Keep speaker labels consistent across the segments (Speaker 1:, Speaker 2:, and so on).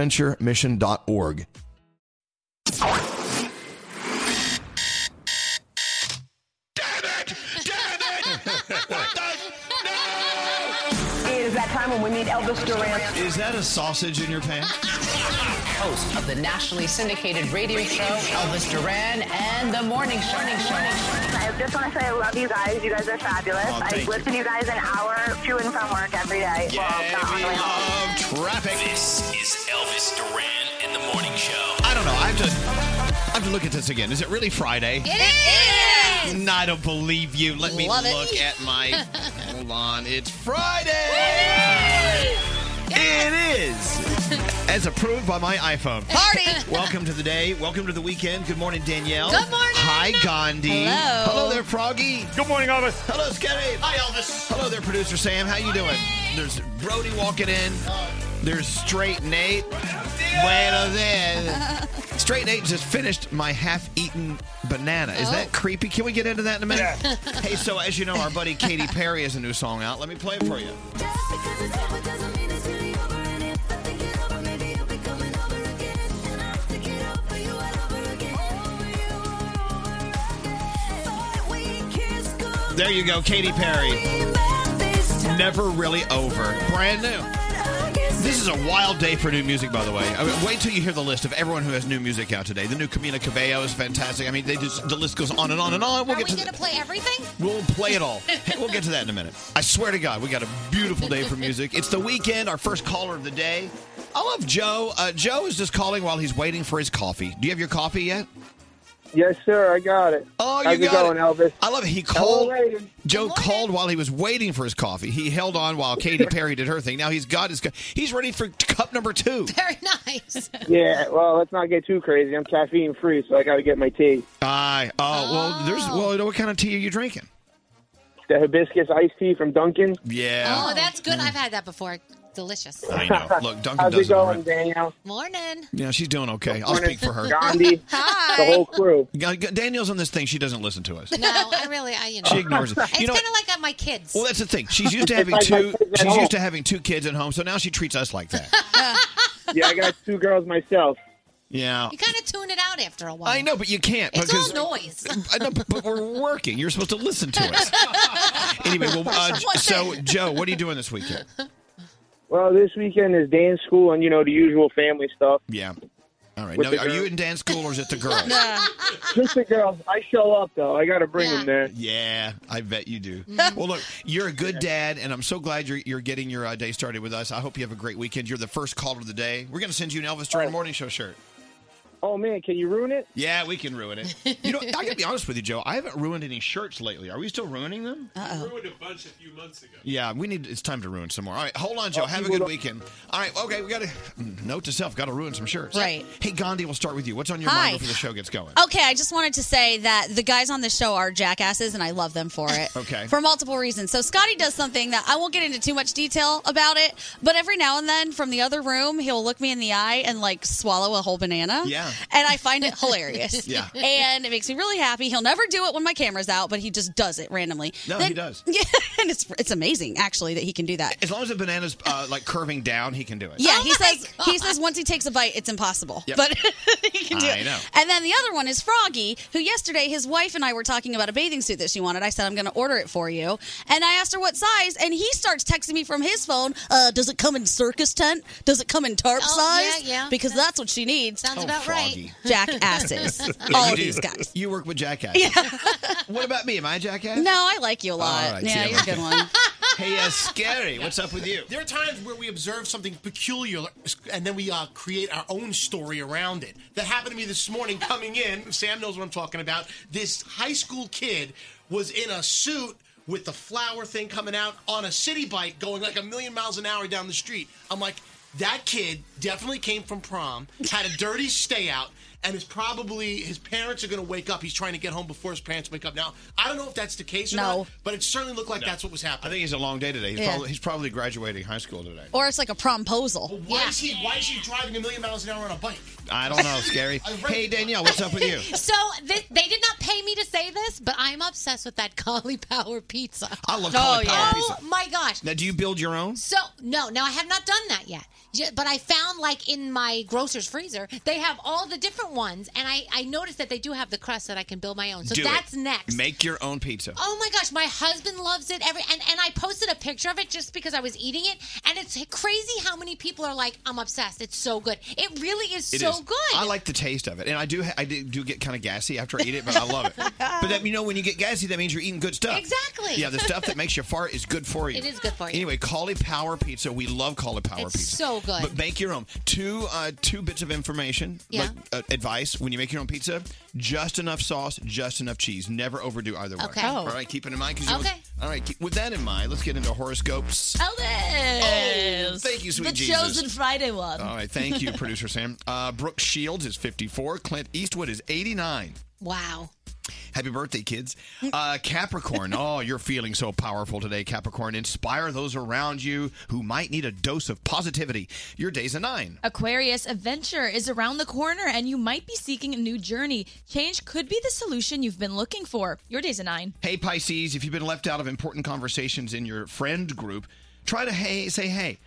Speaker 1: adventuremission.org.
Speaker 2: It is that time when we meet Elvis Duran.
Speaker 3: Is that a sausage in your pants?
Speaker 4: host of the nationally syndicated radio show Elvis Duran and the Morning Show. Morning Show.
Speaker 2: I just want to say I love you guys. You guys are fabulous.
Speaker 3: Oh,
Speaker 2: I
Speaker 3: thank
Speaker 2: listen to you guys an hour to and from work every day. well, not
Speaker 3: we
Speaker 2: really.
Speaker 3: love traffic.
Speaker 5: This is Elvis Duran and the Morning Show.
Speaker 3: I don't know. I have to. I have to look at this again. Is it really Friday?
Speaker 6: It
Speaker 3: No, I don't believe you. Let me
Speaker 6: Love it.
Speaker 3: look at my. Hold on. It's Friday. It is, as approved by my iPhone.
Speaker 6: Party.
Speaker 3: Welcome to the day. Welcome to the weekend. Good morning, Danielle.
Speaker 6: Good morning.
Speaker 3: Hi, Gandhi.
Speaker 7: Hello.
Speaker 3: Hello there, Froggy. Good morning, Elvis. Hello, Scary. Hi, Elvis. Hello there, producer Sam. How you doing? There's Brody walking in. There's Straight Nate. Bueno then. Straight Nate just finished my half-eaten banana. Is
Speaker 8: Oh.
Speaker 3: that creepy? Can we get into that in a minute? hey, so as you know, our buddy Katy Perry has a new song out. Let me play it for you. There you go, Katy Perry. Never really over. Brand new. This is a wild day for new music, by the way. I mean, wait till you hear the list of everyone who has new music out today. The new Camila Cabello is fantastic. I mean, they just the list goes on and on and on. We'll
Speaker 6: Are
Speaker 3: get
Speaker 6: we
Speaker 3: to
Speaker 6: going to
Speaker 3: th-
Speaker 6: play everything?
Speaker 3: we'll play it all. Hey, we'll get to that in a minute. I swear to God, we got a beautiful day for music. It's the weekend. Our first caller of the day. I love Joe. Uh, Joe is just calling while he's waiting for his coffee. Do you have your coffee yet?
Speaker 9: Yes, sir. I got it.
Speaker 3: Oh, you
Speaker 9: How's
Speaker 3: got
Speaker 9: it going,
Speaker 3: it.
Speaker 9: Elvis?
Speaker 3: I love it. He called.
Speaker 9: ladies.
Speaker 3: Joe called while he was waiting for his coffee. He held on while Katy Perry did her thing. Now he's got his. co- He's ready for cup number two.
Speaker 6: Very nice.
Speaker 9: Yeah. Well, let's not get too crazy. I'm caffeine free, so I got to get my tea.
Speaker 3: Aye. Oh, well, there's. Well, what kind of tea are you drinking?
Speaker 9: It's the hibiscus iced tea from Dunkin'.
Speaker 3: Yeah.
Speaker 6: Oh, that's good. I've had that before.
Speaker 8: Delicious.
Speaker 3: I know. Look, Duncan
Speaker 10: How's it
Speaker 3: doesn't.
Speaker 10: going, Danielle?
Speaker 8: Morning.
Speaker 3: Yeah, she's doing okay. I'll
Speaker 10: Morning,
Speaker 3: speak for her.
Speaker 10: Gandhi, the whole crew.
Speaker 3: Daniel's on this thing. She doesn't listen to us.
Speaker 8: No, I really, I you know.
Speaker 3: She ignores it. You
Speaker 8: It's
Speaker 3: know-
Speaker 8: kind of like uh, my kids.
Speaker 3: Well, that's the thing. She's used to having
Speaker 10: Like my
Speaker 3: two.
Speaker 10: kids at
Speaker 3: She's
Speaker 10: home.
Speaker 3: used to having two kids at home, so now she treats us like that.
Speaker 10: Yeah, I got two girls myself.
Speaker 3: Yeah.
Speaker 8: you kind of tune it out after a while.
Speaker 3: I know, but you can't
Speaker 8: It's
Speaker 3: because
Speaker 8: all noise.
Speaker 3: I know, but we're working. You're supposed to listen to us. anyway, well, uh, so Joe, what are you doing this weekend?
Speaker 10: Well, this weekend is day in school and, you know, the usual family stuff.
Speaker 3: Yeah. All right.
Speaker 10: With
Speaker 3: Now,
Speaker 10: the
Speaker 3: are you
Speaker 10: girls.
Speaker 3: in dance school or is it the girls?
Speaker 10: Just the girls. I show up, though. I got to bring them there.
Speaker 3: Yeah, I bet you do.
Speaker 7: Mm-hmm.
Speaker 3: well, look, you're a good dad, and I'm so glad you're, you're getting your uh, day started with us. I hope you have a great weekend. You're the first caller of the day. We're going to send you an Elvis Duran Morning Show shirt.
Speaker 10: Oh, man, can you ruin it?
Speaker 3: Yeah, we can ruin it. You know, I gotta be honest with you, Joe. I haven't ruined any shirts lately. Are we still ruining them?
Speaker 11: Uh-oh. ruined a bunch a few months ago.
Speaker 3: Yeah, we need. It's time to ruin some more. All right, hold on, Joe.
Speaker 11: Oh,
Speaker 3: Have a
Speaker 11: people
Speaker 3: good
Speaker 11: don't-
Speaker 3: weekend. All right, okay, we gotta. mm, Note to self: gotta ruin some shirts.
Speaker 7: Right.
Speaker 3: Hey, Gandhi, we'll start with you. What's on your
Speaker 7: Hi.
Speaker 3: mind before the show gets going?
Speaker 7: Okay, I just wanted to say that the guys on the show are jackasses, and I love them for it.
Speaker 3: Okay.
Speaker 7: For multiple reasons. So Scotty does something that I won't get into too much detail about it, but every now and then from the other room, he'll look me in the eye and like swallow a whole banana.
Speaker 12: Yeah.
Speaker 7: And I find it hilarious.
Speaker 12: Yeah.
Speaker 7: And it makes me really happy. He'll never do it when my camera's out, but he just does it randomly.
Speaker 3: No,
Speaker 7: Then-
Speaker 3: he does.
Speaker 7: Yeah, and it's it's amazing actually that he can do that.
Speaker 3: As long as the banana's uh, like curving down, he can do it.
Speaker 7: Yeah, he says he says once he takes a bite, it's impossible.
Speaker 3: Oh Yep.
Speaker 7: But he can do
Speaker 3: I
Speaker 7: it.
Speaker 3: know.
Speaker 7: And then the other one is Froggy, who yesterday his wife and I were talking about a bathing suit that she wanted. I said I'm going to order it for you, and I asked her what size, and he starts texting me from his phone. Uh, does it come in circus tent? Does it come in tarp
Speaker 8: Oh, yeah,
Speaker 7: size?
Speaker 8: yeah.
Speaker 7: Because that's what she needs.
Speaker 8: Sounds Oh, about right. Froggy.
Speaker 7: Jackasses.
Speaker 3: Yeah,
Speaker 7: All
Speaker 3: you
Speaker 7: of
Speaker 3: do.
Speaker 7: these guys.
Speaker 3: You work with jackasses. What about me? Am I a jackass?
Speaker 7: No, I like you a
Speaker 3: All
Speaker 13: Uh,
Speaker 7: lot.
Speaker 3: right,
Speaker 7: yeah,
Speaker 3: see,
Speaker 7: you're a
Speaker 3: I'm
Speaker 7: good
Speaker 3: okay.
Speaker 7: one.
Speaker 3: Hey, uh, Scary, what's up with you?
Speaker 13: There are times where we observe something peculiar, and then we uh, create our own story around it. That happened to me this morning coming in. Sam knows what I'm talking about. This high school kid was in a suit with the flower thing coming out on a city bike, going like a million miles an hour down the street. I'm like, that kid definitely came from prom, had a dirty stay out. And is probably his parents are going to wake up. He's trying to get home before his parents wake up. Now I don't know if that's the case or
Speaker 7: No.
Speaker 13: not, but it certainly looked like that's what was happening.
Speaker 3: I think he's a long day today. He's,
Speaker 7: Yeah.
Speaker 3: probably, he's probably graduating high school today.
Speaker 7: Or it's like a promposal.
Speaker 13: Why is he? Why is he driving a million miles an hour on a bike?
Speaker 3: I don't know, Scary. hey, Danielle, what's up with you?
Speaker 8: So this, they did not pay me to say this, but I'm obsessed with that cauliflower pizza.
Speaker 3: I love cauliflower pizza.
Speaker 8: Oh my gosh!
Speaker 3: Now, do you build your own?
Speaker 8: So no, no, I have not done that yet. J- But I found like in my grocer's freezer, they have all the different ones, and I I noticed that they do have the crust that I can build my own. So
Speaker 3: Do it.
Speaker 8: that's next.
Speaker 3: Make your own pizza.
Speaker 8: Oh my gosh, my husband loves it. Every and, and I posted a picture of it just because I was eating it, and it's crazy how many people are like, "I'm obsessed. It's so good. It really is
Speaker 3: It
Speaker 8: so
Speaker 3: is.
Speaker 8: good."
Speaker 3: I like the taste of it, and I do. I do- do get kind of gassy after I eat it, but I love it. but
Speaker 8: Ah,
Speaker 3: that, you know, when you get gassy, that means you're eating good stuff.
Speaker 8: Exactly.
Speaker 3: Yeah, the stuff that makes you fart is good for you.
Speaker 8: It is good for you.
Speaker 3: Anyway, cauliflower pizza. We love cauliflower
Speaker 8: It's
Speaker 3: pizza.
Speaker 8: so good.
Speaker 3: But make your own. Two uh, two bits of information,
Speaker 8: Yeah.
Speaker 3: like uh, advice when you make your own pizza: just enough sauce, just enough cheese. Never overdo either way.
Speaker 8: Okay.
Speaker 3: All right, keep it in mind. 'cause you
Speaker 8: Okay.
Speaker 3: want- all right, keep, with that in mind, let's get into horoscopes.
Speaker 12: Elvis.
Speaker 3: Oh, thank you, sweet
Speaker 12: the
Speaker 3: Jesus.
Speaker 12: chosen Friday one.
Speaker 3: All right, thank you, producer Sam. Uh, Brooke Shields is 54. Clint Eastwood is 89.
Speaker 8: wow.
Speaker 3: Happy birthday, kids. Uh, Capricorn, oh, you're feeling so powerful today, Capricorn. Inspire those around you who might need a dose of positivity. Your day's a nine.
Speaker 12: Aquarius, adventure is around the corner, and you might be seeking a new journey. Change could be the solution you've been looking for. Your day's a nine.
Speaker 3: Hey, Pisces, if you've been left out of important conversations in your friend group, try to hey, say, hey,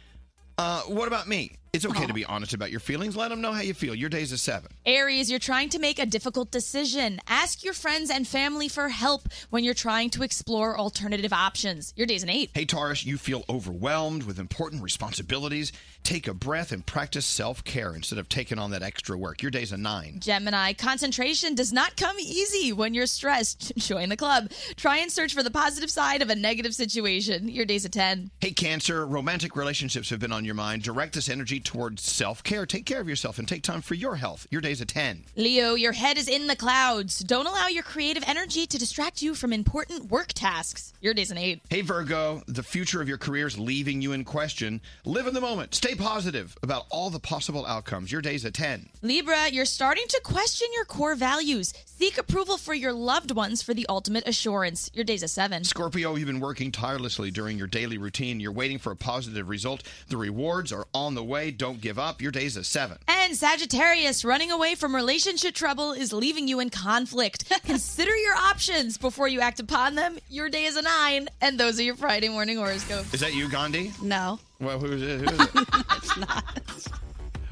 Speaker 3: uh, what about me? It's okay to be honest about your feelings. Let them know how you feel. Your day's a seven.
Speaker 12: Aries, you're trying to make a difficult decision. Ask your friends and family for help when you're trying to explore alternative options. Your day's an eight.
Speaker 3: Hey, Taurus, you feel overwhelmed with important responsibilities. Take a breath and practice self care instead of taking on that extra work. Your day's a nine.
Speaker 12: Gemini, concentration does not come easy when you're stressed. Join the club. Try and search for the positive side of a negative situation. Your day's a 10.
Speaker 3: Hey, Cancer, romantic relationships have been on your mind. Direct this energy towards self care. Take care of yourself and take time for your health. Your day's a 10.
Speaker 12: Leo, your head is in the clouds. Don't allow your creative energy to distract you from important work tasks. Your day's an eight.
Speaker 3: Hey, Virgo, the future of your career is leaving you in question. Live in the moment. Stay positive about all the possible outcomes. Your day's a 10.
Speaker 12: Libra, you're starting to question your core values. Seek approval for your loved ones for the ultimate assurance. Your day's a seven.
Speaker 3: Scorpio, you've been working tirelessly during your daily routine. You're waiting for a positive result. The rewards are on the way. Don't give up. Your day's a 7.
Speaker 12: And Sagittarius, running away from relationship trouble is leaving you in conflict. Consider your options before you act upon them. Your day is a nine, and those are your Friday morning horoscopes.
Speaker 3: Is that you, Gandhi?
Speaker 12: No.
Speaker 3: Well, who is it? Who is it?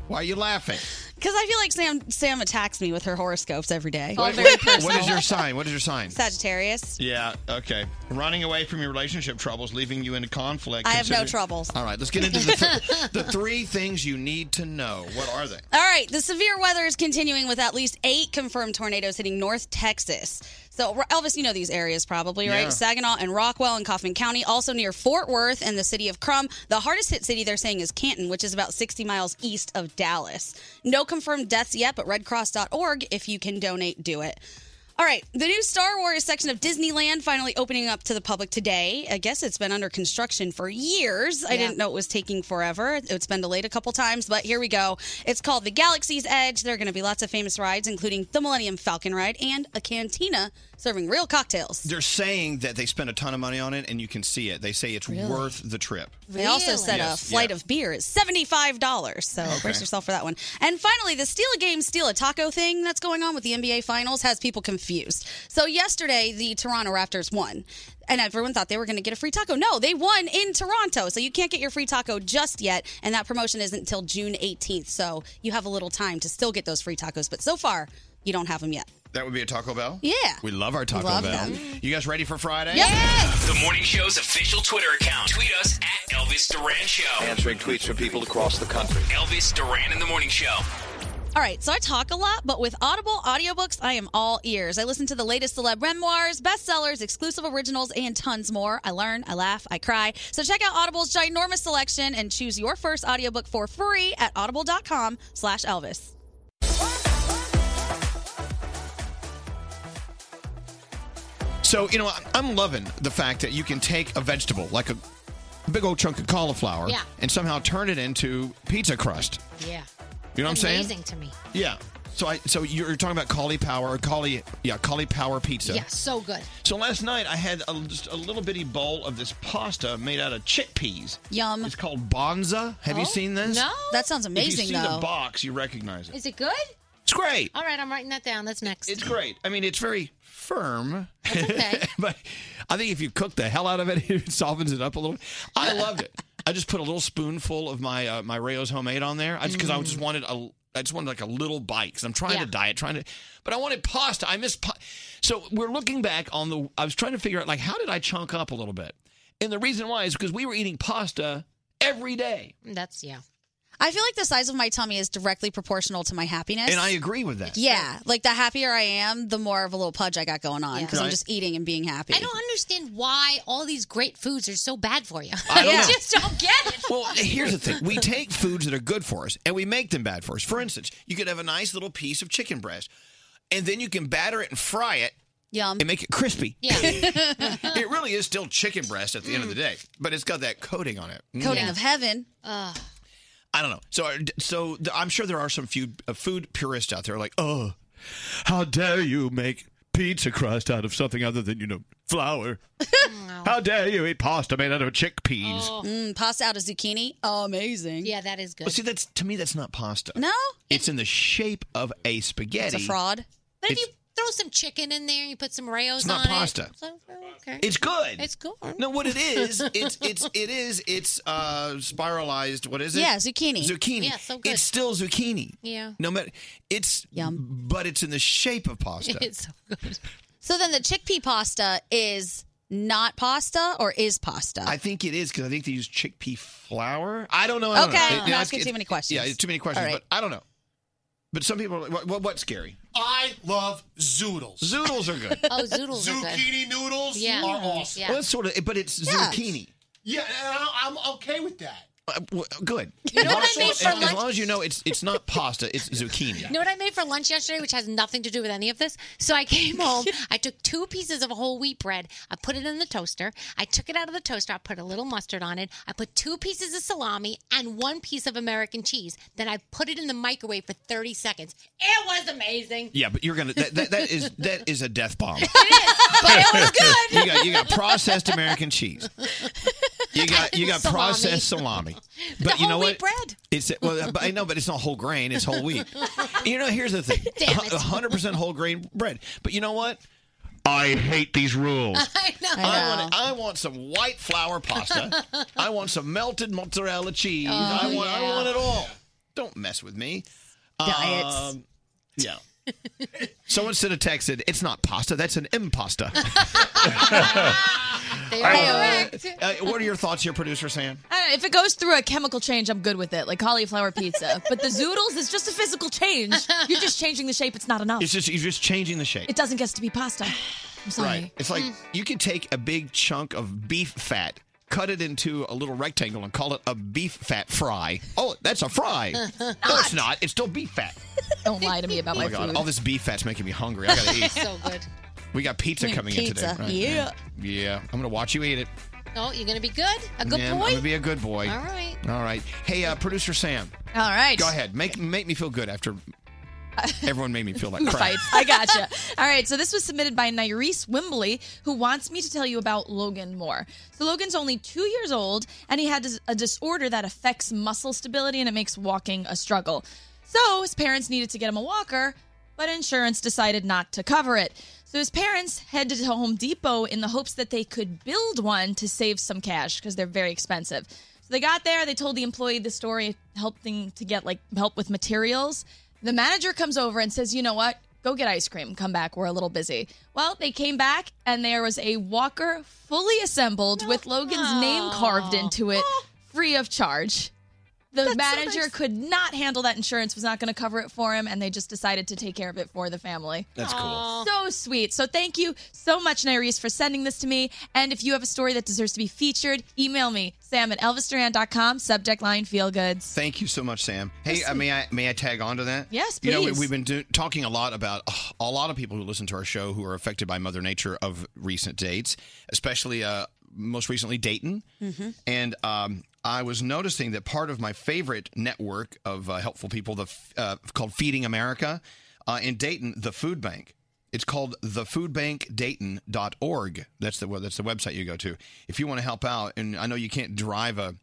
Speaker 3: Why are you laughing?
Speaker 7: Because I feel like Sam Sam attacks me with her horoscopes every day.
Speaker 8: Oh,
Speaker 3: What- what is your sign? What is your sign?
Speaker 7: Sagittarius.
Speaker 3: Yeah, okay. Running away from your relationship troubles, leaving you in conflict.
Speaker 7: I have no troubles.
Speaker 3: All right, let's get into the, th- the three things you need to know. What are they?
Speaker 7: All right, the severe weather is continuing with at least eight confirmed tornadoes hitting North Texas. So, Elvis, you know these areas probably, right?
Speaker 14: Yeah.
Speaker 7: Saginaw and Rockwell and Kaufman County, also near Fort Worth and the city of Crum. The hardest hit city they're saying is Canton, which is about 60 miles east of Dallas. No confirmed deaths yet, but redcross.org, if you can donate, do it. All right, the new Star Wars section of Disneyland finally opening up to the public today. I guess it's been under construction for years. I
Speaker 14: Yeah.
Speaker 7: didn't know it was taking forever. It's been delayed a couple times, but here we go. It's called the Galaxy's Edge. There are going to be lots of famous rides, including the Millennium Falcon ride and a cantina serving real cocktails.
Speaker 3: They're saying that they spent a ton of money on it and you can see it. They say it's
Speaker 7: Really?
Speaker 3: worth the trip.
Speaker 7: They also said
Speaker 3: Yes,
Speaker 7: a flight
Speaker 3: yeah.
Speaker 7: of beer is seventy-five dollars. So
Speaker 3: Okay.
Speaker 7: brace yourself for that one. And finally, the steal a game, steal a taco thing that's going on with the NBA Finals has people confused. So yesterday, the Toronto Raptors won, and everyone thought they were going to get a free taco. No, they won in Toronto, so you can't get your free taco just yet. And that promotion isn't until June eighteenth, so you have a little time to still get those free tacos. But so far, you don't have them yet.
Speaker 3: That would be a Taco Bell?
Speaker 7: Yeah.
Speaker 3: We love our Taco
Speaker 7: Love
Speaker 3: Bell.
Speaker 7: them.
Speaker 3: You guys ready for Friday?
Speaker 15: The morning show's official Twitter account. Tweet us at Elvis Duran Show.
Speaker 16: Answering tweets from people across the country.
Speaker 15: Elvis Duran in the morning show.
Speaker 7: All right, so I talk a lot, but with Audible audiobooks, I am all ears. I listen to the latest celeb memoirs, bestsellers, exclusive originals, and tons more. I learn, I laugh, I cry. So check out Audible's ginormous selection and choose your first audiobook for free at audible.com slash Elvis.
Speaker 3: So, you know, I- I'm loving the fact that you can take a vegetable, like a big old chunk of cauliflower,
Speaker 8: Yeah.
Speaker 3: and somehow turn it into pizza crust.
Speaker 8: Yeah.
Speaker 3: You know what I'm saying?
Speaker 8: Amazing to me.
Speaker 3: Yeah. So I so you're talking about cauli power or cauli yeah cauli power pizza.
Speaker 8: Yeah, so good.
Speaker 3: So last night I had a, just a little bitty bowl of this pasta made out of chickpeas.
Speaker 7: Yum.
Speaker 3: It's called bonza. Have you
Speaker 8: Oh,
Speaker 3: seen this?
Speaker 8: no. That sounds
Speaker 3: If
Speaker 8: amazing,
Speaker 3: you see
Speaker 8: though.
Speaker 3: the box, you recognize it.
Speaker 8: Is it good?
Speaker 3: It's great.
Speaker 8: All right, I'm writing that down. That's next.
Speaker 3: It's great. I mean, it's very firm. but I think if you cook the hell out of it, it softens it up a little. I loved it. I just put a little spoonful of my uh, my Rayo's homemade on there. I just because I
Speaker 17: Mm.
Speaker 3: just wanted a I just wanted like a little bite because I'm trying
Speaker 17: Yeah.
Speaker 3: to diet, trying to, but I wanted pasta. I miss pa- so we're looking back on the. I was trying to figure out like how did I chunk up a little bit, and the reason why is because we were eating pasta every day,
Speaker 8: That's, yeah.
Speaker 7: I feel like the size of my tummy is directly proportional to my happiness.
Speaker 3: and I agree with that.
Speaker 7: yeah, like the happier I am, the more of a little pudge I got going on because I'm
Speaker 3: Right. Mm.
Speaker 7: just eating and being happy.
Speaker 8: I don't understand why all these great foods are so bad for you.
Speaker 3: I don't
Speaker 8: I
Speaker 3: know.
Speaker 8: just don't get it.
Speaker 3: Well, here's the thing: we take foods that are good for us and we make them bad for us. For instance, you could have a nice little piece of chicken breast, and then you can batter it and fry it.
Speaker 7: Yum.
Speaker 3: And make it crispy.
Speaker 8: Yeah.
Speaker 3: It really is still chicken breast at the end of the day, but it's got that coating on it. Mm.
Speaker 7: Mm. Coating of heaven.
Speaker 3: I don't know. So, uh, so th- I'm sure there are some food uh, food purists out there like, oh, how dare you make pizza crust out of something other than you know flour? How dare you eat pasta made out of chickpeas?
Speaker 7: Mm, pasta out of zucchini. Oh, amazing.
Speaker 8: Oh. Yeah, that is good.
Speaker 3: Well, see, that's to me, that's not pasta.
Speaker 7: No?
Speaker 3: it's in the shape of a spaghetti.
Speaker 8: But if
Speaker 3: It's-
Speaker 8: you throw some chicken in there and you put some rayos
Speaker 3: It's not
Speaker 8: on
Speaker 3: pasta.
Speaker 8: it. So, okay.
Speaker 3: It's good.
Speaker 8: It's good.
Speaker 3: No, what it is, it's it's it is it's uh spiralized. What is it?
Speaker 8: Yeah, zucchini.
Speaker 3: Zucchini.
Speaker 8: Yeah, so good.
Speaker 3: It's still zucchini.
Speaker 8: Yeah.
Speaker 3: No matter it's Yum. but it's in the shape of pasta.
Speaker 8: It's so good.
Speaker 7: So then the chickpea pasta is not pasta or is pasta?
Speaker 3: I think it is because I think they use chickpea flour. I don't know. I don't
Speaker 7: Okay,
Speaker 3: know.
Speaker 7: I'm
Speaker 3: it's-
Speaker 7: asking too
Speaker 3: it's-
Speaker 7: many questions.
Speaker 3: Yeah, it's too many questions.
Speaker 7: All right.
Speaker 3: But I don't know. But some people, are like, what, what, what's scary?
Speaker 13: I love zoodles.
Speaker 3: Zoodles are good.
Speaker 8: Oh, zoodles are good.
Speaker 13: Zucchini noodles
Speaker 8: Yeah. Mm-hmm.
Speaker 13: are awesome.
Speaker 8: Yeah.
Speaker 3: Well, it's sort of, but it's
Speaker 13: Yeah.
Speaker 3: zucchini.
Speaker 13: Yeah, and I- I'm okay with that.
Speaker 3: Uh, w- good.
Speaker 8: You know what
Speaker 3: As
Speaker 8: I made
Speaker 3: long-
Speaker 8: for
Speaker 3: as, as
Speaker 8: lunch?
Speaker 3: long as you know it's it's not pasta, it's zucchini.
Speaker 8: You know what I made for lunch yesterday, which has nothing to do with any of this? So I came home, I took two pieces of whole wheat bread, I put it in the toaster, I took it out of the toaster, I put a little mustard on it, I put two pieces of salami and one piece of American cheese. Then I put it in the microwave for 30 seconds. It was amazing.
Speaker 3: Yeah, but you're gonna that, that, that is that is a death bomb.
Speaker 8: But it was good.
Speaker 3: you got you got processed American cheese. You got you got
Speaker 8: Salami.
Speaker 3: processed salami. But
Speaker 8: The
Speaker 3: you know
Speaker 8: whole
Speaker 3: what?
Speaker 8: wheat bread.
Speaker 3: It's well, uh, but I know, but it's not whole grain. It's whole wheat. You know, here's the thing:
Speaker 8: Damn it.
Speaker 3: hundred percent whole grain bread. But you know what? I hate these rules.
Speaker 8: I know.
Speaker 3: I want, I want some white flour pasta. I want some melted mozzarella cheese.
Speaker 8: Oh,
Speaker 3: I want
Speaker 8: yeah.
Speaker 3: I want it all. Don't mess with me.
Speaker 8: Diets.
Speaker 3: Um, yeah. Someone should have texted, it's not pasta, that's an impasta.
Speaker 8: oh.
Speaker 12: They
Speaker 3: Uh,
Speaker 12: are
Speaker 3: uh, what are your thoughts here, producer Sam?
Speaker 12: I don't know, if it goes through a chemical change, I'm good with it, like cauliflower pizza. but the zoodles is just a physical change. You're just changing the shape. It's not enough.
Speaker 3: It's just you're just changing the shape.
Speaker 12: it doesn't get to be pasta. I'm sorry.
Speaker 3: Right. It's like you can take a big chunk of beef fat, cut it into a little rectangle, and call it a beef fat fry. Oh, that's a fry. no, it's not. It's still beef fat.
Speaker 12: Don't lie to me about
Speaker 3: oh my
Speaker 12: my,
Speaker 3: god!
Speaker 12: food.
Speaker 3: All this beef fat's making me hungry. I gotta eat.
Speaker 8: so good.
Speaker 3: We got pizza
Speaker 8: Mm,
Speaker 3: coming in
Speaker 8: pizza.
Speaker 3: today.
Speaker 8: Yeah.
Speaker 3: Yeah. I'm gonna watch you eat it.
Speaker 8: Oh, you're going to be good? A good
Speaker 3: Yeah, I'm
Speaker 8: boy?
Speaker 3: gonna be a good boy.
Speaker 8: All right.
Speaker 3: All right. Hey, uh, producer Sam.
Speaker 12: All right.
Speaker 3: Go ahead. Make make me feel good after everyone made me feel like
Speaker 12: Food
Speaker 3: crap.
Speaker 12: fights. I gotcha. All right, so this was submitted by Nyrese Wimbley, who wants me to tell you about Logan Moore. So Logan's only two years old, and he had dis- a disorder that affects muscle stability and it makes walking a struggle. So his parents needed to get him a walker, but insurance decided not to cover it. So his parents headed to Home Depot in the hopes that they could build one to save some cash because they're very expensive. So they got there, they told the employee the story, helping to get like help with materials. The manager comes over and says, "You know what? Go get ice cream. Come back. We're a little busy." Well, they came back and there was a walker fully assembled with Logan's name carved into it, free of charge. The manager could not handle that insurance was not going to cover it for him and they just decided to take care of it for the family.
Speaker 3: That's cool.
Speaker 12: So sweet. So thank you so much, Nyrese, for sending this to me. And if you have a story that deserves to be featured, email me, sam at elvisduran.com, subject line feel goods.
Speaker 3: Thank you so much, Sam. Hey, uh, may I may I tag on to that?
Speaker 12: Yes,
Speaker 3: You know, we,
Speaker 12: please.
Speaker 3: we've been do- talking a lot about ugh, a lot of people who listen to our show who are affected by Mother Nature of recent dates, especially uh, most recently Dayton.
Speaker 18: Mm-hmm.
Speaker 3: And um, I was noticing that part of my favorite network of uh, helpful people, the f- uh, called Feeding America, uh, in Dayton, the food bank. It's called thefoodbankdayton.org. That's the that's the website you go to if you want to help out. And I know you can't drive a,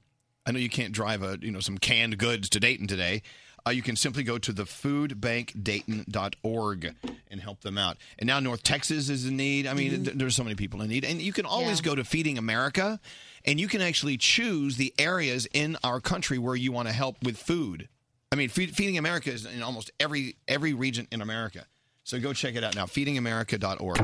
Speaker 3: I know you can't drive a you know some canned goods to Dayton today. Uh, you can simply go to thefoodbankdayton.org and help them out. And now North Texas is in need. I mean, th- there's so many people in need. And you can always
Speaker 14: Yeah.
Speaker 3: go to Feeding America and you can actually choose the areas in our country where you want to help with food. I mean, Feed, Feeding America is in almost every every region in America. So go check it out now, feedingamerica.org.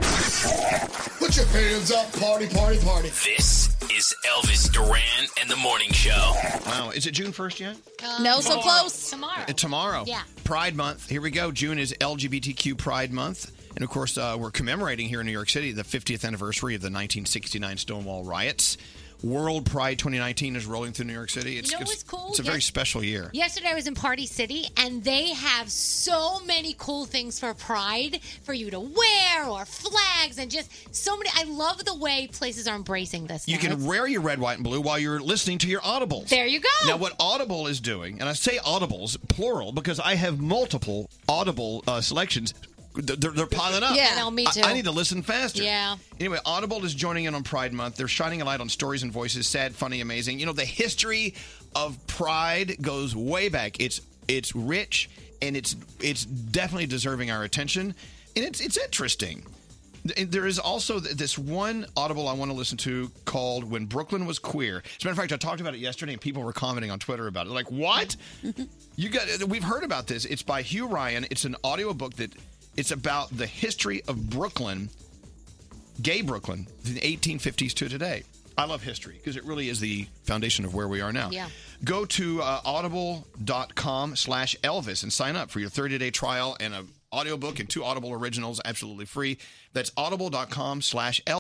Speaker 17: Put your pants up, party, party, party.
Speaker 15: This is Elvis Duran and the Morning Show.
Speaker 3: Wow, is it June 1st yet?
Speaker 12: no, so close.
Speaker 8: Uh, Tomorrow.
Speaker 3: Uh, Tomorrow.
Speaker 8: Yeah.
Speaker 3: Pride Month. Here we go. June is LGBTQ Pride Month. And of course, uh, we're commemorating here in New York City the 50th anniversary of the 1969 Stonewall riots. World Pride 2019 is rolling through New York City. It's,
Speaker 8: know
Speaker 3: it's,
Speaker 8: what's cool?
Speaker 3: It's a very
Speaker 8: Yes.
Speaker 3: special year.
Speaker 8: Yesterday I was in Party City and they have so many cool things for pride for you to wear or flags and just so many I love the way places are embracing this.
Speaker 3: You
Speaker 8: now.
Speaker 3: can
Speaker 8: It's-
Speaker 3: wear your red, white, and blue while you're listening to your audibles.
Speaker 8: There you go.
Speaker 3: Now, what Audible is doing, and I say audibles plural because I have multiple Audible uh, selections. They're, they're- they're piling up.
Speaker 8: Yeah, I know, me
Speaker 3: I-
Speaker 8: too.
Speaker 3: I, need to listen faster.
Speaker 8: Yeah.
Speaker 3: Anyway, Audible is joining in on Pride Month. They're shining a light on stories and voices, sad, funny, amazing. You know, the history of Pride goes way back. It's it's rich and it's it's definitely deserving our attention, and it's it's interesting. Th- There is also th- this one audible I want to listen to called "When Brooklyn Was Queer." As a matter of fact, I talked about it yesterday, and people were commenting on Twitter about it. They're like, "What? you got? We've heard about this. It's by Hugh Ryan. It's an audiobook that it's about the history of Brooklyn gay Brooklyn from the 1850s to today. I love history because it really is the foundation of where we are now.
Speaker 14: Yeah.
Speaker 3: Go to uh, audible.com slash Elvis and sign up for your 30-day trial and a audiobook and two Audible originals absolutely free. That's audible.com slash Elvis.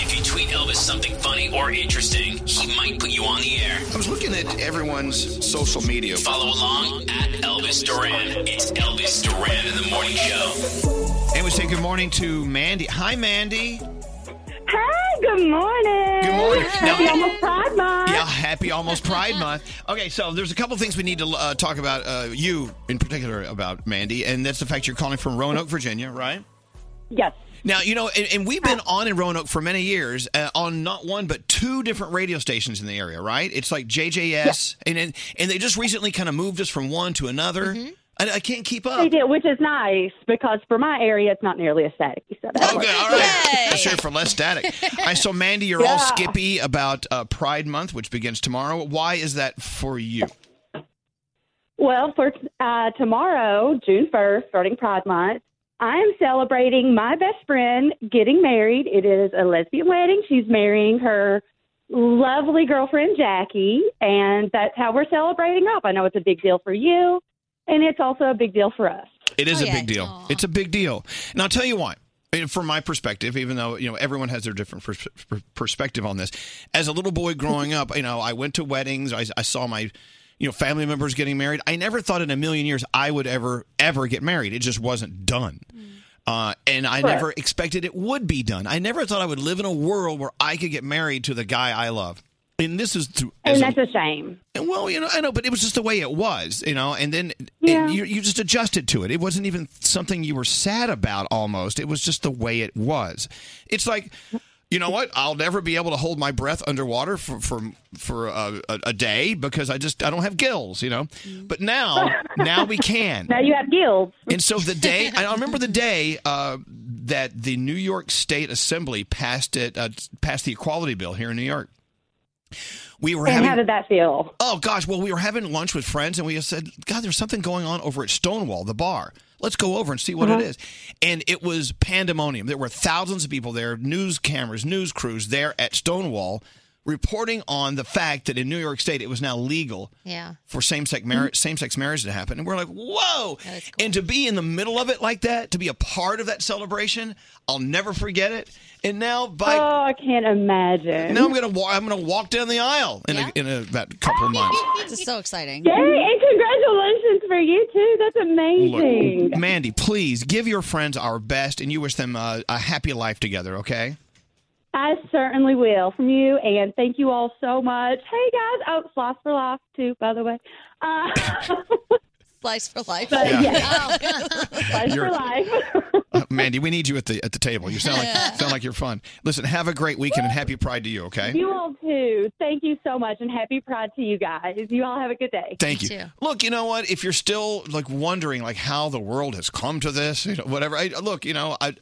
Speaker 15: If you Tweet Elvis something funny or interesting. He might put you on the air.
Speaker 16: I was looking at everyone's social media.
Speaker 15: Follow along at Elvis Duran. It's Elvis Duran in the morning show.
Speaker 3: And we say good morning to Mandy. Hi, Mandy.
Speaker 14: Hi, good morning.
Speaker 3: Good morning.
Speaker 14: Happy almost Pride Month.
Speaker 3: Yeah, happy almost Pride Month. Okay, so there's a couple things we need to uh, talk about, uh, you in particular, about Mandy, and that's the fact you're calling from Roanoke, Virginia, right?
Speaker 14: Yes.
Speaker 3: Now, you know, and, and we've been on in Roanoke for many years uh, on not one, but two different radio stations in the area, right? It's like JJS, and, and and they just recently kind of moved us from one to another.
Speaker 14: Mm-hmm.
Speaker 3: I, I can't keep up.
Speaker 14: They did, which is nice because for my area, it's not nearly as static. So that works.
Speaker 3: That's here for less static. I saw Mandy, you're all
Speaker 14: Yeah.
Speaker 3: skippy about uh, Pride Month, which begins tomorrow. Why is that for you?
Speaker 14: Well, for uh, tomorrow, June 1st, starting Pride Month, I am celebrating my best friend getting married. It is a lesbian wedding. She's marrying her lovely girlfriend, Jackie, and that's how we're celebrating up. I know it's a big deal for you, and it's also a big deal for us.
Speaker 3: It is a big deal. It's a big deal. And I'll tell you why. And From my perspective, even though you know everyone has their different pers- per- perspective on this, as a little boy growing up, you know I went to weddings. I, I saw my, you know, family members getting married. I never thought in a million years I would ever ever get married. It just wasn't done, uh, and I
Speaker 9: Correct.
Speaker 3: never expected it would be done. I never thought I would live in a world where I could get married to the guy I love. And this is through
Speaker 14: And
Speaker 3: as
Speaker 14: that's a shame.
Speaker 3: and well, you know, I know, but it was just the way it was, you know. And then and
Speaker 14: Yeah.
Speaker 3: you, you just adjusted to it. It wasn't even something you were sad about. Almost, it was just the way it was. It's like, you know what? I'll never be able to hold my breath underwater for for for a, a, a day because I just I don't have gills, you know. But now, now we can.
Speaker 14: Mm-hmm. Now you have gills.
Speaker 3: And so the day I remember the day uh, that the New York State Assembly passed it uh, passed the equality bill here in New York. We were
Speaker 14: And
Speaker 3: having,
Speaker 14: how did that feel?
Speaker 3: Oh gosh, well we were having lunch with friends and we just said, God, there's something going on over at Stonewall, the bar. Let's go over and see what it
Speaker 14: Uh-huh.
Speaker 3: is. And it was pandemonium. There were thousands of people there, news cameras, news crews there at Stonewall reporting on the fact that in New York State it was now legal
Speaker 8: Yeah.
Speaker 3: for same-sex
Speaker 14: Mm-hmm.
Speaker 3: marriage same-sex marriage to happen and we're like whoa and to be in the middle of it like that to be a part of that celebration i'll never forget it and now by
Speaker 14: oh, I can't imagine.
Speaker 3: now i'm gonna walk i'm gonna walk down the aisle in, a, in a, about a couple of months
Speaker 14: It's so exciting. Yay, and congratulations for you, too. That's amazing.
Speaker 3: Look, mandy please give your friends our best and you wish them uh, a happy life together okay
Speaker 14: I certainly will from you, and thank you all so much. Hey guys, oh, slice for life too, by the way. Uh,
Speaker 7: Slice for life. Oh.
Speaker 14: but
Speaker 3: Yeah.
Speaker 14: yeah, slice
Speaker 3: You're-
Speaker 14: for life.
Speaker 3: Uh, mandy we need you at the at the table you sound like sound like you're fun listen have a great weekend and happy pride to you okay
Speaker 14: You all too. Thank you so much, and happy Pride to you guys. You all have a good day.
Speaker 3: Thank you. Look, you know what? If you're still like wondering like how the world has come to this, you know, whatever. I, look, you know, I,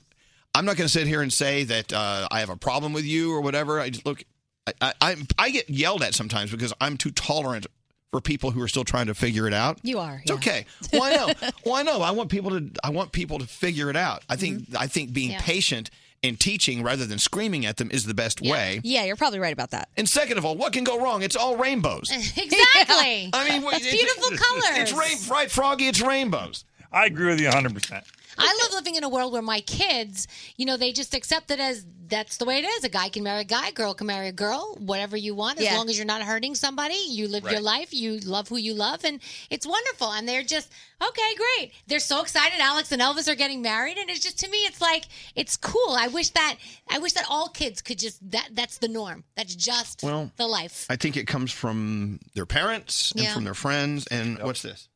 Speaker 3: I'm not going to sit here and say that uh, I have a problem with you or whatever. I just look, I, I, I'm- I get yelled at sometimes because I'm too tolerant for people who are still trying to figure it out.
Speaker 7: You are.
Speaker 3: It's okay. Why no? Why no? I want people to. I want people to figure it out. I think. I think being
Speaker 7: Yeah.
Speaker 3: patient and teaching rather than screaming at them is the best way.
Speaker 7: Yeah, you're probably right about that.
Speaker 3: And second of all, what can go wrong? It's all rainbows.
Speaker 8: Exactly.
Speaker 3: I mean, what- it's- It's rain, right, Froggy? It's rainbows.
Speaker 19: I agree with you 100%.
Speaker 8: I love living in a world where my kids, you know, they just accept it as that's the way it is. A guy can marry a guy, a girl can marry a girl, whatever you want, as
Speaker 7: Yeah.
Speaker 8: long as you're not hurting somebody. You live your
Speaker 7: Right.
Speaker 8: life, you love who you love, and it's wonderful. And they're just, okay, great. They're so excited. Alex and Elvis are getting married. And it's just, to me, it's like, it's cool. I wish that, I wish that all kids could just, that that's the norm. That's just
Speaker 3: Well,
Speaker 8: the life.
Speaker 3: I think it comes from their parents and
Speaker 8: Yeah.
Speaker 3: from their friends. And what's this?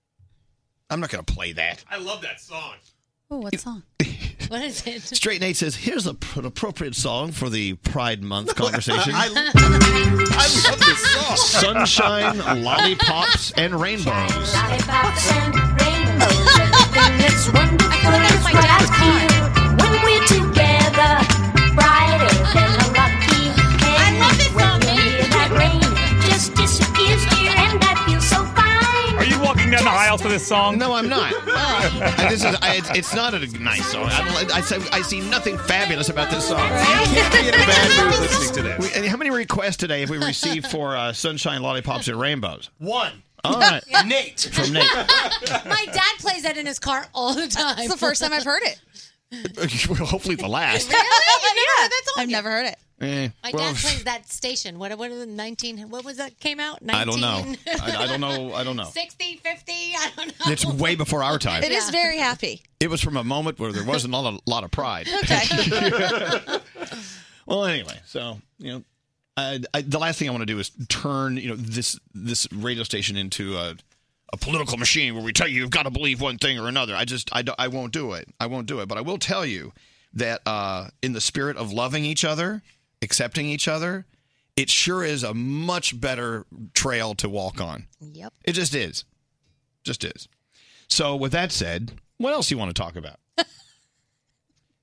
Speaker 3: I'm not going to play that.
Speaker 11: I love that song.
Speaker 7: Oh, what song?
Speaker 8: what is it?
Speaker 3: Straight Nate says, "Here's a pr- an appropriate song for the Pride Month conversation:
Speaker 11: I love this song.
Speaker 3: Sunshine, lollipops, and rainbows."
Speaker 2: Lollipops and rainbows, everything that's wonderful is what I feel. When we're together, brighter than a lucky I love it, When you hear that rain, just disappears, dear, and I feel so fine.
Speaker 19: Are you walking down the aisle to this song?
Speaker 3: No, I'm not. And this is I, it's- it's not a nice song. I, don't- I, say- I see nothing fabulous about this song. We- and how many requests today have we received for uh, sunshine, lollipops, and rainbows?
Speaker 13: One.
Speaker 3: All right,
Speaker 13: Nate.
Speaker 3: From Nate.
Speaker 8: My dad plays that in his car all the time. It's
Speaker 7: the first time I've heard it.
Speaker 3: Hopefully, the last.
Speaker 8: Really? You never heard that
Speaker 7: I've never heard it.
Speaker 3: Eh,
Speaker 8: My
Speaker 3: well,
Speaker 8: dad plays that station. What what are the 19 what was that came out? 19
Speaker 3: I don't know. I, I don't know. I don't know.
Speaker 8: 60, 50, I don't know.
Speaker 3: It's way before our time.
Speaker 20: It is very happy.
Speaker 3: It was from a moment where there wasn't a lot of, lot of pride. well, anyway, so you know, I, I, the last thing I want to do is turn you know this this radio station into a a political machine where we tell you you've got to believe one thing or another. I just I, don't- I won't do it. I won't do it. But I will tell you that uh, in the spirit of loving each other, accepting each other, it sure is a much better trail to walk on.
Speaker 8: Yep.
Speaker 3: It just is. Just is. So with that said, what else you want to talk about?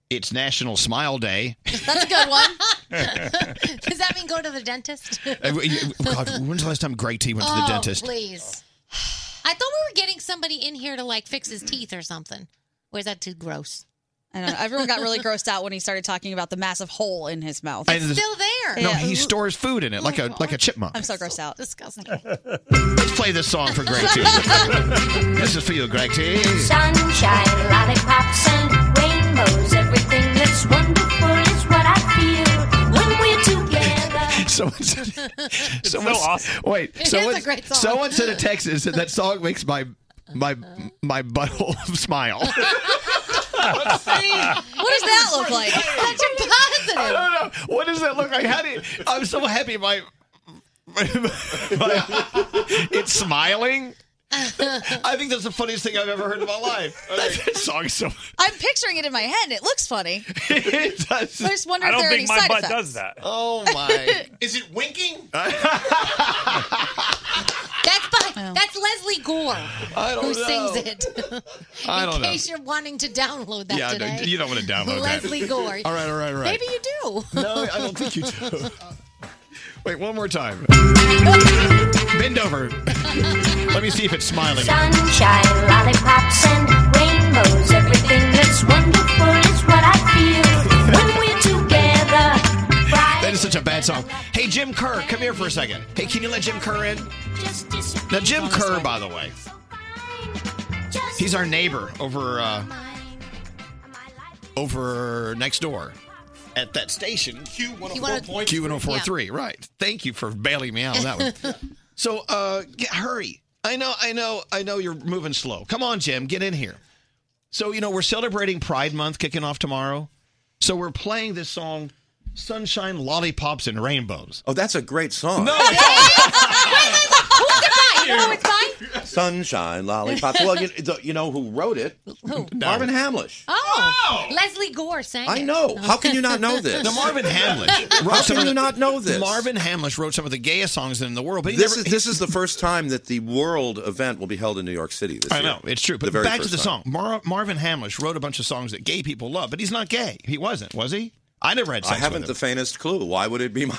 Speaker 3: it's National Smile Day.
Speaker 8: That's a good one. Does that mean go to the dentist?
Speaker 3: Uh, you- God, when's the last time Greg T went to
Speaker 8: oh,
Speaker 3: the dentist?
Speaker 8: please. I thought we were getting somebody in here to like fix his teeth or something. Or is that too gross?
Speaker 20: I don't know. Everyone got really grossed out when he started talking about the massive hole in his mouth.
Speaker 3: And this- No,
Speaker 20: Yeah.
Speaker 3: he stores food in it
Speaker 2: Oh
Speaker 3: like a like a chipmunk.
Speaker 20: I'm so grossed out. Disgusting.
Speaker 3: Let's play this song for Greg T. this is for you, Greg T.
Speaker 2: Sunshine, lollipops, and rainbows. Everything that's wonderful is what I feel when we're together.
Speaker 3: Someone said, someone,
Speaker 2: so awesome.
Speaker 3: Wait,
Speaker 2: It
Speaker 3: someone,
Speaker 2: is a great song.
Speaker 3: someone sent a text and said that song makes my my my butthole smile.
Speaker 2: What does that look like? That's
Speaker 8: positive.
Speaker 3: I don't know. What does that look like? How do you, I'm so happy my, my- it's smiling. I think that's the funniest thing I've ever heard in my life. That song is so.
Speaker 20: I'm picturing it in my head and it looks funny.
Speaker 3: it does.
Speaker 20: I just wonder if there are any side effects.
Speaker 3: that. Oh my!
Speaker 13: Is it winking?
Speaker 8: That's by, that's Leslie Gore
Speaker 3: I don't
Speaker 8: who
Speaker 3: know.
Speaker 8: sings it.
Speaker 3: I don't
Speaker 8: In
Speaker 3: know.
Speaker 8: case you're wanting to download that
Speaker 3: yeah, I
Speaker 8: today.
Speaker 3: don't- you don't want to download that.
Speaker 8: Leslie Gore.
Speaker 3: All right, all right, all right.
Speaker 8: Maybe you do.
Speaker 3: No, I don't think you do. Wait, one more time. Bend over. Let me see if it's smiling.
Speaker 2: Sunshine, lollipops, and rainbows. Everything that's wonderful is what I feel when we're together.
Speaker 3: That is such a bad song. Hey, Jim Kerr, come here for a second. Hey, can you let Jim Kerr in?
Speaker 2: Just disappear.
Speaker 3: Now, Jim Kerr, by the way, he's our neighbor over uh, over next door at that station. Q Q1043. Right. Thank you for bailing me out on that one. So, uh, get, hurry. I know, I know, I know you're moving slow. Come on, Jim, get in here. So, you know, we're celebrating Pride Month kicking off tomorrow. So, we're playing this song, Sunshine, Lollipops, and Rainbows. Oh, that's a great song. No,
Speaker 8: Who is it by? You know who it's by?
Speaker 9: Sunshine lollipops. well, you, the- you know who wrote it?
Speaker 8: Who?
Speaker 9: Marvin Hamlish.
Speaker 8: Oh, Leslie Gore sang
Speaker 9: I
Speaker 8: it.
Speaker 9: know. How can you not know this?
Speaker 3: The Marvin Hamlish.
Speaker 9: How
Speaker 3: wrote some
Speaker 9: can
Speaker 3: of
Speaker 9: you
Speaker 3: the-
Speaker 9: not know this?
Speaker 3: Marvin Hamlish wrote some of the gayest songs in the world. But he
Speaker 9: This
Speaker 3: never-
Speaker 9: is this is the first time that the world event will be held in New York City this
Speaker 3: I
Speaker 9: year.
Speaker 3: know it's true.
Speaker 9: The
Speaker 3: But
Speaker 9: very
Speaker 3: back to
Speaker 9: first
Speaker 3: the
Speaker 9: time.
Speaker 3: song. Mar- Marvin Hamlish wrote a bunch of songs that gay people love, but he's not gay. He wasn't, was he? I never had. Sex
Speaker 9: I haven't
Speaker 3: with
Speaker 9: the
Speaker 3: him.
Speaker 9: faintest clue. Why would it be my?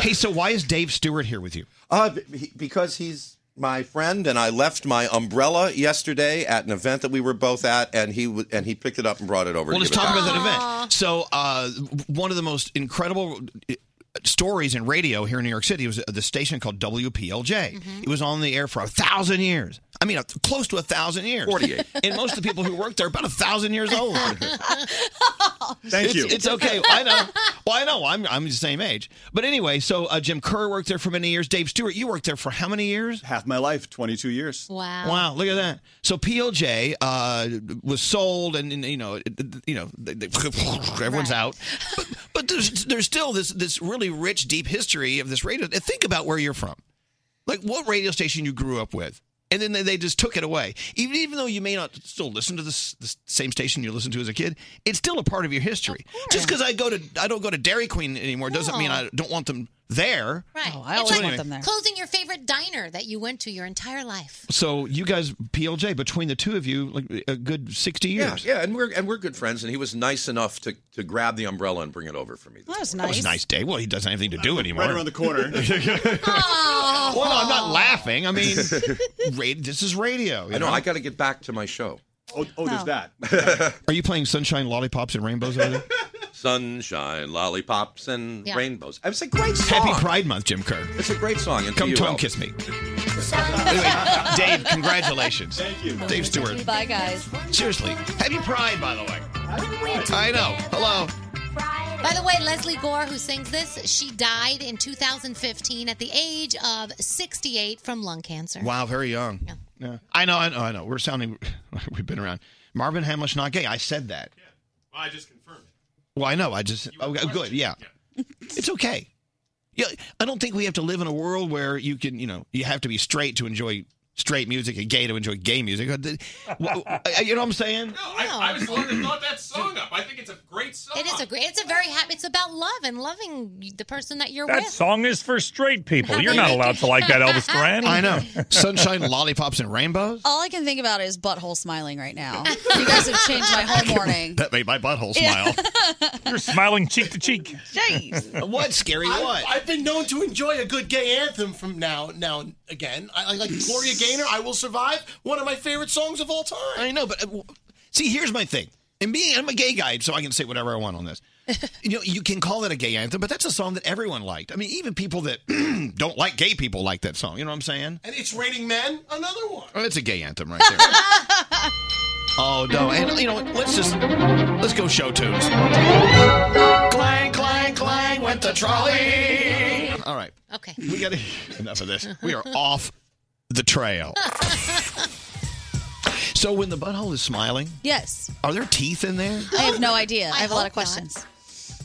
Speaker 3: hey, so why is Dave Stewart here with you?
Speaker 9: Uh, b- he- because he's my friend, and I left my umbrella yesterday at an event that we were both at, and he w- and he picked it up and brought it over.
Speaker 3: Well,
Speaker 9: to
Speaker 3: let's
Speaker 9: give it
Speaker 3: talk
Speaker 9: back.
Speaker 3: about that event. So, uh, one of the most incredible uh, stories in radio here in New York City was the station called WPLJ. It was on the air for a thousand years. I mean, uh, close to a thousand years.
Speaker 9: 48.
Speaker 3: And most of the people who worked there are about a thousand years old.
Speaker 9: Thank
Speaker 3: it's,
Speaker 9: you.
Speaker 3: It's okay. I know. Well, I know. I'm I'm the same age. But anyway, so uh, Jim Kerr worked there for many years. Dave Stewart, you worked there for how many years?
Speaker 9: Half my life, 22 years.
Speaker 8: Wow.
Speaker 3: Wow, look at that. So PLJ uh, was sold, and, and, you know, it- it- you know, they, they- everyone's out. But, but there's there's still this this really rich, deep history of this radio. And Think about where you're from, like what radio station you grew up with, and then they, they just took it away. Even even though you may not still listen to this the same station you listened to as a kid, it's still a part of your history. Just because I go to I don't go to Dairy Queen anymore doesn't mean
Speaker 8: No.
Speaker 3: I don't want them there.
Speaker 8: Right.
Speaker 3: Oh,
Speaker 8: It's
Speaker 3: I always
Speaker 8: like
Speaker 3: want them there.
Speaker 8: Closing your favorite diner that you went to your entire life.
Speaker 3: So you guys, PLJ, between the two of you, like a good sixty
Speaker 9: Yeah,
Speaker 3: years.
Speaker 9: yeah, and we're and we're good friends, and he was nice enough to to grab the umbrella and bring it over for me.
Speaker 20: That was
Speaker 3: That was a nice day. Well, he doesn't have anything to do anymore.
Speaker 9: around the corner.
Speaker 8: Oh.
Speaker 3: well, no, I'm not laughing. I mean, ra- this is radio. You
Speaker 9: I know,
Speaker 3: know.
Speaker 9: I got to get back to my show.
Speaker 21: Oh, oh there's that.
Speaker 3: Are you playing Sunshine Lollipops and Rainbows over there?
Speaker 9: Sunshine, lollipops, and
Speaker 3: Yeah.
Speaker 9: rainbows. It's a great song.
Speaker 3: Happy Pride Month, Jim Kerr.
Speaker 9: It's a great song. And
Speaker 3: Come
Speaker 9: to you,
Speaker 3: tongue
Speaker 9: Elvis.
Speaker 3: kiss me. Anyway, Dave, congratulations. Thank you. Dave Stewart.
Speaker 20: Bye, guys.
Speaker 3: Seriously. Happy Pride, by the way. I know. Hello.
Speaker 8: By the way, Leslie Gore, who sings this, she died in 2015 at the age of 68 from lung cancer.
Speaker 3: Wow, very young. Yeah. I know, I know, I know. We're sounding, we've been around. Marvin Hamlish not gay. I said that.
Speaker 11: Well, I just confirmed.
Speaker 3: Well, I know. I just, oh, good. Yeah. it's okay. Yeah, I don't think we have to live in a world where you can, you know, you have to be straight to enjoy straight music and gay to enjoy gay music. Well, I- uh, you know what I'm saying?
Speaker 11: No,
Speaker 6: Oh.
Speaker 11: I, I was the one that thought that song up. I think it's a great song.
Speaker 8: It is a great. It's a very happy. It's about love and loving the person that you're
Speaker 19: That
Speaker 8: with.
Speaker 19: song is for straight people. You're not allowed to like that Elvis Duran.
Speaker 3: I know. Sunshine, lollipops, and rainbows.
Speaker 7: All I can think about is butthole smiling right now. You guys have changed my whole morning.
Speaker 3: That made my butthole smile. You're
Speaker 19: smiling cheek to cheek.
Speaker 7: Jeez.
Speaker 3: What scary
Speaker 13: I've,
Speaker 3: what?
Speaker 13: I've been known to enjoy a good gay anthem from now now and again. I, I like Gloria Gaynor, I Will Survive, one of my favorite songs of all time.
Speaker 3: I know, but uh, see, here's my thing. And being, I'm a gay guy, so I can say whatever I want on this. you know, you can call that a gay anthem, but that's a song that everyone liked. I mean, even people that don't like gay people like that song. You know what I'm saying?
Speaker 13: And it's Raining Men, another one.
Speaker 3: Oh, it's a gay anthem right there. oh no! And you know, what? let's just let's go show tunes. Clang, clang, clang went the trolley. All right.
Speaker 8: Okay.
Speaker 3: We got to enough of this. We are off the trail. so when the butthole is smiling,
Speaker 7: Yes.
Speaker 3: are there teeth in there?
Speaker 7: I have no idea. I have a lot of questions.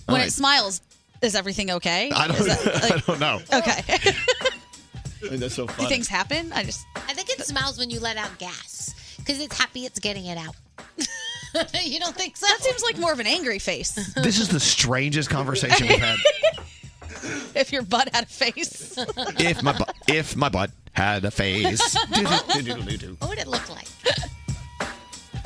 Speaker 3: All
Speaker 7: When
Speaker 3: right.
Speaker 7: it smiles, is everything okay?
Speaker 3: I don't.
Speaker 7: Is that-
Speaker 3: I don't know.
Speaker 7: okay.
Speaker 3: That's so
Speaker 7: Do
Speaker 3: funny.
Speaker 7: things happen? I just.
Speaker 8: I think it smiles when you let out gas because it's happy it's getting it out. you don't think so?
Speaker 7: That seems like more of an angry face.
Speaker 3: This is the strangest conversation we've had.
Speaker 7: if your butt had a face.
Speaker 3: If my butt, if my butt had a face.
Speaker 8: Oh,
Speaker 3: Do-do-do-do-do-do.
Speaker 8: What would it look like?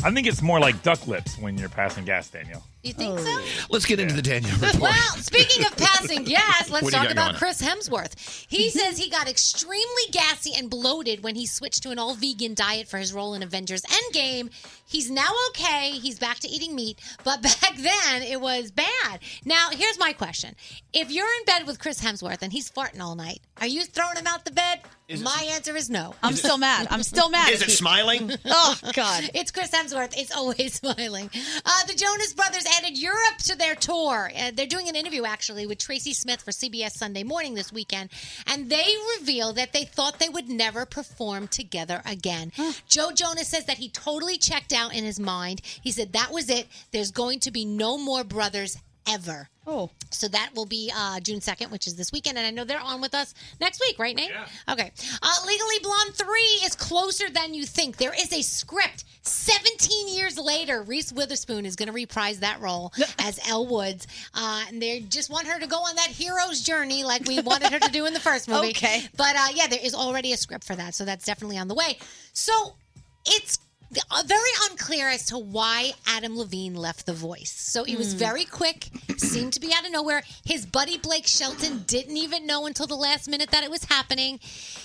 Speaker 19: I think it's more like duck lips when you're passing gas, Daniel.
Speaker 8: You
Speaker 3: Oh.
Speaker 8: think so?
Speaker 3: Let's get into the Daniel report.
Speaker 8: Well, speaking of passing gas,
Speaker 19: What
Speaker 8: let's
Speaker 19: do you
Speaker 8: talk
Speaker 19: got
Speaker 8: about
Speaker 19: going? Mm-hmm.
Speaker 8: Chris Hemsworth. He says he got extremely gassy and bloated when he switched to an all vegan diet for his role in Avengers Endgame. He's now okay. He's back to eating meat, but back then it was bad. Now, here's my question If you're in bed with Chris Hemsworth and he's farting all night, are you throwing him out the bed? my answer is no.
Speaker 7: I'm Is it- still mad. I'm still mad.
Speaker 3: Is it smiling?
Speaker 7: Oh, God.
Speaker 8: It's Chris Hemsworth. It's always smiling. Uh, the Jonas Brothers added Europe to their tour. Uh, they're doing an interview, actually, with Tracy Smith for CBS Sunday Morning this weekend. And they reveal that they thought they would never perform together again. Joe Jonas says that he totally checked out in his mind. He said, That was it. There's going to be no more brothers ever.
Speaker 7: Oh.
Speaker 8: So that will be uh, June 2nd, which is this weekend. And I know they're on with us next week, right, Nate? Okay. Uh, Legally Blonde 3 is closer than you think. There is a script. 17 years later, Reese Witherspoon is going to reprise that role as Elle Woods. Uh, and they just want her to go on that hero's journey like we wanted her to do in the first movie.
Speaker 7: Okay.
Speaker 8: But uh, yeah, there is already a script for that. So that's definitely on the way. So it's uh, very unclear as to why Adam Levine left The Voice. So it was
Speaker 7: Mm.
Speaker 8: very quick, seemed to be out of nowhere. His buddy Blake Shelton didn't even know until the last minute that it was happening.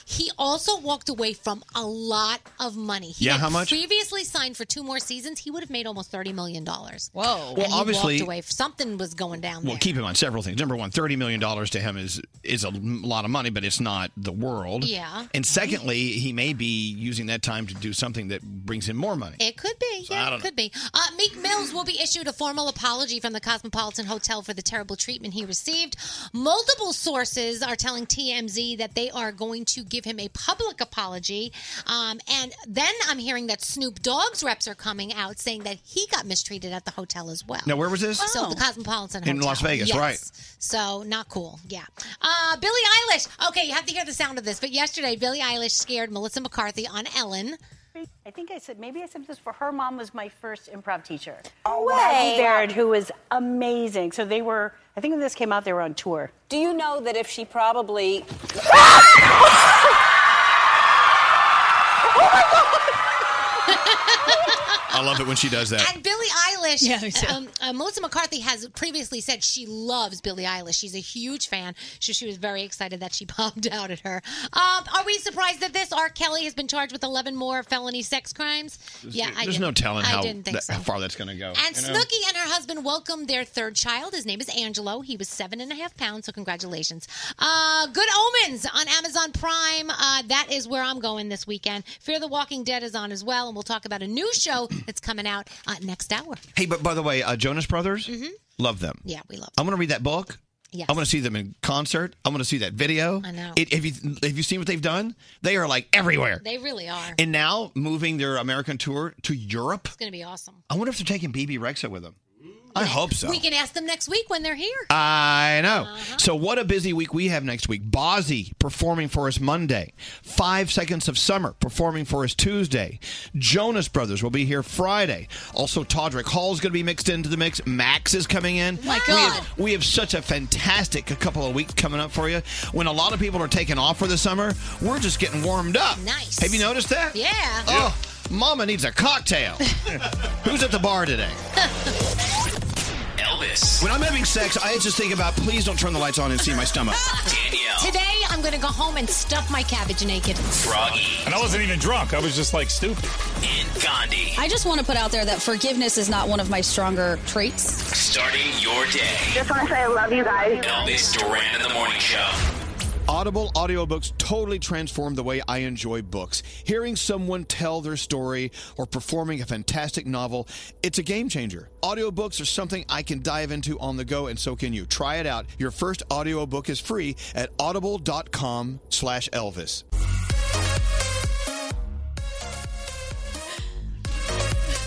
Speaker 8: He also walked away from a lot of money. He
Speaker 3: Yeah,
Speaker 8: had
Speaker 3: how much?
Speaker 8: Previously signed for two more seasons, he would have made almost thirty million dollars.
Speaker 7: Whoa!
Speaker 3: Well,
Speaker 8: he
Speaker 3: obviously-
Speaker 8: walked away. Something was going down there.
Speaker 3: Well, keep in mind several things. Number one, thirty million dollars to him is is a lot of money, but it's not the world.
Speaker 8: Yeah.
Speaker 3: And secondly, he may be using that time to do something that brings him more money.
Speaker 8: It could be.
Speaker 3: So I
Speaker 8: yeah,
Speaker 3: don't
Speaker 8: it could be. Uh, Meek Mills will be issued a formal apology from the Cosmopolitan Hotel for the terrible treatment he received. Multiple sources are telling TMZ that they are going to give him a public apology. Um, and then I'm hearing that Snoop Dogg's reps are coming out saying that he got mistreated at the hotel as well.
Speaker 3: Now, where was this?
Speaker 8: So the Cosmopolitan
Speaker 3: In
Speaker 8: Hotel.
Speaker 3: Las Vegas,
Speaker 8: Yes.
Speaker 3: right.
Speaker 8: So not cool. Yeah. Uh, Billie Eilish. Okay, you have to hear the sound of this. But yesterday, Billie Eilish scared Melissa McCarthy on Ellen.
Speaker 21: I think I said maybe I said this for her mom was my first improv teacher.
Speaker 22: No
Speaker 21: Maggie
Speaker 22: way.
Speaker 21: Baird, who was amazing. So they were. I think when this came out, they were on tour.
Speaker 22: Do you know that if she probably.
Speaker 3: I love it when she does that.
Speaker 8: And Billie Eilish,
Speaker 3: Yeah, me too.
Speaker 8: um, uh, Melissa McCarthy has previously said she loves Billie Eilish. She's a huge fan, so she was very excited that she popped out at her. Um, are we surprised that this R. Kelly has been charged with 11 more felony sex crimes? yeah, I
Speaker 3: There's
Speaker 8: didn't-
Speaker 3: no telling
Speaker 8: I
Speaker 3: how,
Speaker 8: didn't think
Speaker 3: that-
Speaker 8: so.
Speaker 3: how far that's going to go.
Speaker 8: And
Speaker 3: Oh, you know?
Speaker 8: Snooki and her husband welcomed their third child. His name is Angelo. He was seven and a half pounds, so congratulations. Uh, Good Omens on Amazon Prime. Uh, that is where I'm going this weekend. Fear the Walking Dead is on as well, and we'll talk about a new show that's coming out uh, next hour.
Speaker 3: Hey, but by the way, uh, Jonas Brothers, Love them.
Speaker 8: Mm-hmm. Yeah, we love.
Speaker 3: I want to read that book.
Speaker 8: Yes.
Speaker 3: I want to see them in concert. I want to see that video.
Speaker 8: I know.
Speaker 3: It, have you have you seen what they've done? They are like everywhere.
Speaker 8: They really are.
Speaker 3: and now moving their American tour to Europe.
Speaker 8: It's going to be awesome.
Speaker 3: I wonder if they're taking BB Rexa with them. I hope so.
Speaker 8: We can ask them next week when they're here.
Speaker 3: I know. So what a busy week we have next week. Bozzy performing for us Monday. Five Seconds of Summer performing for us Tuesday. Jonas Brothers will be here Friday. Also, Todrick Hall's going to be mixed into the mix. Max is coming in.
Speaker 23: My
Speaker 3: We
Speaker 23: God.
Speaker 3: have, we have such a fantastic couple of weeks coming up for you. When a lot of people are taking off for the summer, we're just getting warmed up.
Speaker 8: Nice.
Speaker 3: Have you noticed that?
Speaker 8: Yeah.
Speaker 3: Oh, Mama needs a cocktail. Who's at the bar today?
Speaker 15: Elvis.
Speaker 3: When I'm having sex, I just think about please don't turn the lights on and see my stomach.
Speaker 15: Danielle.
Speaker 8: Today I'm going to go home and stuff my cabbage naked.
Speaker 15: Froggy.
Speaker 19: And I wasn't even drunk. I was just like stupid.
Speaker 15: And Gandhi.
Speaker 7: I just want to put out there that forgiveness is not one of my stronger traits.
Speaker 15: Starting your day.
Speaker 7: Just want to say I love you guys.
Speaker 15: Elvis Duran in the Morning Show.
Speaker 3: Audible audiobooks totally transformed the way I enjoy books. Hearing someone tell their story or performing a fantastic novel, it's a game changer. Audiobooks are something I can dive into on the go and so can you. Try it out. Your first audiobook is free at audible.com slash Elvis.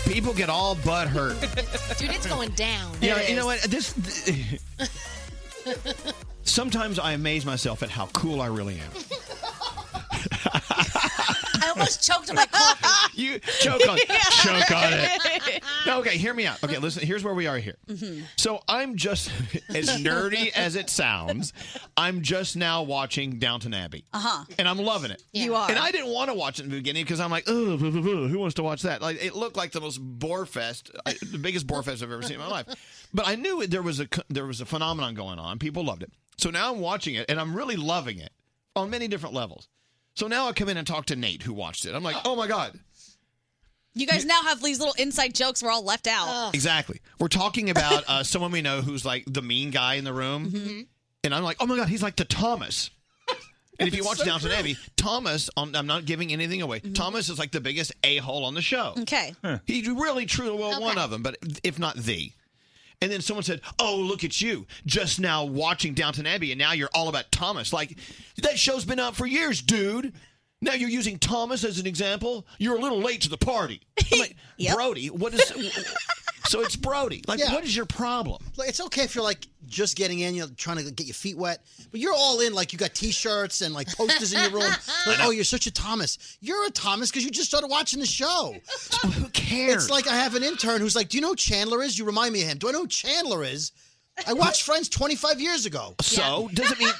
Speaker 3: People get all butt hurt.
Speaker 8: Dude, it's going down.
Speaker 3: You know, you know what? This. Sometimes I amaze myself at how cool I really am.
Speaker 8: I almost choked on my coffee.
Speaker 3: You choke on, choke on it. No, okay, hear me out. Okay, listen. Here's where we are here.
Speaker 8: Mm-hmm.
Speaker 3: So I'm just as nerdy as it sounds. I'm just now watching Downton Abbey,
Speaker 7: Uh
Speaker 8: Uh-huh.
Speaker 7: huh.
Speaker 3: and I'm loving it.
Speaker 7: You are.
Speaker 3: And I didn't want to watch it in the beginning because I'm like, oh, who wants to watch that? Like, it looked like the most bore fest, I- the biggest bore fest I've ever seen in my life. But I knew it- there was a co- there was a phenomenon going on. People loved it. So now I'm watching it, and I'm really loving it on many different levels. So now I come in and talk to Nate, who watched it. I'm like, oh my god.
Speaker 7: You guys now have these little inside jokes we're all left out.
Speaker 3: Exactly. We're talking about uh, someone we know who's like the mean guy in the room.
Speaker 7: Mm-hmm.
Speaker 18: Mm-hmm.
Speaker 3: And I'm like, oh my God, he's like the Thomas. And if you
Speaker 18: It's
Speaker 3: watch
Speaker 18: so
Speaker 3: Downton
Speaker 18: true. Mm-hmm.
Speaker 3: Abbey, Thomas, on, I'm not giving anything away, Thomas is like the biggest a hole on the show.
Speaker 7: Okay.
Speaker 3: He's really true to well, one of them, but if not the. And then someone said, oh, look at you, just now watching Downton Abbey, and now you're all about Thomas. Like, that show's been out for years, dude. Now you're using Thomas as an example. You're a little late to the party. I'm like, Brody, what is. So it's Brody. Like,
Speaker 23: Yeah.
Speaker 3: what is your problem?
Speaker 23: Like, it's okay if you're like just getting in, you're trying to get your feet wet, but you're all in. Like you got T-shirts and like posters in your room. Like, oh, you're such a Thomas. You're a Thomas because you just started watching the show.
Speaker 3: Who cares?
Speaker 23: It's like I have an intern who's like, "Do you know who Chandler is? You remind me of him. Do I know who Chandler is? I watched Friends 25 years ago.
Speaker 3: So doesn't mean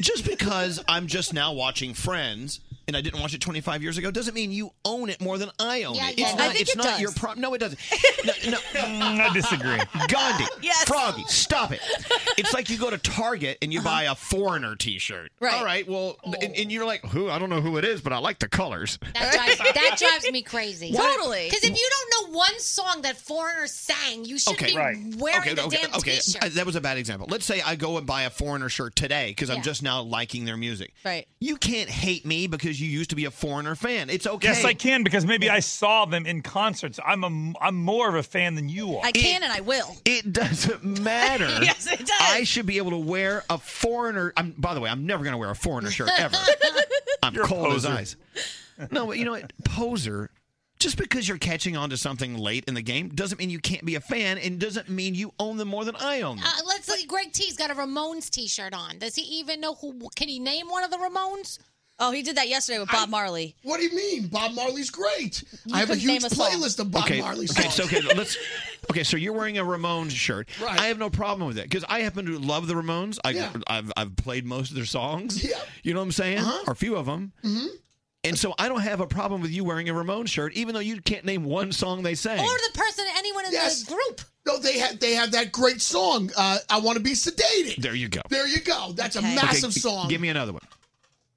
Speaker 3: just because I'm just now watching Friends and I didn't watch it 25 years ago doesn't mean you own it more than I own
Speaker 23: Yeah,
Speaker 3: it.
Speaker 23: yeah,
Speaker 3: It's
Speaker 23: I
Speaker 3: not,
Speaker 23: think
Speaker 3: it's
Speaker 23: it
Speaker 3: not
Speaker 23: does.
Speaker 3: your problem. No, it doesn't. No, no. Mm, I disagree. Gandhi,
Speaker 23: Yes.
Speaker 3: Froggy, stop it. It's like you go to Target and you buy a foreigner T-shirt.
Speaker 8: Right.
Speaker 3: All right. Well, and, and you're like, who? I don't know who it is, but I like the colors.
Speaker 8: That drives, that drives me crazy.
Speaker 3: What?
Speaker 8: Because if you don't know one song that foreigners sang, you should be wearing
Speaker 3: okay,
Speaker 8: the
Speaker 3: okay,
Speaker 8: damn
Speaker 3: okay.
Speaker 8: t-shirt.
Speaker 3: Uh, That was a bad example. Let's say I go and buy a foreigner shirt today because I'm
Speaker 8: Yeah.
Speaker 3: just now liking their music.
Speaker 7: Right.
Speaker 3: You can't hate me because you used to be a foreigner fan. It's okay.
Speaker 19: Yes, I can because maybe I saw them in concerts. I'm a, I'm more of a fan than you are.
Speaker 7: I can and I will.
Speaker 3: It doesn't matter.
Speaker 7: Yes, it does.
Speaker 3: I should be able to wear a foreigner. I'm, by the way, I'm never going to wear a foreigner shirt ever. I'm
Speaker 19: You're a
Speaker 3: cold as
Speaker 19: poser.
Speaker 3: ice. No, but you know what? Poser. Just because you're catching on to something late in the game doesn't mean you can't be a fan, and doesn't mean you own them more than I own them.
Speaker 8: Uh, let's see. Greg T's got a Ramones T-shirt on. Does he even know who? Can he name one of the Ramones?
Speaker 7: Oh, he did that yesterday with Bob Marley.
Speaker 23: What do you mean? Bob Marley's great.
Speaker 7: You
Speaker 23: I have a
Speaker 7: couldn't
Speaker 23: huge
Speaker 7: name a song.
Speaker 23: playlist of Bob
Speaker 3: okay,
Speaker 23: Marley
Speaker 3: okay,
Speaker 23: songs.
Speaker 3: so okay, let's. Okay, so you're wearing a Ramones shirt. Right. I have no problem with that because I happen to love the Ramones. I,
Speaker 23: Yeah.
Speaker 3: I've I've played most of their songs. Yeah. You know what I'm saying? Or a few of them.
Speaker 23: Mhm.
Speaker 3: And so I don't have a problem with you wearing a Ramones shirt, even though you can't name one song they sang.
Speaker 8: Or the person, anyone in
Speaker 23: Yes.
Speaker 8: the group?
Speaker 23: No, they have they have that great song. Uh, I want to be sedated.
Speaker 3: there you go.
Speaker 23: There you go. That's
Speaker 3: Okay,
Speaker 23: a massive
Speaker 3: g-
Speaker 23: song.
Speaker 3: Give me another one.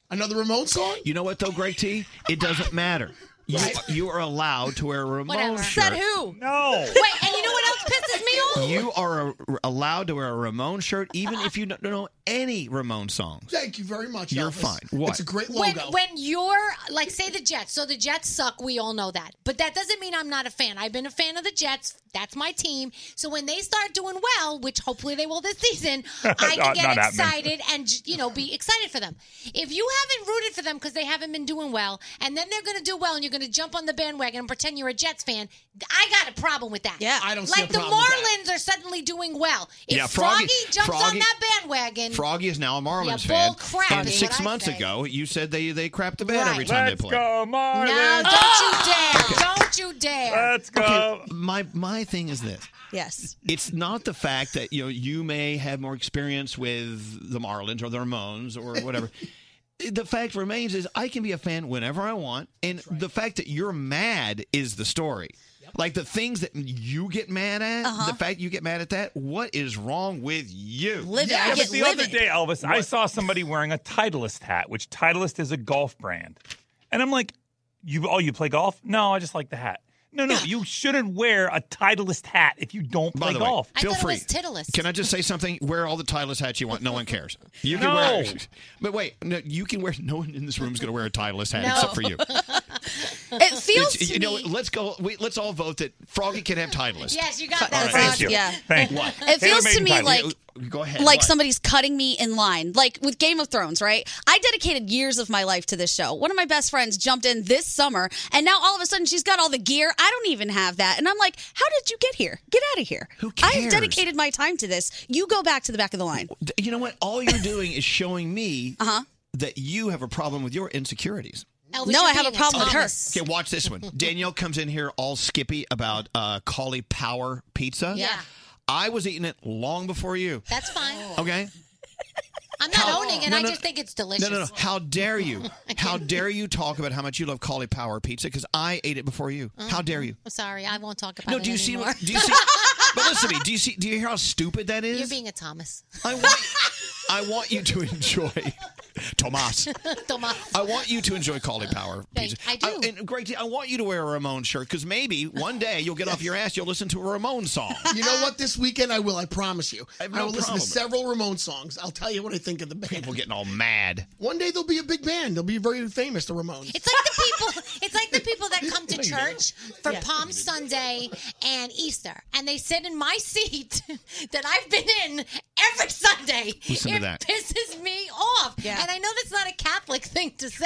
Speaker 23: Another Ramon song.
Speaker 3: You know what though, Greg T? It doesn't matter. You, you are allowed to wear a Ramones
Speaker 8: Whatever.
Speaker 3: shirt.
Speaker 8: who?
Speaker 19: No.
Speaker 8: Wait, and you know what else pisses me
Speaker 12: real?
Speaker 3: You are a, allowed to wear a Ramon shirt even if you don't know any Ramon songs.
Speaker 17: Thank you very much.
Speaker 3: You're
Speaker 17: Elvis.
Speaker 3: fine. What?
Speaker 17: It's a great
Speaker 8: When,
Speaker 17: logo.
Speaker 8: when you're like, say the Jets, so the Jets suck. We all know that, but that doesn't mean I'm not a fan. I've been a fan of the Jets. That's my team. So when they start doing well, which hopefully they will this season, I can
Speaker 19: Not-
Speaker 8: get
Speaker 19: not happening.
Speaker 8: excited and you know be excited for them. If you haven't rooted for them because they haven't been doing well, and then they're going to do well, and you're going to jump on the bandwagon and pretend you're a Jets fan, I got a problem with that. Yeah, I
Speaker 3: don't see
Speaker 8: like
Speaker 3: a
Speaker 8: the
Speaker 3: problem with
Speaker 8: Marlins are suddenly doing well. If
Speaker 3: Yeah,
Speaker 8: Froggy,
Speaker 3: Froggy-
Speaker 8: jumps on
Speaker 3: Froggy-
Speaker 8: that bandwagon,
Speaker 3: Froggy is now a Marlins
Speaker 8: Yeah,
Speaker 3: fan.
Speaker 8: bull crap
Speaker 3: and
Speaker 8: is
Speaker 3: six
Speaker 8: what I
Speaker 3: months
Speaker 8: say.
Speaker 3: ago, you said they they crapped the bed every
Speaker 8: Right.
Speaker 3: time
Speaker 8: Let's
Speaker 3: they played. Go
Speaker 8: no,
Speaker 3: Marlins!
Speaker 8: don't you dare! Don't you dare!
Speaker 3: Okay, my my thing is this.
Speaker 7: Yes.
Speaker 3: It's not the fact that you know you may have more experience with the Marlins or the Ramones or whatever. the fact remains is I can be a fan whenever I want, and the fact that you're mad is the story. Like the things that you get mad at, the fact you get mad at that. What is wrong with you?
Speaker 19: yeah, but the other day, Elvis, I saw somebody wearing a Titleist hat, which Titleist is a golf brand, and I'm like, "You oh, you play golf? No, I just like the hat. No, no, you shouldn't wear a Titleist hat if you don't
Speaker 3: By
Speaker 19: play
Speaker 3: the
Speaker 19: golf.
Speaker 3: way, feel free.
Speaker 8: Titleist.
Speaker 3: Can I just say something? Wear all the Titleist hats you want. No one cares. You can
Speaker 19: No.
Speaker 3: wear. But wait, no, you can wear. No one in this room is going to wear a Titleist hat
Speaker 7: No.
Speaker 3: except for you.
Speaker 7: It feels
Speaker 3: It's- you know. what, Let's go. Wait, let's all vote that Froggy can have Titleist.
Speaker 8: Yes, you got
Speaker 3: All
Speaker 7: that.
Speaker 3: right.
Speaker 7: Frog, Yeah.
Speaker 3: What?
Speaker 7: It feels to me like
Speaker 3: Go ahead.
Speaker 7: like
Speaker 3: What?
Speaker 7: somebody's cutting me in line. Like with Game of Thrones, right? I dedicated years of my life to this show. One of my best friends jumped in this summer, and now all of a sudden she's got all the gear. I don't even have that. And I'm like, how did you get here? Get out of here. Who I have
Speaker 3: cares?
Speaker 7: dedicated my time to this. You go back to the back of the line.
Speaker 3: You know what? All you're doing is showing me that you have a problem with your insecurities.
Speaker 7: Uh-huh. Elvis, No, I you're have a being a problem with her. Thomas.
Speaker 3: Okay, watch this one. Danielle comes in here all skippy about uh, Cauley Power Pizza.
Speaker 8: Yeah.
Speaker 3: I was eating it long before you.
Speaker 8: That's fine.
Speaker 3: Okay.
Speaker 8: I'm not owning it.
Speaker 3: No,
Speaker 8: I
Speaker 3: no,
Speaker 8: just think it's delicious.
Speaker 3: No, no, no. How dare you? How dare you talk about how much you love Cauley Power Pizza? Because I ate it before you.
Speaker 7: Mm-hmm.
Speaker 3: How dare you?
Speaker 8: I'm sorry, I won't talk about
Speaker 3: No,
Speaker 8: it.
Speaker 3: do you see?
Speaker 8: anymore.
Speaker 3: What, do you see? But listen to me. Do you see? Do you hear how stupid that is?
Speaker 8: You're being a Thomas.
Speaker 3: I want. I want you to enjoy, Tomas.
Speaker 8: Thomas.
Speaker 3: I want you to enjoy Cauley Power
Speaker 8: Thank-
Speaker 3: Pizza.
Speaker 8: I do.
Speaker 3: and Greg, I want you to wear a Ramon shirt because maybe one day you'll get off your ass. You'll listen to a Ramon song.
Speaker 17: You know what? This weekend I will. I promise you. I,
Speaker 3: have no
Speaker 17: will listen to
Speaker 3: problem.
Speaker 17: several Ramon songs. I'll tell you what I think of the band.
Speaker 3: People getting all mad.
Speaker 17: One day they'll be a big band. They'll be very famous. The Ramones.
Speaker 8: It's like the people. It's like the people that come to
Speaker 17: No, you
Speaker 8: church for Palm Sunday and Easter, and they sit in my seat that I've been in every Sunday.
Speaker 2: Listen
Speaker 8: it
Speaker 2: to that.
Speaker 8: pisses me off, and I know that's not a Catholic thing to say,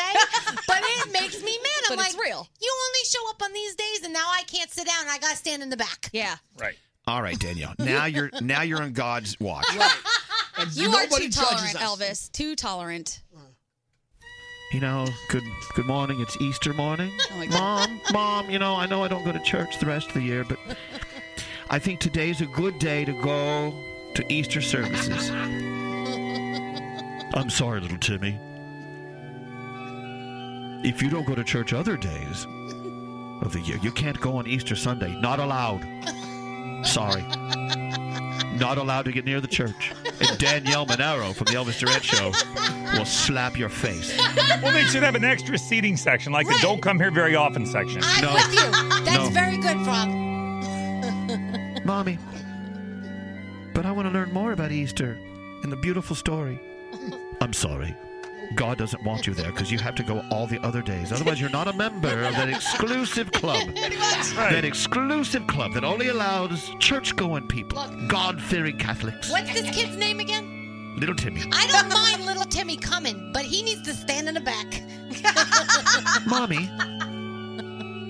Speaker 8: but it makes me mad. I'm
Speaker 7: But
Speaker 8: like,
Speaker 7: it's real.
Speaker 8: You only show up on these days, and now I can't sit down. and I got to stand in the back.
Speaker 7: Yeah.
Speaker 3: Right. All right, Danielle. Now you're now you're on God's watch.
Speaker 7: You are too
Speaker 17: nobody judges
Speaker 7: tolerant, Elvis. Too tolerant.
Speaker 24: you know, good good morning. It's Easter morning.
Speaker 7: Oh my God.
Speaker 24: mom, mom, you know, I know I don't go to church the rest of the year, but I think today's a good day to go to Easter services. I'm sorry, little Timmy. If you don't go to church other days of the year, you can't go on Easter Sunday. Not allowed. Sorry. Not allowed to get near the church. And Danielle Monaro from the Elvis Duran Show will slap your face.
Speaker 19: well, they should have an extra seating section, like the "Don't come here very often" section.
Speaker 8: I'm with you. That's
Speaker 24: No.
Speaker 8: very good, Frog.
Speaker 24: Mommy, but I want to learn more about Easter and the beautiful story. I'm sorry. God doesn't want you there because you have to go all the other days. Otherwise, you're not a member of that exclusive club. That exclusive club that only allows church going people,
Speaker 8: Look.
Speaker 24: God fearing Catholics.
Speaker 8: What's this kid's name again?
Speaker 24: Little Timmy.
Speaker 8: I don't mind little Timmy coming, but he needs to stand in the back.
Speaker 24: Mommy,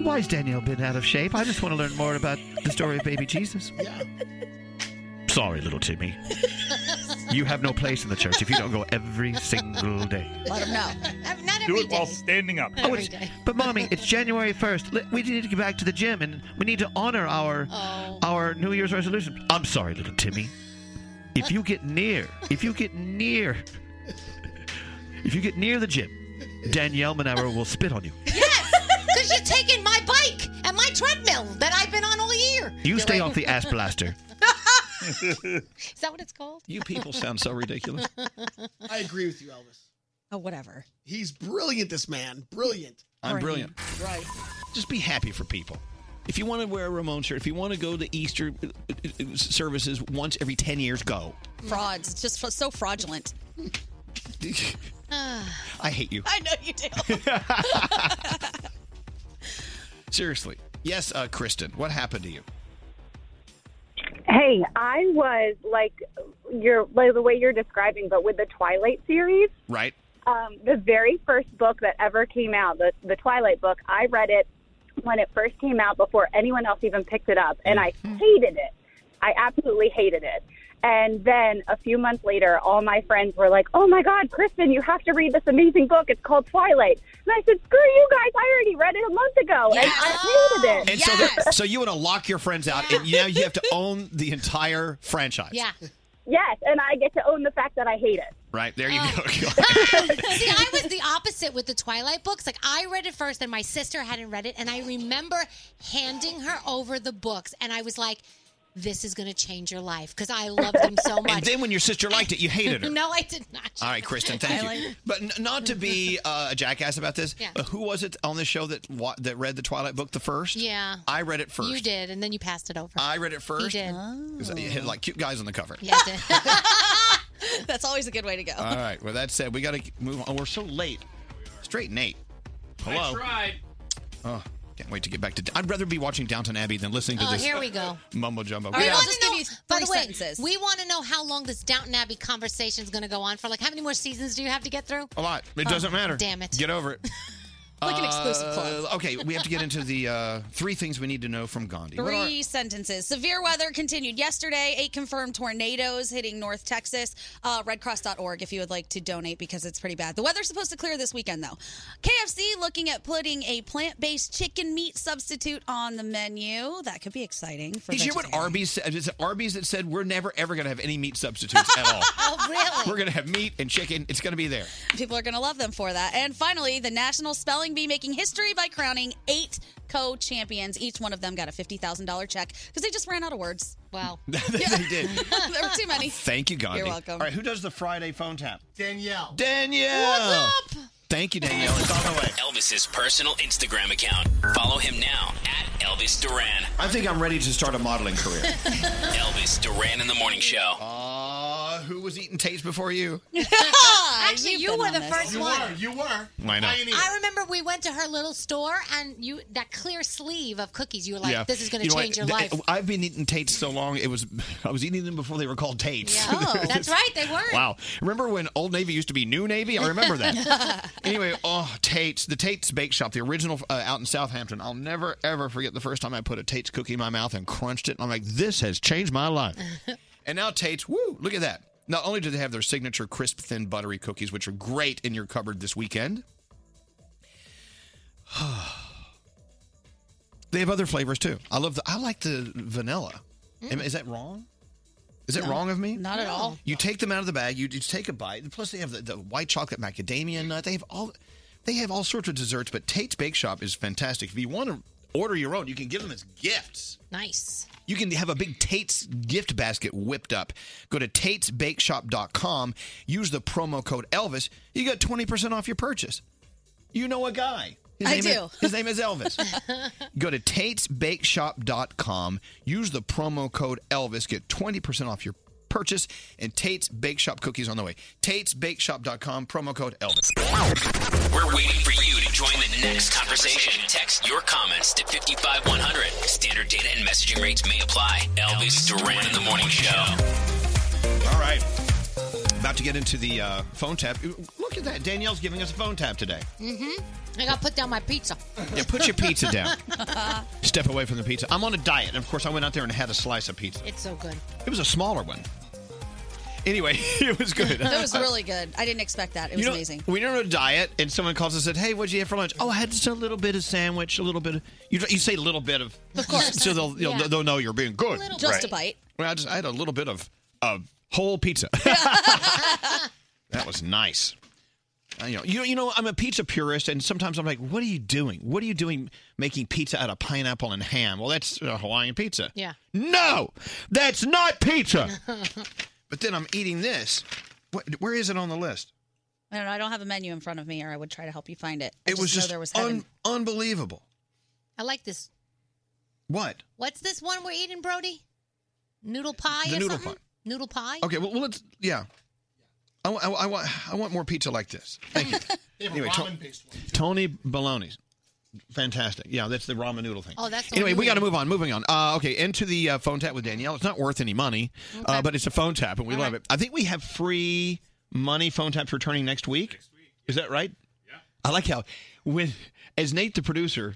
Speaker 24: why's Danielle been out of shape? I just want to learn more about the story of baby Jesus. Sorry, little Timmy. You have no place in the church if you don't go every single day.
Speaker 8: Let him know. Not
Speaker 19: Do
Speaker 8: every
Speaker 19: it while
Speaker 8: day.
Speaker 19: standing up.
Speaker 24: Oh, it's- but mommy, it's January first. We need to get back to the gym, and we need to honor our our New Year's resolution. I'm sorry, little Timmy. If you get near, if you get near, if you get near the gym, Danielle Monero will spit on you.
Speaker 8: Yes, because you're taking my bike and my treadmill that I've been on all year.
Speaker 24: You stay off the ass blaster.
Speaker 8: Is that what it's called?
Speaker 3: You people sound so ridiculous.
Speaker 17: I agree with you, Elvis.
Speaker 7: Oh, whatever.
Speaker 17: He's brilliant. This man, brilliant.
Speaker 3: I'm brilliant.
Speaker 17: Right.
Speaker 3: Just be happy for people. If you want to wear a Ramon shirt, if you want to go to Easter uh, uh, services once every 10 years, go.
Speaker 7: Frauds. It's just f- so fraudulent.
Speaker 3: I hate you.
Speaker 7: I know you do.
Speaker 3: Seriously. Yes, uh, Kristen, what happened to you?
Speaker 21: Hey, I was like your like the way you're describing, but with the Twilight series,
Speaker 3: Right?
Speaker 21: um, the very first book that ever came out, the the Twilight book. I read it when it first came out before anyone else even picked it up, and I
Speaker 3: Mm-hmm.
Speaker 21: hated it. I absolutely hated it. And then a few months later, all my friends were like, "Oh my God, Kristen, you have to read this amazing book. It's called Twilight." And I said, "Screw you guys! I already read it a month ago, and I hated it."
Speaker 3: And so, they're- so you want to lock your friends out, and now you have to own the entire franchise.
Speaker 21: Yeah. Yes, and I get to own the fact that I hate it.
Speaker 3: Right? There you
Speaker 8: Oh,
Speaker 3: go.
Speaker 8: See, I was the opposite with the Twilight books. Like I read it first, and my sister hadn't read it, and I remember handing her over the books, and I was like, "This is going to change your life" because I loved them so much.
Speaker 3: And then when your sister liked it, you hated her.
Speaker 8: no, I did not.
Speaker 3: All right, Kristen, thank
Speaker 8: I
Speaker 3: you.
Speaker 8: like-
Speaker 3: but n- not to be uh, a jackass about this,
Speaker 8: Yeah.
Speaker 3: but who was it on the show that wa- that read the Twilight book the first?
Speaker 8: Yeah,
Speaker 3: I read it first.
Speaker 8: you did, and then you passed it over.
Speaker 3: I read it first.
Speaker 8: You did. Oh.
Speaker 3: 'Cause It had like cute guys on the cover.
Speaker 8: Yeah, you did.
Speaker 7: That's always a good way to go.
Speaker 3: All right. Well, that said, we got to move on. Oh, we're so late. Straight Nate. Hello.
Speaker 11: I tried.
Speaker 3: Oh, can't wait to get back to. I'd rather be watching Downton Abbey than listening to
Speaker 8: Oh,
Speaker 3: this.
Speaker 8: here we go.
Speaker 3: Mumbo jumbo.
Speaker 8: All right,
Speaker 3: Yeah.
Speaker 8: I'll just give you by the
Speaker 7: three
Speaker 8: way,
Speaker 7: sentences.
Speaker 8: we want to know how long this Downton Abbey conversation is going to go on for. Like, how many more seasons do you have to get through?
Speaker 3: A lot. It
Speaker 8: Oh,
Speaker 3: doesn't matter.
Speaker 8: Damn it.
Speaker 3: Get over it.
Speaker 8: Like an exclusive plug.
Speaker 3: Uh, Okay, we have to get into the uh, three things we need to know from Gandhi. What are-
Speaker 7: Three sentences. Severe weather continued yesterday. Eight confirmed tornadoes hitting North Texas. Uh, RedCross.org if you would like to donate because it's pretty bad. The weather's supposed to clear this weekend, though. KFC looking at putting a plant based chicken meat substitute on the menu. That could be exciting for
Speaker 3: Did you hear
Speaker 7: vegetarians.
Speaker 3: what Arby's said? Is it Arby's that said we're never ever going to have any meat substitutes at all?
Speaker 7: Oh, really?
Speaker 3: We're going to have meat and chicken. It's going to be there.
Speaker 7: People are going to love them for that. And finally, the National Spelling Bee making history by crowning eight co champions. Each one of them got a $50,000 check because they just ran out of words.
Speaker 8: Wow.
Speaker 3: they did.
Speaker 7: there were too many.
Speaker 3: Thank you, Gandhi.
Speaker 7: You're welcome.
Speaker 3: All right, who does the Friday phone tap?
Speaker 17: Danielle.
Speaker 3: Danielle. What's up? Thank you, Danielle. It's on the way.
Speaker 15: Elvis's personal Instagram account. Follow him now at Elvis Duran.
Speaker 3: I think I'm ready to start a modeling career.
Speaker 15: Elvis Duran in the Morning Show.
Speaker 3: Uh, who was eating tapes before you?
Speaker 8: Actually, you were the first
Speaker 13: You
Speaker 8: one.
Speaker 13: were. You were.
Speaker 3: I know.
Speaker 8: I remember we went to her little store and you that clear sleeve of cookies. You were like, "This is going to
Speaker 3: You know what?
Speaker 8: change your
Speaker 3: Th-
Speaker 8: life."
Speaker 3: I've been eating Tates so long. It was I was eating them before they were called Tates.
Speaker 8: Oh, that's right. They weren't.
Speaker 3: Wow. Remember when Old Navy used to be New Navy? I remember that. anyway, oh, Tate's, the Tate's Bake Shop, the original uh, out in Southampton. I'll never, ever forget the first time I put a Tate's cookie in my mouth and crunched it. And I'm like, this has changed my life. and now Tate's, woo, look at that. Not only do they have their signature crisp, thin, buttery cookies, which are great in your cupboard this weekend, they have other flavors too. I love the, I like the vanilla. Am- Is that wrong? Is it
Speaker 7: No,
Speaker 3: wrong of me?
Speaker 7: not at No. all.
Speaker 3: You take them out of the bag. You just take a bite. Plus, they have the, the white chocolate macadamia nut. They have all, they have all sorts of desserts. But Tate's Bake Shop is fantastic. If you want to order your own, you can give them as gifts.
Speaker 8: Nice.
Speaker 3: You can have a big Tate's gift basket whipped up. Go to Tate'sBakeShop.com. Use the promo code Elvis. You got twenty percent off your purchase. You know a guy.
Speaker 7: I
Speaker 3: name
Speaker 7: do.
Speaker 3: Is, his name is Elvis. Go to Tate'sBakeShop.com. Use the promo code Elvis. Get 20% off your purchase and Tate's Bake Shop cookies on the way. Tate'sBakeShop.com, promo code Elvis.
Speaker 15: We're waiting for you to join the next conversation. Text your comments to 55100. Standard data and messaging rates may apply. Elvis Duran in the Morning Show.
Speaker 3: All right. About to get into the uh, phone tap. Look at that. Danielle's giving us a phone tap today.
Speaker 8: Mm-hmm. I got to put down my pizza.
Speaker 3: Yeah, put your pizza down. Step away from the pizza. I'm on a diet. And of course, I went out there and had a slice of pizza.
Speaker 8: it's so good.
Speaker 3: It was a smaller one. Anyway, it was good.
Speaker 7: That was really good. I didn't expect that. It was
Speaker 3: you know,
Speaker 7: amazing.
Speaker 3: We don't know diet, and someone calls and said, "Hey, what'd you have for lunch?" Oh, I had just a little bit of sandwich, a little bit of. You, you say a little bit of, of course, so they'll you'll-
Speaker 7: Yeah.
Speaker 3: they'll know you're being good.
Speaker 7: Just a bite.
Speaker 3: Well, I just I had a little bit of of whole pizza. that was nice. I- You know, you, you know, I'm a pizza purist, and sometimes I'm like, "What are you doing? What are you doing making pizza out of pineapple and ham?" Well, that's uh, Hawaiian pizza.
Speaker 8: Yeah.
Speaker 3: No, that's not pizza. but then I'm eating this. What, where is it on the list?
Speaker 7: I don't know. I don't have a menu in front of me, or I would try to help you find it. I
Speaker 3: It was
Speaker 7: know
Speaker 3: just
Speaker 7: there was
Speaker 3: un-
Speaker 7: heaven.
Speaker 3: unbelievable.
Speaker 8: I like this.
Speaker 3: What?
Speaker 8: What's this one we're eating, Brody? Noodle pie
Speaker 3: The
Speaker 8: or
Speaker 3: noodle
Speaker 8: something?
Speaker 3: pie. Oh,
Speaker 8: Noodle pie?
Speaker 3: Okay, well, well let's yeah. I, wa- I, wa- I want I want more pizza like this. Thank you. anyway, To- Tony Baloney's. Fantastic. Yeah, that's the ramen noodle thing.
Speaker 8: Oh, that's the one
Speaker 3: anyway.
Speaker 8: you
Speaker 3: We got to
Speaker 8: ate.
Speaker 3: move on. Moving on. Uh, okay, into the uh, phone tap with Danielle. It's not worth any money, uh, but it's a phone tap, and we love it. I think we have free money phone taps returning next week. Is that right? Yeah. I like how when as Nate the producer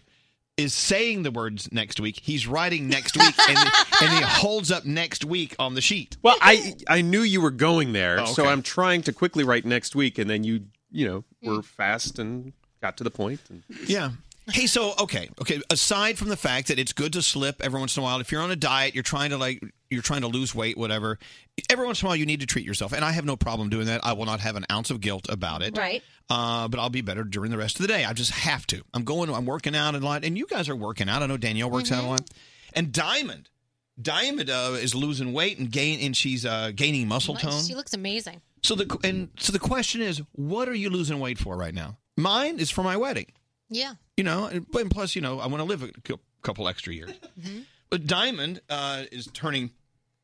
Speaker 3: is saying the words next week, he's writing next week, and, and he holds up next week on the sheet.
Speaker 6: Well, I I knew you were going there,
Speaker 3: Oh,
Speaker 6: so
Speaker 3: okay.
Speaker 6: I'm trying to quickly write next week, and then you you know were fast and got to the point. And
Speaker 3: Yeah. Hey, so okay, okay. Aside from the fact that it's good to slip every once in a while, if you're on a diet, you're trying to like you're trying to lose weight, whatever. Every once in a while, you need to treat yourself, and I have no problem doing that. I will not have an ounce of guilt about it.
Speaker 25: Right.
Speaker 3: Uh, but I'll be better during the rest of the day. I just have to. I'm going. I'm working out a lot, and you guys are working out. I know Danielle works out a lot, and Diamond, Diamond uh, is losing weight and gain, and she's uh, gaining muscle tone.
Speaker 8: She looks amazing.
Speaker 3: So the and so the question is, what are you losing weight for right now? Mine is for my wedding.
Speaker 8: Yeah.
Speaker 3: You know, and and plus, you know, I want to live a cou- couple extra years. But Diamond uh, is turning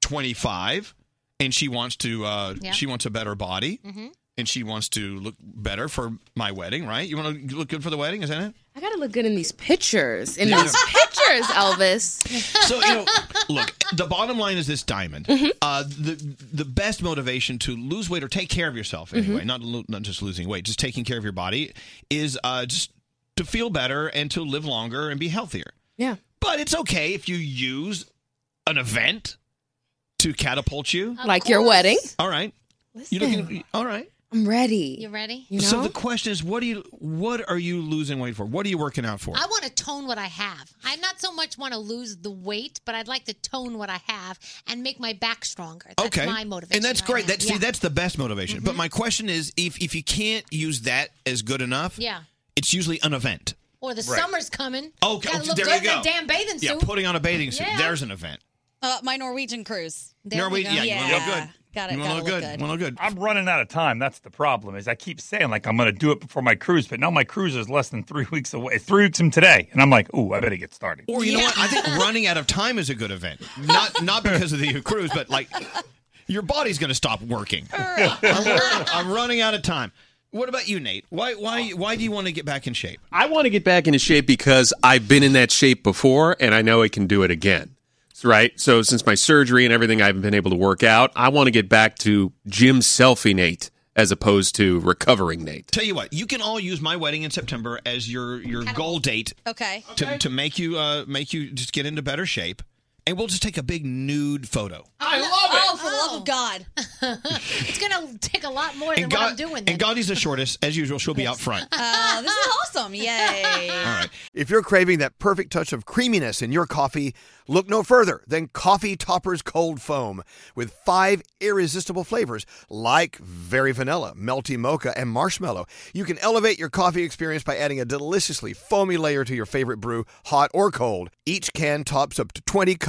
Speaker 3: 25, and she wants to. Uh,
Speaker 25: Yeah.
Speaker 3: She wants a better body,
Speaker 2: Mm-hmm.
Speaker 8: Mm-hmm.
Speaker 25: Mhm.
Speaker 3: and she wants to look better for my wedding. Right? You want to look good for the wedding, isn't it?
Speaker 2: I gotta look good in these pictures. In
Speaker 3: Yeah.
Speaker 2: these pictures, Elvis.
Speaker 3: So you know, look. The bottom line is this, Diamond. Uh, the the best motivation to lose weight or take care of yourself anyway, not lo- not just losing weight, just taking care of your body, is uh, just to feel better and to live longer and be healthier.
Speaker 2: Yeah.
Speaker 3: But it's okay if you use an event to catapult you,
Speaker 2: Like your course. wedding.
Speaker 3: All right. You're looking, all right.
Speaker 2: I'm ready.
Speaker 8: You ready?
Speaker 3: So the question is, what do you what are you losing weight for? What are you working out for?
Speaker 8: I want to tone what I have. I not so much want to lose the weight, but I'd like to tone what I have and make my back stronger. That's
Speaker 3: okay,
Speaker 8: my motivation.
Speaker 3: and that's
Speaker 8: right
Speaker 3: great.
Speaker 8: now.
Speaker 3: That's
Speaker 8: yeah. Mm-hmm.
Speaker 3: see, that's the best motivation. But my question is, if if you can't use that as good enough,
Speaker 8: Yeah.
Speaker 3: it's usually an event.
Speaker 8: Or the
Speaker 3: Right.
Speaker 8: summer's coming.
Speaker 3: Okay,
Speaker 8: Gotta
Speaker 3: oh,
Speaker 8: look
Speaker 3: there
Speaker 8: good
Speaker 3: you go.
Speaker 8: in that damn bathing
Speaker 3: Yeah,
Speaker 8: suit.
Speaker 3: putting on a bathing suit.
Speaker 8: Yeah.
Speaker 3: There's an event.
Speaker 26: Uh, my Norwegian cruise. There we
Speaker 19: Norwegian-
Speaker 26: go.
Speaker 19: yeah, you wanna look good.
Speaker 26: Got it. Got to look good.
Speaker 3: look good.
Speaker 19: I'm running out of time. That's the problem. Is I keep saying like I'm going to do it before my cruise, but now my cruise is less than three weeks away. Three weeks from today, and I'm like, ooh, I better get started.
Speaker 3: Or you know what? I think running out of time is a good event. Not not because of the cruise, but like your body's going to stop working. I'm, I'm running out of time. What about you, Nate? Why why why do you want to get back in shape?
Speaker 6: I want to get back into shape because I've been in that shape before, and I know I can do it again. So, Right. So since my surgery and everything, I haven't been able to work out. I want to get back to Jim selfie Nate as opposed to recovering Nate.
Speaker 3: Tell you what, you can all use my wedding in September as your your goal date
Speaker 26: Okay.
Speaker 3: to to make you uh make you just get into better shape, and we'll just take a big nude photo.
Speaker 26: I love it. Oh, for the love of God.
Speaker 8: it's gonna take a lot more than
Speaker 3: And
Speaker 8: what
Speaker 3: God,
Speaker 8: I'm doing.
Speaker 3: and Gandhi's the shortest as usual. She'll be out front.
Speaker 26: Uh, this is awesome. Yay.
Speaker 3: All right.
Speaker 27: If you're craving that perfect touch of creaminess in your coffee, look no further than Coffee Topper's Cold Foam with five irresistible flavors like very vanilla, melty mocha, and marshmallow. You can elevate your coffee experience by adding a deliciously foamy layer to your favorite brew, hot or cold. Each can tops up to 20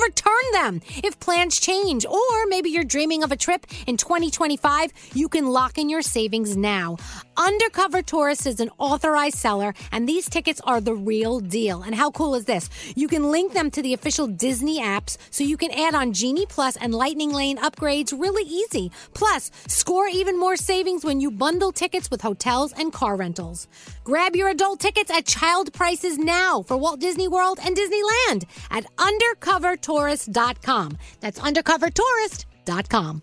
Speaker 8: return them. If plans change, or maybe you're dreaming of a trip in 2025, you can lock in your savings now. Undercover Tourist is an authorized seller, and these tickets are the real deal. And how cool is this? You can link them to the official Disney apps so you can add on Genie Plus and Lightning Lane upgrades really easy. Plus, score even more savings when you bundle tickets with hotels and car rentals. Grab your adult tickets at child prices now for Walt Disney World and Disneyland at undercovertourist.com. That's undercovertourist.com.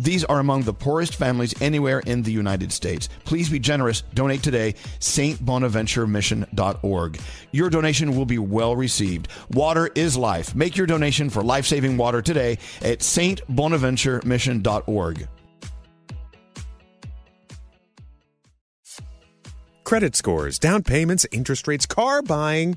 Speaker 3: These are among the poorest families anywhere in the United States. Please be generous. Donate today, stbonaventuremission.org. Your donation will be well received. Water is life. Make your donation for life saving water today at stbonaventuremission.org.
Speaker 6: Credit scores, down payments, interest rates, car buying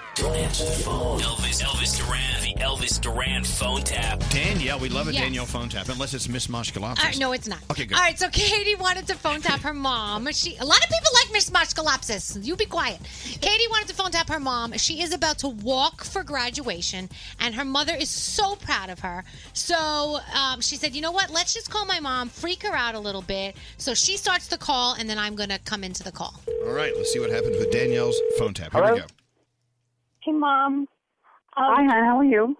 Speaker 15: Don't answer the phone. Elvis, Elvis Duran, the Elvis Duran phone tap.
Speaker 3: Danielle, we love a
Speaker 14: Yes.
Speaker 3: Danielle phone tap, unless it's Miss Moshkalopoulos.
Speaker 14: All right, no, it's not.
Speaker 3: Okay, good.
Speaker 14: All right, so Katie wanted to phone tap her mom. She a lot of people like Miss Moshkalopsis. You be quiet. Katie wanted to phone tap her mom. She is about to walk for graduation, and her mother is so proud of her. So um, she said, "You know what? Let's just call my mom, freak her out a little bit." So she starts the call, and then I'm going to come into the call.
Speaker 3: All right, let's see what happens with Danielle's phone tap. Here we go.
Speaker 28: Hey, mom. Um, Hi, hon. How are you?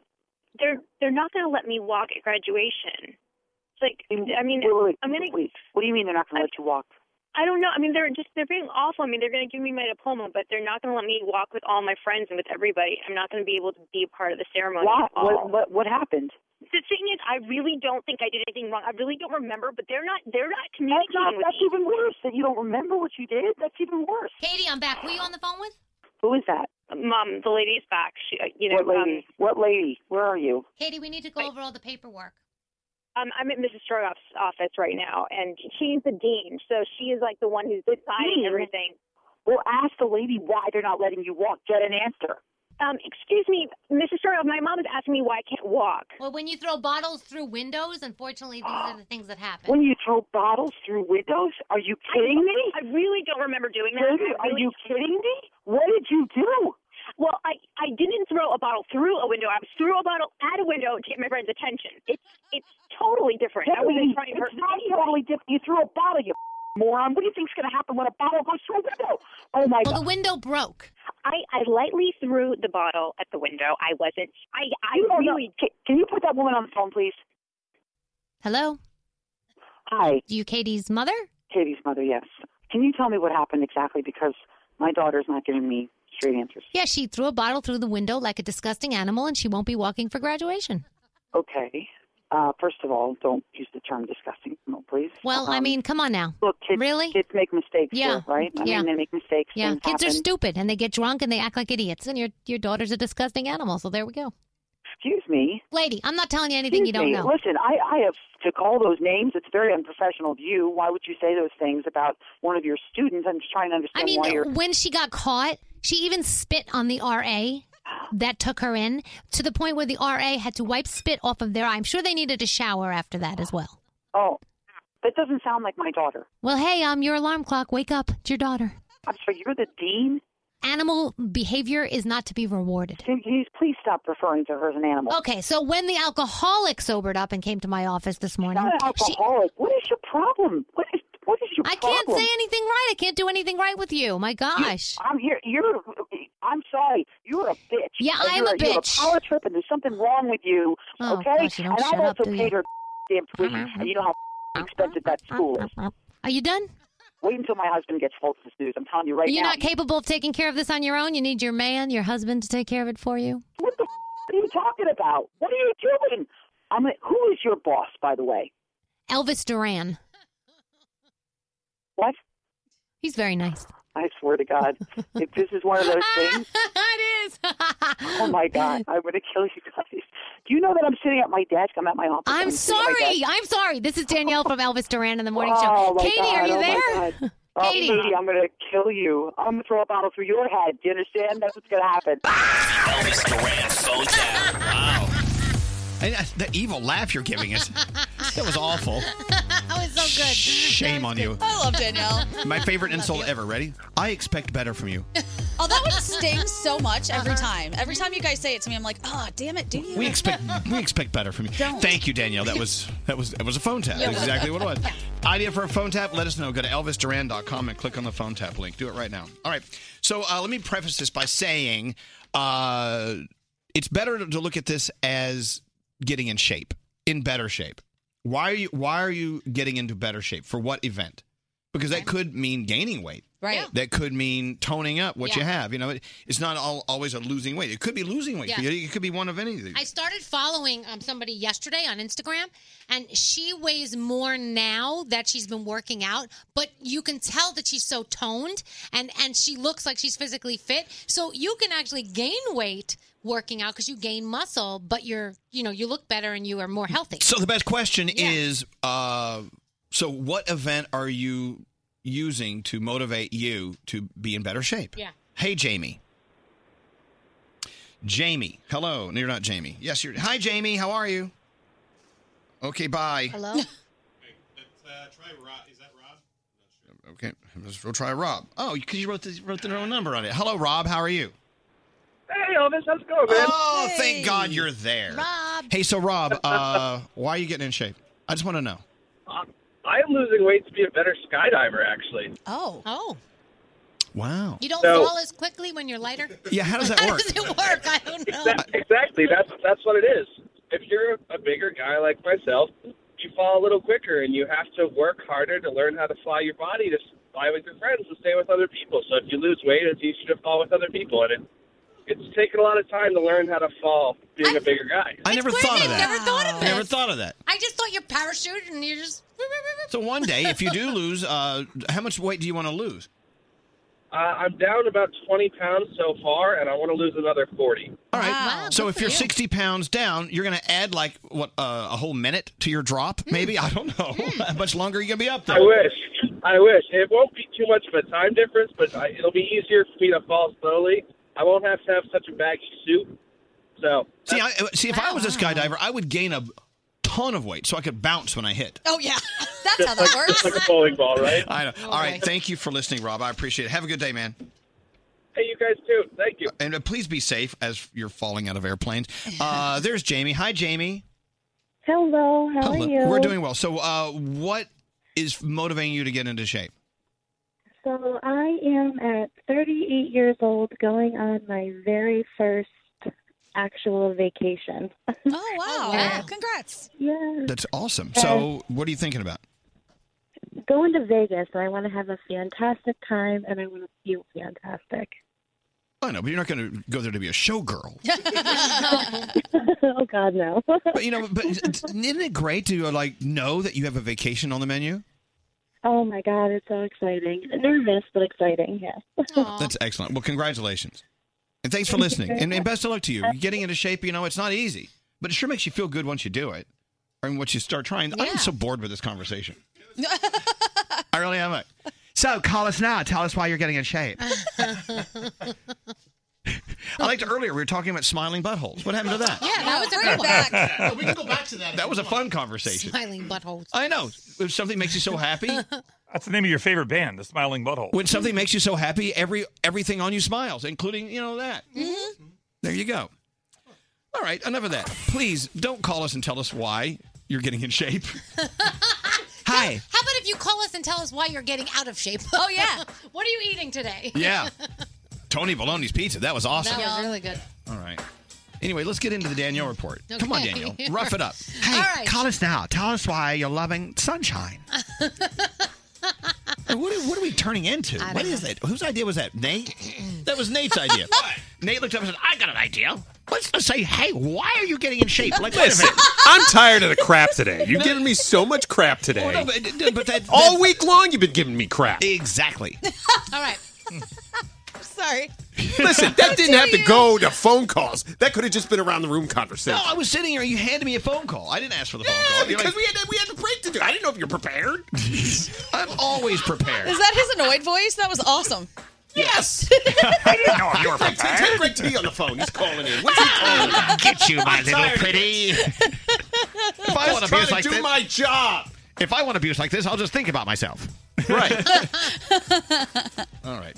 Speaker 28: They're they're not going to let me walk at graduation. It's like I mean, wait, wait, I'm going to. wait. What do you mean they're not going to let you walk? I don't know. I mean, they're just they're being awful. I mean, they're going to give me my diploma, but they're not going to let me walk with all my friends and with everybody. I'm not going to be able to be a part of the ceremony. Why? at all. What- what- what happened? The thing is, I really don't think I did anything wrong. I really don't remember, but they're not they're not communicating with that's me. even worse that you don't remember what you did. That's even worse.
Speaker 14: Katie, I'm back. Were you on the phone with?
Speaker 28: Who is that? Mom, the lady's back. She, uh, you know, what lady? what lady? Where are you?
Speaker 14: Katie, we need to go over all the paperwork.
Speaker 28: Um, I'm at Mrs. Strogoff's office right now, and she's the dean, so she is like the one who's deciding Dean? everything. Well, ask the lady why they're not letting you walk. Get an answer. Um, excuse me, Mrs. Strogoff, my mom is asking me why I can't walk.
Speaker 14: Well, when you throw bottles through windows, unfortunately, these are the things that happen.
Speaker 28: When you throw bottles through windows? Are you kidding me? I really don't remember doing that. Lady, are you kidding me? What did you do? Well, I, I didn't throw a bottle through a window. I was threw a bottle at a window to get my friend's attention. It's it's totally different. I wasn't trying to hurt anybody. different. You threw a bottle, you moron. What do you think's going to happen when a bottle goes through a window? Oh my
Speaker 14: Well,
Speaker 28: god!
Speaker 14: the window broke.
Speaker 28: I, I lightly threw the bottle at the window. I wasn't. I I You don't know- really. Can, can you put that woman on the phone, please?
Speaker 14: Hello.
Speaker 28: Hi.
Speaker 14: You Katie's mother?
Speaker 28: Katie's mother. Yes. Can you tell me what happened exactly? Because my daughter's not giving me straight answers.
Speaker 14: Yeah, she threw a bottle through the window like a disgusting animal, and she won't be walking for graduation.
Speaker 28: Okay. Uh, first of all, don't use the term disgusting, no, please.
Speaker 14: Well, I
Speaker 28: Um,
Speaker 14: mean, come on now.
Speaker 28: look, kids,
Speaker 14: really?
Speaker 28: kids make mistakes,
Speaker 14: Yeah,
Speaker 28: here, right? I
Speaker 14: yeah.
Speaker 28: mean, they make mistakes.
Speaker 14: Yeah,
Speaker 28: things
Speaker 14: kids are
Speaker 28: happen.
Speaker 14: stupid, and they get drunk and they act like idiots, and your your daughter's a disgusting animal. So there we go. Excuse me.
Speaker 8: Lady, I'm not telling you anything you
Speaker 14: Excuse
Speaker 8: don't
Speaker 14: me.
Speaker 8: know.
Speaker 14: Listen, I, I have to call those names. It's very unprofessional of you. Why would you say those things about one of your students? I'm just trying to
Speaker 8: I
Speaker 14: understand
Speaker 8: mean,
Speaker 14: why you're.
Speaker 8: when she got caught, she even spit on the RA that took her in to the point where the RA had to wipe spit off of their eye. I'm sure they needed a shower after that as well.
Speaker 14: Oh, that doesn't sound like my daughter.
Speaker 8: Well, hey, um, your alarm clock. Wake up. It's your daughter.
Speaker 14: I'm sorry, you're the dean?
Speaker 8: Animal behavior is not to be rewarded.
Speaker 14: Can you please stop referring to her as an animal?
Speaker 8: Okay, so when the alcoholic sobered up and came to my office this morning,
Speaker 14: Not an
Speaker 8: she,
Speaker 14: alcoholic. What is your problem? What is what is your
Speaker 8: I
Speaker 14: problem?
Speaker 8: can't say anything right. I can't do anything right with you. My gosh.
Speaker 14: I'm here. You're. I'm sorry. You're a bitch.
Speaker 8: Yeah,
Speaker 14: Uh,
Speaker 8: I am
Speaker 14: you're
Speaker 8: a
Speaker 14: You're a
Speaker 8: bitch.
Speaker 14: power trip, and there's something wrong with you.
Speaker 8: Oh,
Speaker 14: okay.
Speaker 8: gosh, you don't
Speaker 14: and
Speaker 8: shut
Speaker 14: I've
Speaker 8: up,
Speaker 14: also
Speaker 8: do
Speaker 14: paid
Speaker 8: you?
Speaker 14: her
Speaker 8: Mm-hmm.
Speaker 14: damn tuition, and you know how expensive that school is.
Speaker 8: Are you done?
Speaker 14: Wait until my husband gets hold of this news. I'm telling you right
Speaker 8: You're
Speaker 14: now.
Speaker 8: not capable of taking care of this on your own. You need your man, your husband, to take care of it for you.
Speaker 14: What the f- are you talking about? What are you doing? I'm. A, who is your boss, by the way?
Speaker 8: Elvis Duran.
Speaker 14: What?
Speaker 8: He's very nice.
Speaker 14: I swear to God, if this is one of those things.
Speaker 8: it is.
Speaker 14: Oh my God! I'm gonna kill you guys. Do you know that I'm sitting at my desk? I'm at Oh, my office.
Speaker 8: I'm
Speaker 14: sitting at my
Speaker 8: sorry.
Speaker 14: desk.
Speaker 8: I'm sorry. This is Danielle from Elvis Duran in the Morning
Speaker 14: Oh,
Speaker 8: Show.
Speaker 14: my
Speaker 8: Katie,
Speaker 14: God,
Speaker 8: are you
Speaker 14: oh, my
Speaker 8: there?
Speaker 14: God. Oh,
Speaker 8: Katie.
Speaker 14: Katie, I'm going to kill you. I'm going to throw a bottle through your head. Do you understand? That's what's going to happen.
Speaker 8: Ah!
Speaker 15: Elvis Duran phone tap.
Speaker 3: Wow. And uh, the evil laugh you're giving us. That was awful.
Speaker 8: that was so good.
Speaker 3: Shame on you.
Speaker 7: I love Danielle.
Speaker 3: My favorite insult ever. Ready? I expect better from you.
Speaker 7: Oh, that one stings so much
Speaker 8: Uh-huh.
Speaker 7: every time. Every time you guys say it to me, I'm like, oh, damn it, do you?
Speaker 3: We expect we expect better from you.
Speaker 7: Don't.
Speaker 3: Thank you, Danielle. That was that was that was a phone tap.
Speaker 7: Yeah.
Speaker 3: That's exactly what it was. Idea for a phone tap? Let us know. Go to elvisduran.com and click on the phone tap link. Do it right now. All right. So uh, let me preface this by saying uh, it's better to look at this as getting in shape, in better shape. Why are you Why are you getting into better shape for what event? Because that could mean gaining weight.
Speaker 7: Right. Yeah.
Speaker 3: That could mean toning up what you
Speaker 8: Yeah.
Speaker 3: have. You know, it- it's not all, always a losing weight. It could be losing weight.
Speaker 8: Yeah.
Speaker 3: for you. It could be one of any of these.
Speaker 8: I started following um, somebody yesterday on Instagram, and she weighs more now that she's been working out. But you can tell that she's so toned, and and she looks like she's physically fit. So you can actually gain weight working out because you gain muscle, but you're you know you look better and you are more healthy.
Speaker 3: So the best question is, uh, so what event are you using to motivate you to be in better shape?
Speaker 8: Yeah.
Speaker 3: Hey, Jamie. Jamie, hello. No, you're not Jamie. Yes, you're. Hi, Jamie. How are you? Okay, bye.
Speaker 8: Hello.
Speaker 3: Okay, let's we'll try Rob. Oh, because you wrote this, wrote their own number on it. Hello, Rob. How are you?
Speaker 9: Hey, Elvis, how's it going, man?
Speaker 3: Oh, thank God you're there.
Speaker 9: Rob.
Speaker 3: Hey, so Rob, uh, why are you getting in shape? I just want to know.
Speaker 9: I am losing weight to be a better skydiver, actually.
Speaker 8: Oh. Oh.
Speaker 3: Wow.
Speaker 8: You don't fall as quickly when you're lighter.
Speaker 3: Yeah, how does that work?
Speaker 8: Does it work? I don't know.
Speaker 9: Exac- exactly. That's that's what it is. If you're a bigger guy like myself, you fall a little quicker, and you have to work harder to learn how to fly your body to s- fly with your friends and stay with other people. So if you lose weight, it's easier to fall with other people, and it it's taken a lot of time to learn how to fall being a bigger guy.
Speaker 3: I never thought of that.
Speaker 8: Never thought of it.
Speaker 3: Never thought of that.
Speaker 8: I just thought you parachute and you're just.
Speaker 3: So one day, if you do lose, uh, how much weight do you want to lose?
Speaker 9: Uh, I'm down about 20 pounds so far, and I want to lose another 40.
Speaker 3: All right.
Speaker 8: Oh,
Speaker 3: so if you're 60 pounds down, you're going to add like what uh, a whole minute to your drop,
Speaker 8: Hmm.
Speaker 3: maybe. I don't know. how much longer are you going to be up there?
Speaker 9: I wish. I wish. It won't be too much of a time difference, but I, it'll be easier for me to fall slowly. I won't have to have such a baggy suit. So
Speaker 3: See, I, uh, see, if I was a skydiver, I would gain a ton of weight so I could bounce when I hit.
Speaker 7: Oh, yeah. That's how that
Speaker 9: like,
Speaker 7: works.
Speaker 9: just like a bowling ball, right?
Speaker 3: I know. All right.
Speaker 9: boy.
Speaker 3: Thank you for listening, Rob. I appreciate it. Have a good day, man.
Speaker 9: Hey, you guys too. Thank you.
Speaker 3: And uh, please be safe as you're falling out of airplanes. Uh, there's Jamie. Hi, Jamie.
Speaker 22: Hello, how
Speaker 3: Hello.
Speaker 22: are you?
Speaker 3: We're doing well. So, uh, what is motivating you to get into shape?
Speaker 22: So I am at 38 years old, going on my very first actual vacation.
Speaker 7: Oh, wow. Congrats.
Speaker 22: Yeah,
Speaker 3: That's awesome. So, what are you thinking about?
Speaker 22: going to Vegas, and I want to have a fantastic time, and I want to feel fantastic.
Speaker 3: I know, but you're not going to go there to be a showgirl.
Speaker 22: oh God, no.
Speaker 3: But you know, but isn't it great to uh, like know that you have a vacation on the menu?
Speaker 22: oh my God, it's so exciting. Nervous but exciting. Yeah.
Speaker 3: That's excellent. Well, congratulations. And thanks for listening. And, and best of luck to you. Getting into shape, you know, it's not easy, but it sure makes you feel good once you do it and once you start trying. I'm so bored with this conversation. I really am. Like, So call us now. Tell us why you're getting in shape. I liked earlier, we were talking about smiling buttholes. What happened to that?
Speaker 8: Yeah, that was a good one.
Speaker 3: No, we can
Speaker 13: go back to that.
Speaker 3: That was a fun conversation.
Speaker 8: Smiling buttholes.
Speaker 3: I know. If something makes you so happy.
Speaker 19: That's the name of your favorite band, The Smiling Butthole.
Speaker 3: When something makes you so happy, every everything on you smiles, including, you know, that.
Speaker 8: Mm-hmm.
Speaker 3: There you go. All right, enough of that. Please don't call us and tell us why you're getting in shape. Hi.
Speaker 8: How about if you call us and tell us why you're getting out of shape? Oh yeah. what are you eating today?
Speaker 3: Yeah. Tony Baloney's pizza. That was awesome.
Speaker 8: That was really good.
Speaker 3: All right. Anyway, let's get into the Danielle report. Come on,
Speaker 8: Okay.
Speaker 3: Danielle. Rough it up.
Speaker 8: All right.
Speaker 3: Call us now. Tell us why you're loving sunshine. Hey, what, are, what are we turning into?
Speaker 2: I don't
Speaker 3: What
Speaker 2: know.
Speaker 3: is it? Whose idea was that? Nate? that was Nate's idea. Nate looked up and said, I got an idea. Let's just say, hey, why are you getting in shape? Like, wait a
Speaker 6: Listen,
Speaker 3: minute.
Speaker 6: I'm tired of the crap today. You've given me so much crap today.
Speaker 3: Oh, No, but, but that,
Speaker 6: All week long, you've been giving me crap.
Speaker 3: Exactly.
Speaker 8: All right. Sorry.
Speaker 6: Listen, that didn't have to go to phone calls. That could have just been around the room conversation.
Speaker 3: No, I was sitting here. You handed me a phone call. I didn't ask for the phone
Speaker 6: Yeah,
Speaker 3: call. You're
Speaker 6: because
Speaker 3: like,
Speaker 6: we had to, we had a break to do. I didn't know if you're prepared.
Speaker 3: I'm always prepared.
Speaker 7: Is that his annoyed voice? That was awesome.
Speaker 6: Yes.
Speaker 3: I didn't know if you were
Speaker 6: Take Greg T on the phone. He's calling in. What's
Speaker 3: Get you, my
Speaker 6: I'm
Speaker 3: little
Speaker 6: tired of
Speaker 3: pretty. if
Speaker 6: I was trying to do my
Speaker 3: job. If I want abuse like this, I'll just think about myself. Right. All right.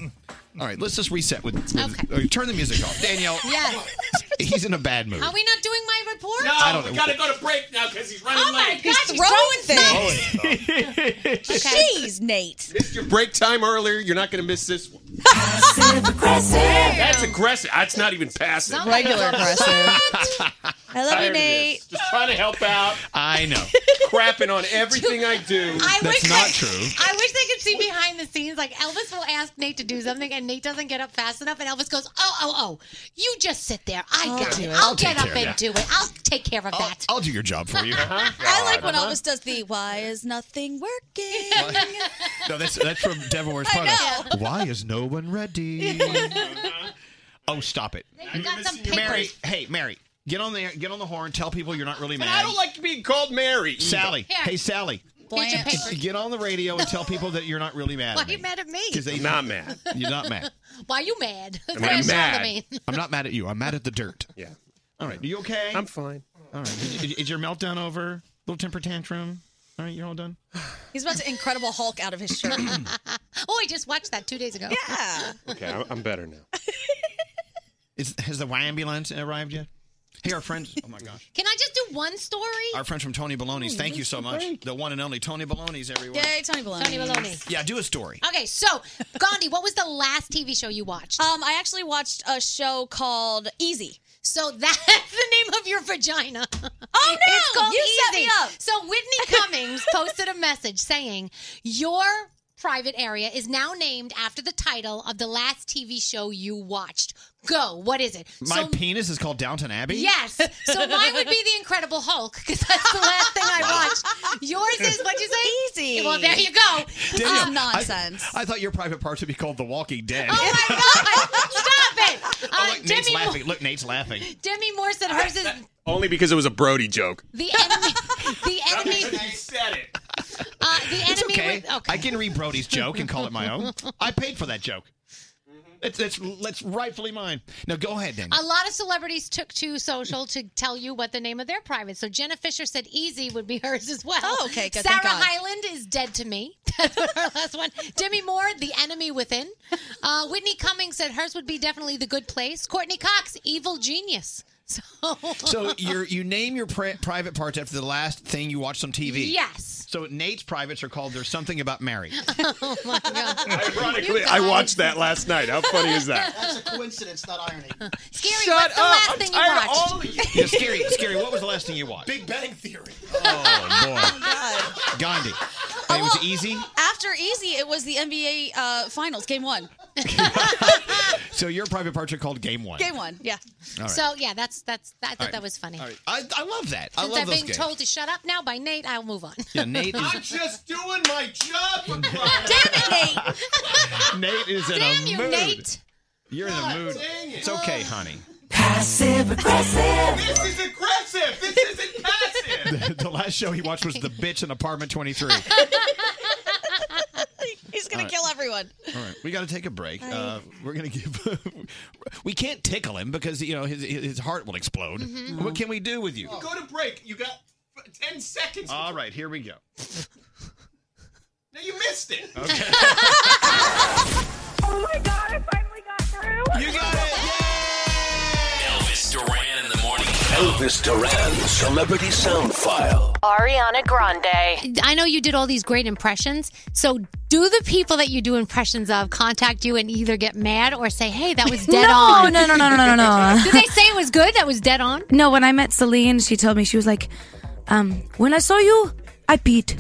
Speaker 3: All right. Let's just reset with. with uh, turn the music off. Danielle,
Speaker 8: Yes.
Speaker 3: he's in a bad mood.
Speaker 8: Are we not doing my report?
Speaker 3: No, I don't we know. gotta
Speaker 8: go to break now because he's running oh
Speaker 7: late.
Speaker 8: my gosh,
Speaker 7: He's throwing things.
Speaker 8: Jeez,
Speaker 7: Nate.
Speaker 6: Missed your break time earlier. You're not going to miss this one.
Speaker 2: aggressive.
Speaker 6: That's aggressive. That's not even passive.
Speaker 2: Not Regular aggressive.
Speaker 7: I
Speaker 6: Tired of this. Just trying to help out.
Speaker 3: I know.
Speaker 6: Crapping on everything I do.
Speaker 8: I wish I-
Speaker 3: true.
Speaker 8: I wish they could see behind the scenes. Like Elvis will ask Nate to do something, and Nate doesn't get up fast enough, and Elvis goes, "Oh, oh, oh! You just sit there. I
Speaker 7: I'll
Speaker 8: got
Speaker 7: do
Speaker 8: it.
Speaker 7: it.
Speaker 8: I'll,
Speaker 7: I'll
Speaker 8: get
Speaker 3: take
Speaker 8: up
Speaker 3: care of Oh.
Speaker 8: and
Speaker 3: that.
Speaker 8: do it. I'll take care of that."
Speaker 3: I'll do your job for you.
Speaker 7: I like when
Speaker 3: Uh-huh.
Speaker 7: Elvis does the why is nothing working.
Speaker 3: No, that's that's from Devil Wears Prada.
Speaker 7: I know.
Speaker 3: Why is no one ready? oh, stop it.
Speaker 8: You got some papers.
Speaker 3: Mary, hey, Mary, get on the get on the horn. Tell people you're not really mad.
Speaker 6: I don't like being called Mary.
Speaker 3: Sally.
Speaker 8: Here.
Speaker 3: Hey, Sally.
Speaker 8: Here's your paper.
Speaker 3: Get on the radio and tell people that you're not really mad.
Speaker 8: Why
Speaker 3: at
Speaker 8: are you
Speaker 3: me.
Speaker 8: mad at me?
Speaker 3: 'Cause they-
Speaker 6: Not mad.
Speaker 3: You're not mad.
Speaker 8: Why are you mad?
Speaker 3: I'm not
Speaker 8: That's
Speaker 3: mad.
Speaker 8: Charlemagne.
Speaker 3: I'm not mad at you. I'm mad at the dirt.
Speaker 6: Yeah.
Speaker 3: All right. Are you okay?
Speaker 6: I'm fine.
Speaker 3: All right. Is, is- is your meltdown over? Little temper tantrum. All right. You're all done.
Speaker 7: He's about to Incredible Hulk out of his shirt.
Speaker 8: oh, I just watched that two days ago.
Speaker 7: Yeah.
Speaker 6: Okay, I'm, I'm better now.
Speaker 3: Is, has the ambulance arrived yet? Hey, our friends. Oh my gosh.
Speaker 8: Can I just do one story?
Speaker 3: Our friends from Tony Baloney's.
Speaker 8: Oh,
Speaker 3: Thank you
Speaker 8: that's
Speaker 3: so
Speaker 8: so
Speaker 3: much.
Speaker 8: great.
Speaker 3: The one and only Tony Baloney's everywhere.
Speaker 8: Yay, Tony Baloney. Uh, Tony Baloney.
Speaker 3: Yeah, do a story.
Speaker 8: Okay, so Gandhi, what was the last TV show you watched?
Speaker 7: Um, I actually watched a show called Easy.
Speaker 8: So that's the name of your vagina. Oh no! It's called
Speaker 7: You set
Speaker 8: Easy.
Speaker 7: me up.
Speaker 8: So Whitney Cummings posted a message saying, "Your private area is now named after the title of the last TV show you watched. Go. What is it?"
Speaker 3: My
Speaker 8: so
Speaker 3: penis is called Downton Abbey?
Speaker 8: Yes. So mine would be the Incredible Hulk because that's the last thing I watched. Yours is what you say?
Speaker 7: Easy.
Speaker 8: Well, there you go.
Speaker 3: Danielle,
Speaker 8: Uh,
Speaker 3: I- I, thought your private parts would be called The Walking Dead.
Speaker 8: Oh, Stop it. Uh,
Speaker 3: Look, Nate's
Speaker 8: Demi, Moore,
Speaker 3: laughing. Look, Nate's laughing.
Speaker 8: Demi Moore said hers is
Speaker 6: Only because it was a Brody joke.
Speaker 8: the enemy. The enemy.
Speaker 6: said it.
Speaker 8: Uh, the enemy.
Speaker 3: It's okay.
Speaker 8: with- okay.
Speaker 3: I can read Brody's joke and call it my own. I paid for that joke. It's, it's, it's rightfully mine. Now go ahead, Daniel.
Speaker 8: A lot of celebrities took to social to tell you what the name of their private. So Jenna Fisher said "Easy" would be hers as well.
Speaker 7: Oh, okay, good,
Speaker 8: Sarah
Speaker 7: thank God.
Speaker 8: Hyland is "Dead to Me." That's her last one. Demi Moore, "The Enemy Within." Uh, Whitney Cummings said hers would be definitely "The Good Place." Courtney Cox, "Evil Genius." So,
Speaker 3: So you you name your pri- private parts after the last thing you watched on TV.
Speaker 8: Yes.
Speaker 3: So Nate's privates are called "There's Something About Mary."
Speaker 8: oh my god.
Speaker 6: Ironically, I watched that last night. How funny is that?
Speaker 17: That's a coincidence, not irony.
Speaker 8: Scary,
Speaker 17: Shut
Speaker 8: what's the
Speaker 17: up.
Speaker 8: last
Speaker 17: I'm
Speaker 8: thing
Speaker 17: tired
Speaker 8: you
Speaker 17: of
Speaker 8: watched?
Speaker 17: all of you.
Speaker 3: yeah, scary, scary. What was the last thing you watched?
Speaker 13: Big Bang Theory.
Speaker 3: Oh boy, Gandhi. It was easy.
Speaker 7: After Easy, it was the NBA uh, Finals, Game One.
Speaker 3: So your private parts are called Game One.
Speaker 7: Game One, yeah.
Speaker 3: All right.
Speaker 8: So Oh, yeah, that's that's. I thought
Speaker 3: All right.
Speaker 8: that was funny.
Speaker 3: All right. I, I love that. I
Speaker 8: Since
Speaker 3: love
Speaker 8: I'm
Speaker 3: those
Speaker 8: being
Speaker 3: games.
Speaker 8: told to shut up now by Nate, I'll move on.
Speaker 3: Yeah, Nate is- I'm
Speaker 8: just doing my job. Damn
Speaker 3: Nate is in
Speaker 8: Damn
Speaker 3: a
Speaker 8: you,
Speaker 3: mood.
Speaker 8: Nate.
Speaker 3: You're in a mood. It's okay, honey.
Speaker 2: Passive aggressive.
Speaker 11: This is aggressive. This isn't passive.
Speaker 3: the, the last show he watched was The Bitch in Apartment 23.
Speaker 7: He's
Speaker 3: All
Speaker 7: gonna
Speaker 3: right.
Speaker 7: kill everyone.
Speaker 3: All right, we got to take a break.
Speaker 7: Bye.
Speaker 3: Uh, we're going to give. we can't tickle him because you know his his heart will explode.
Speaker 11: Mhm.
Speaker 3: What can we do with you?
Speaker 11: Go to break. You got f- 10 seconds.
Speaker 6: Uh,
Speaker 3: All right, here we go.
Speaker 11: No, you missed it.
Speaker 3: Okay.
Speaker 2: Oh my god, I finally got through.
Speaker 3: You got it.
Speaker 15: Elvis Duran in the morning.
Speaker 23: Elvis Duran, Celebrity Sound File.
Speaker 8: Ariana Grande. I know you did all these great impressions. So, do the people that you do impressions of contact you and either get mad or say, hey, that was dead
Speaker 24: No,
Speaker 8: on?
Speaker 24: no, no, no, no, no, no.
Speaker 8: Did they say it was good? That was dead on?
Speaker 24: No, when I met Celine, she told me she was like, um, when I saw you, I peed.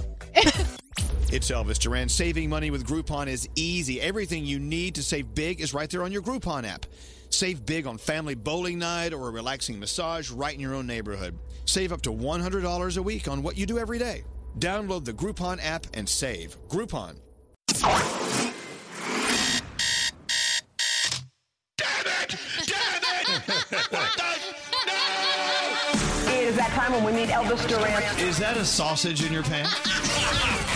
Speaker 3: It's Elvis Duran. Saving money with Groupon is easy. Everything you need to save big is right there on your Groupon app. Save big on family bowling night or a relaxing massage right in your own neighborhood. Save up to $100 a week on what you do every day. Download the Groupon app and save. Groupon.
Speaker 2: It is that time when we meet Elvis Duran.
Speaker 3: Is that a sausage in your pants?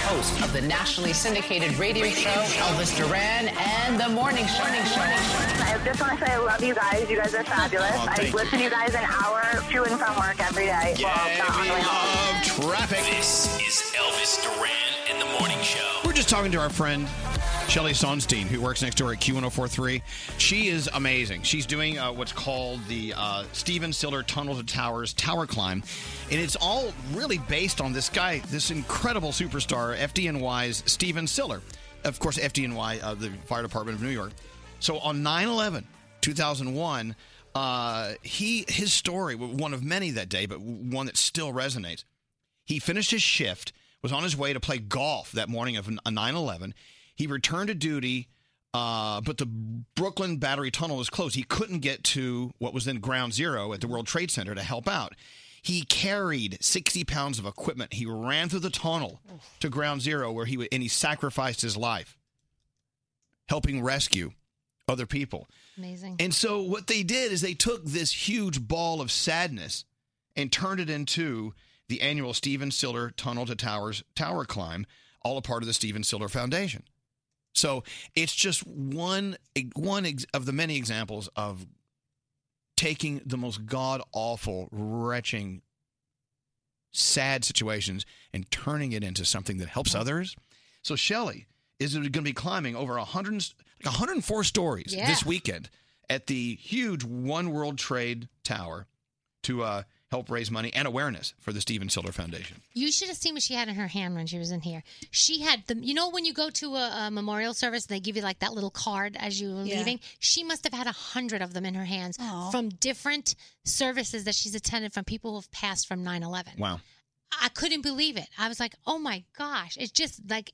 Speaker 12: Host of the nationally syndicated radio show, Elvis Duran and the Morning Show.
Speaker 21: I just want to say I love you guys. You guys are fabulous.
Speaker 12: Oh,
Speaker 21: I
Speaker 12: thank
Speaker 21: listen to you guys an hour to and from work every day.
Speaker 3: Yeah, we love traffic.
Speaker 15: This is Elvis Duran in the morning show.
Speaker 3: We're just talking to our friend Shelly Sonstein, who works next door at Q1043. She is amazing. She's doing uh, what's called the uh, Steven Stiller Tunnel to Towers Tower Climb. And it's all really based on this guy, this incredible superstar, FDNY's Steven Stiller. Of course, FDNY, uh, the Fire Department of New York. So on 9 11, 2001, uh, he his story, one of many that day, but one that still resonates. He finished his shift, was on his way to play golf that morning of 9 11. He returned to duty, uh, but the Brooklyn Battery Tunnel was closed. He couldn't get to what was then Ground Zero at the World Trade Center to help out. He carried 60 pounds of equipment. He ran through the tunnel to Ground Zero where he would, and he sacrificed his life helping rescue other people.
Speaker 8: Amazing.
Speaker 3: And so what they did is they took this huge ball of sadness and turned it into the annual Steven Stiller Tunnel to Towers Tower Climb, all a part of the Steven Stiller Foundation. So it's just one one ex- of the many examples of taking the most god awful, retching, sad situations and turning it into something that helps others. So Shelley is going to be climbing over 100, and- like 104 stories
Speaker 29: Yeah.
Speaker 3: this weekend at the huge One World Trade Tower to uh, help raise money and awareness for the Steven Silver Foundation.
Speaker 8: You should have seen what she had in her hand when she was in here. She had the, you know, when you go to a, a memorial service and they give you like that little card as you were
Speaker 30: Yeah.
Speaker 8: leaving. She must have had a hundred of them in her hands from different services that she's attended from people who have passed from 9 11.
Speaker 3: Wow.
Speaker 8: I couldn't believe it. I was like, oh my gosh. It's just like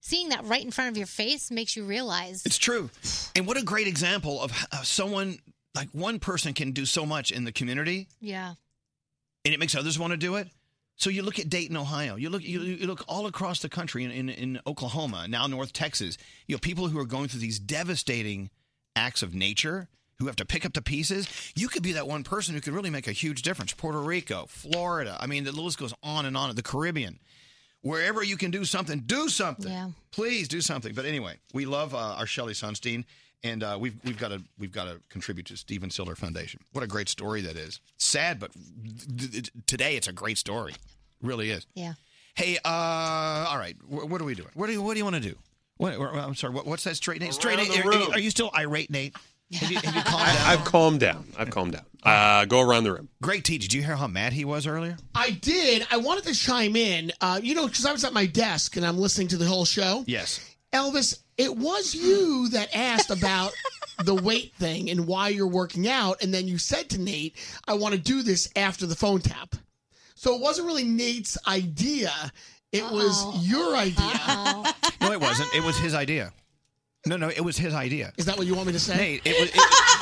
Speaker 8: seeing that right in front of your face makes you realize
Speaker 3: It's true. And what a great example of how someone, like one person can do so much in the community
Speaker 8: Yeah.
Speaker 3: and it makes others want to do it. So you look at Dayton, Ohio. You look you, you look all across the country in, in in Oklahoma, now North Texas. You know people who are going through these devastating acts of nature who have to pick up the pieces. You could be that one person who could really make a huge difference. Puerto Rico, Florida. I mean, the list goes on and on. The Caribbean. Wherever you can do something, do something. Please do something. But anyway, we love uh, our Shelly Sunstein, and uh, we've we've got to we've got to contribute to Steven Silver Foundation. What a great story that is. Sad, but th- th- today it's a great story. Really is.
Speaker 8: Yeah.
Speaker 3: Hey, uh, all right. Wh- what are we doing? What do you What do you want to do? What, what- I'm sorry. What, what's that straight Nate? Straight
Speaker 6: Around
Speaker 3: Nate.
Speaker 6: the
Speaker 3: are-
Speaker 6: room.
Speaker 3: Are, you still irate, Nate? Have you, have you calmed down?
Speaker 6: I, I've calmed down. I've calmed down. Uh, go around the room.
Speaker 3: Great teacher. Did you hear how mad he was earlier?
Speaker 17: I did. I wanted to chime in, uh, you know, because I was at my desk and I'm listening to the whole show.
Speaker 3: Yes.
Speaker 17: Elvis, it was you that asked about the weight thing and why you're working out. And then you said to Nate, I want to do this after the phone tap. So it wasn't really Nate's idea, it
Speaker 7: Oh.
Speaker 17: was your idea.
Speaker 3: No, it wasn't. It was his idea. No, no, it was his idea.
Speaker 17: Is that what you want me to say?
Speaker 3: Nate, it was.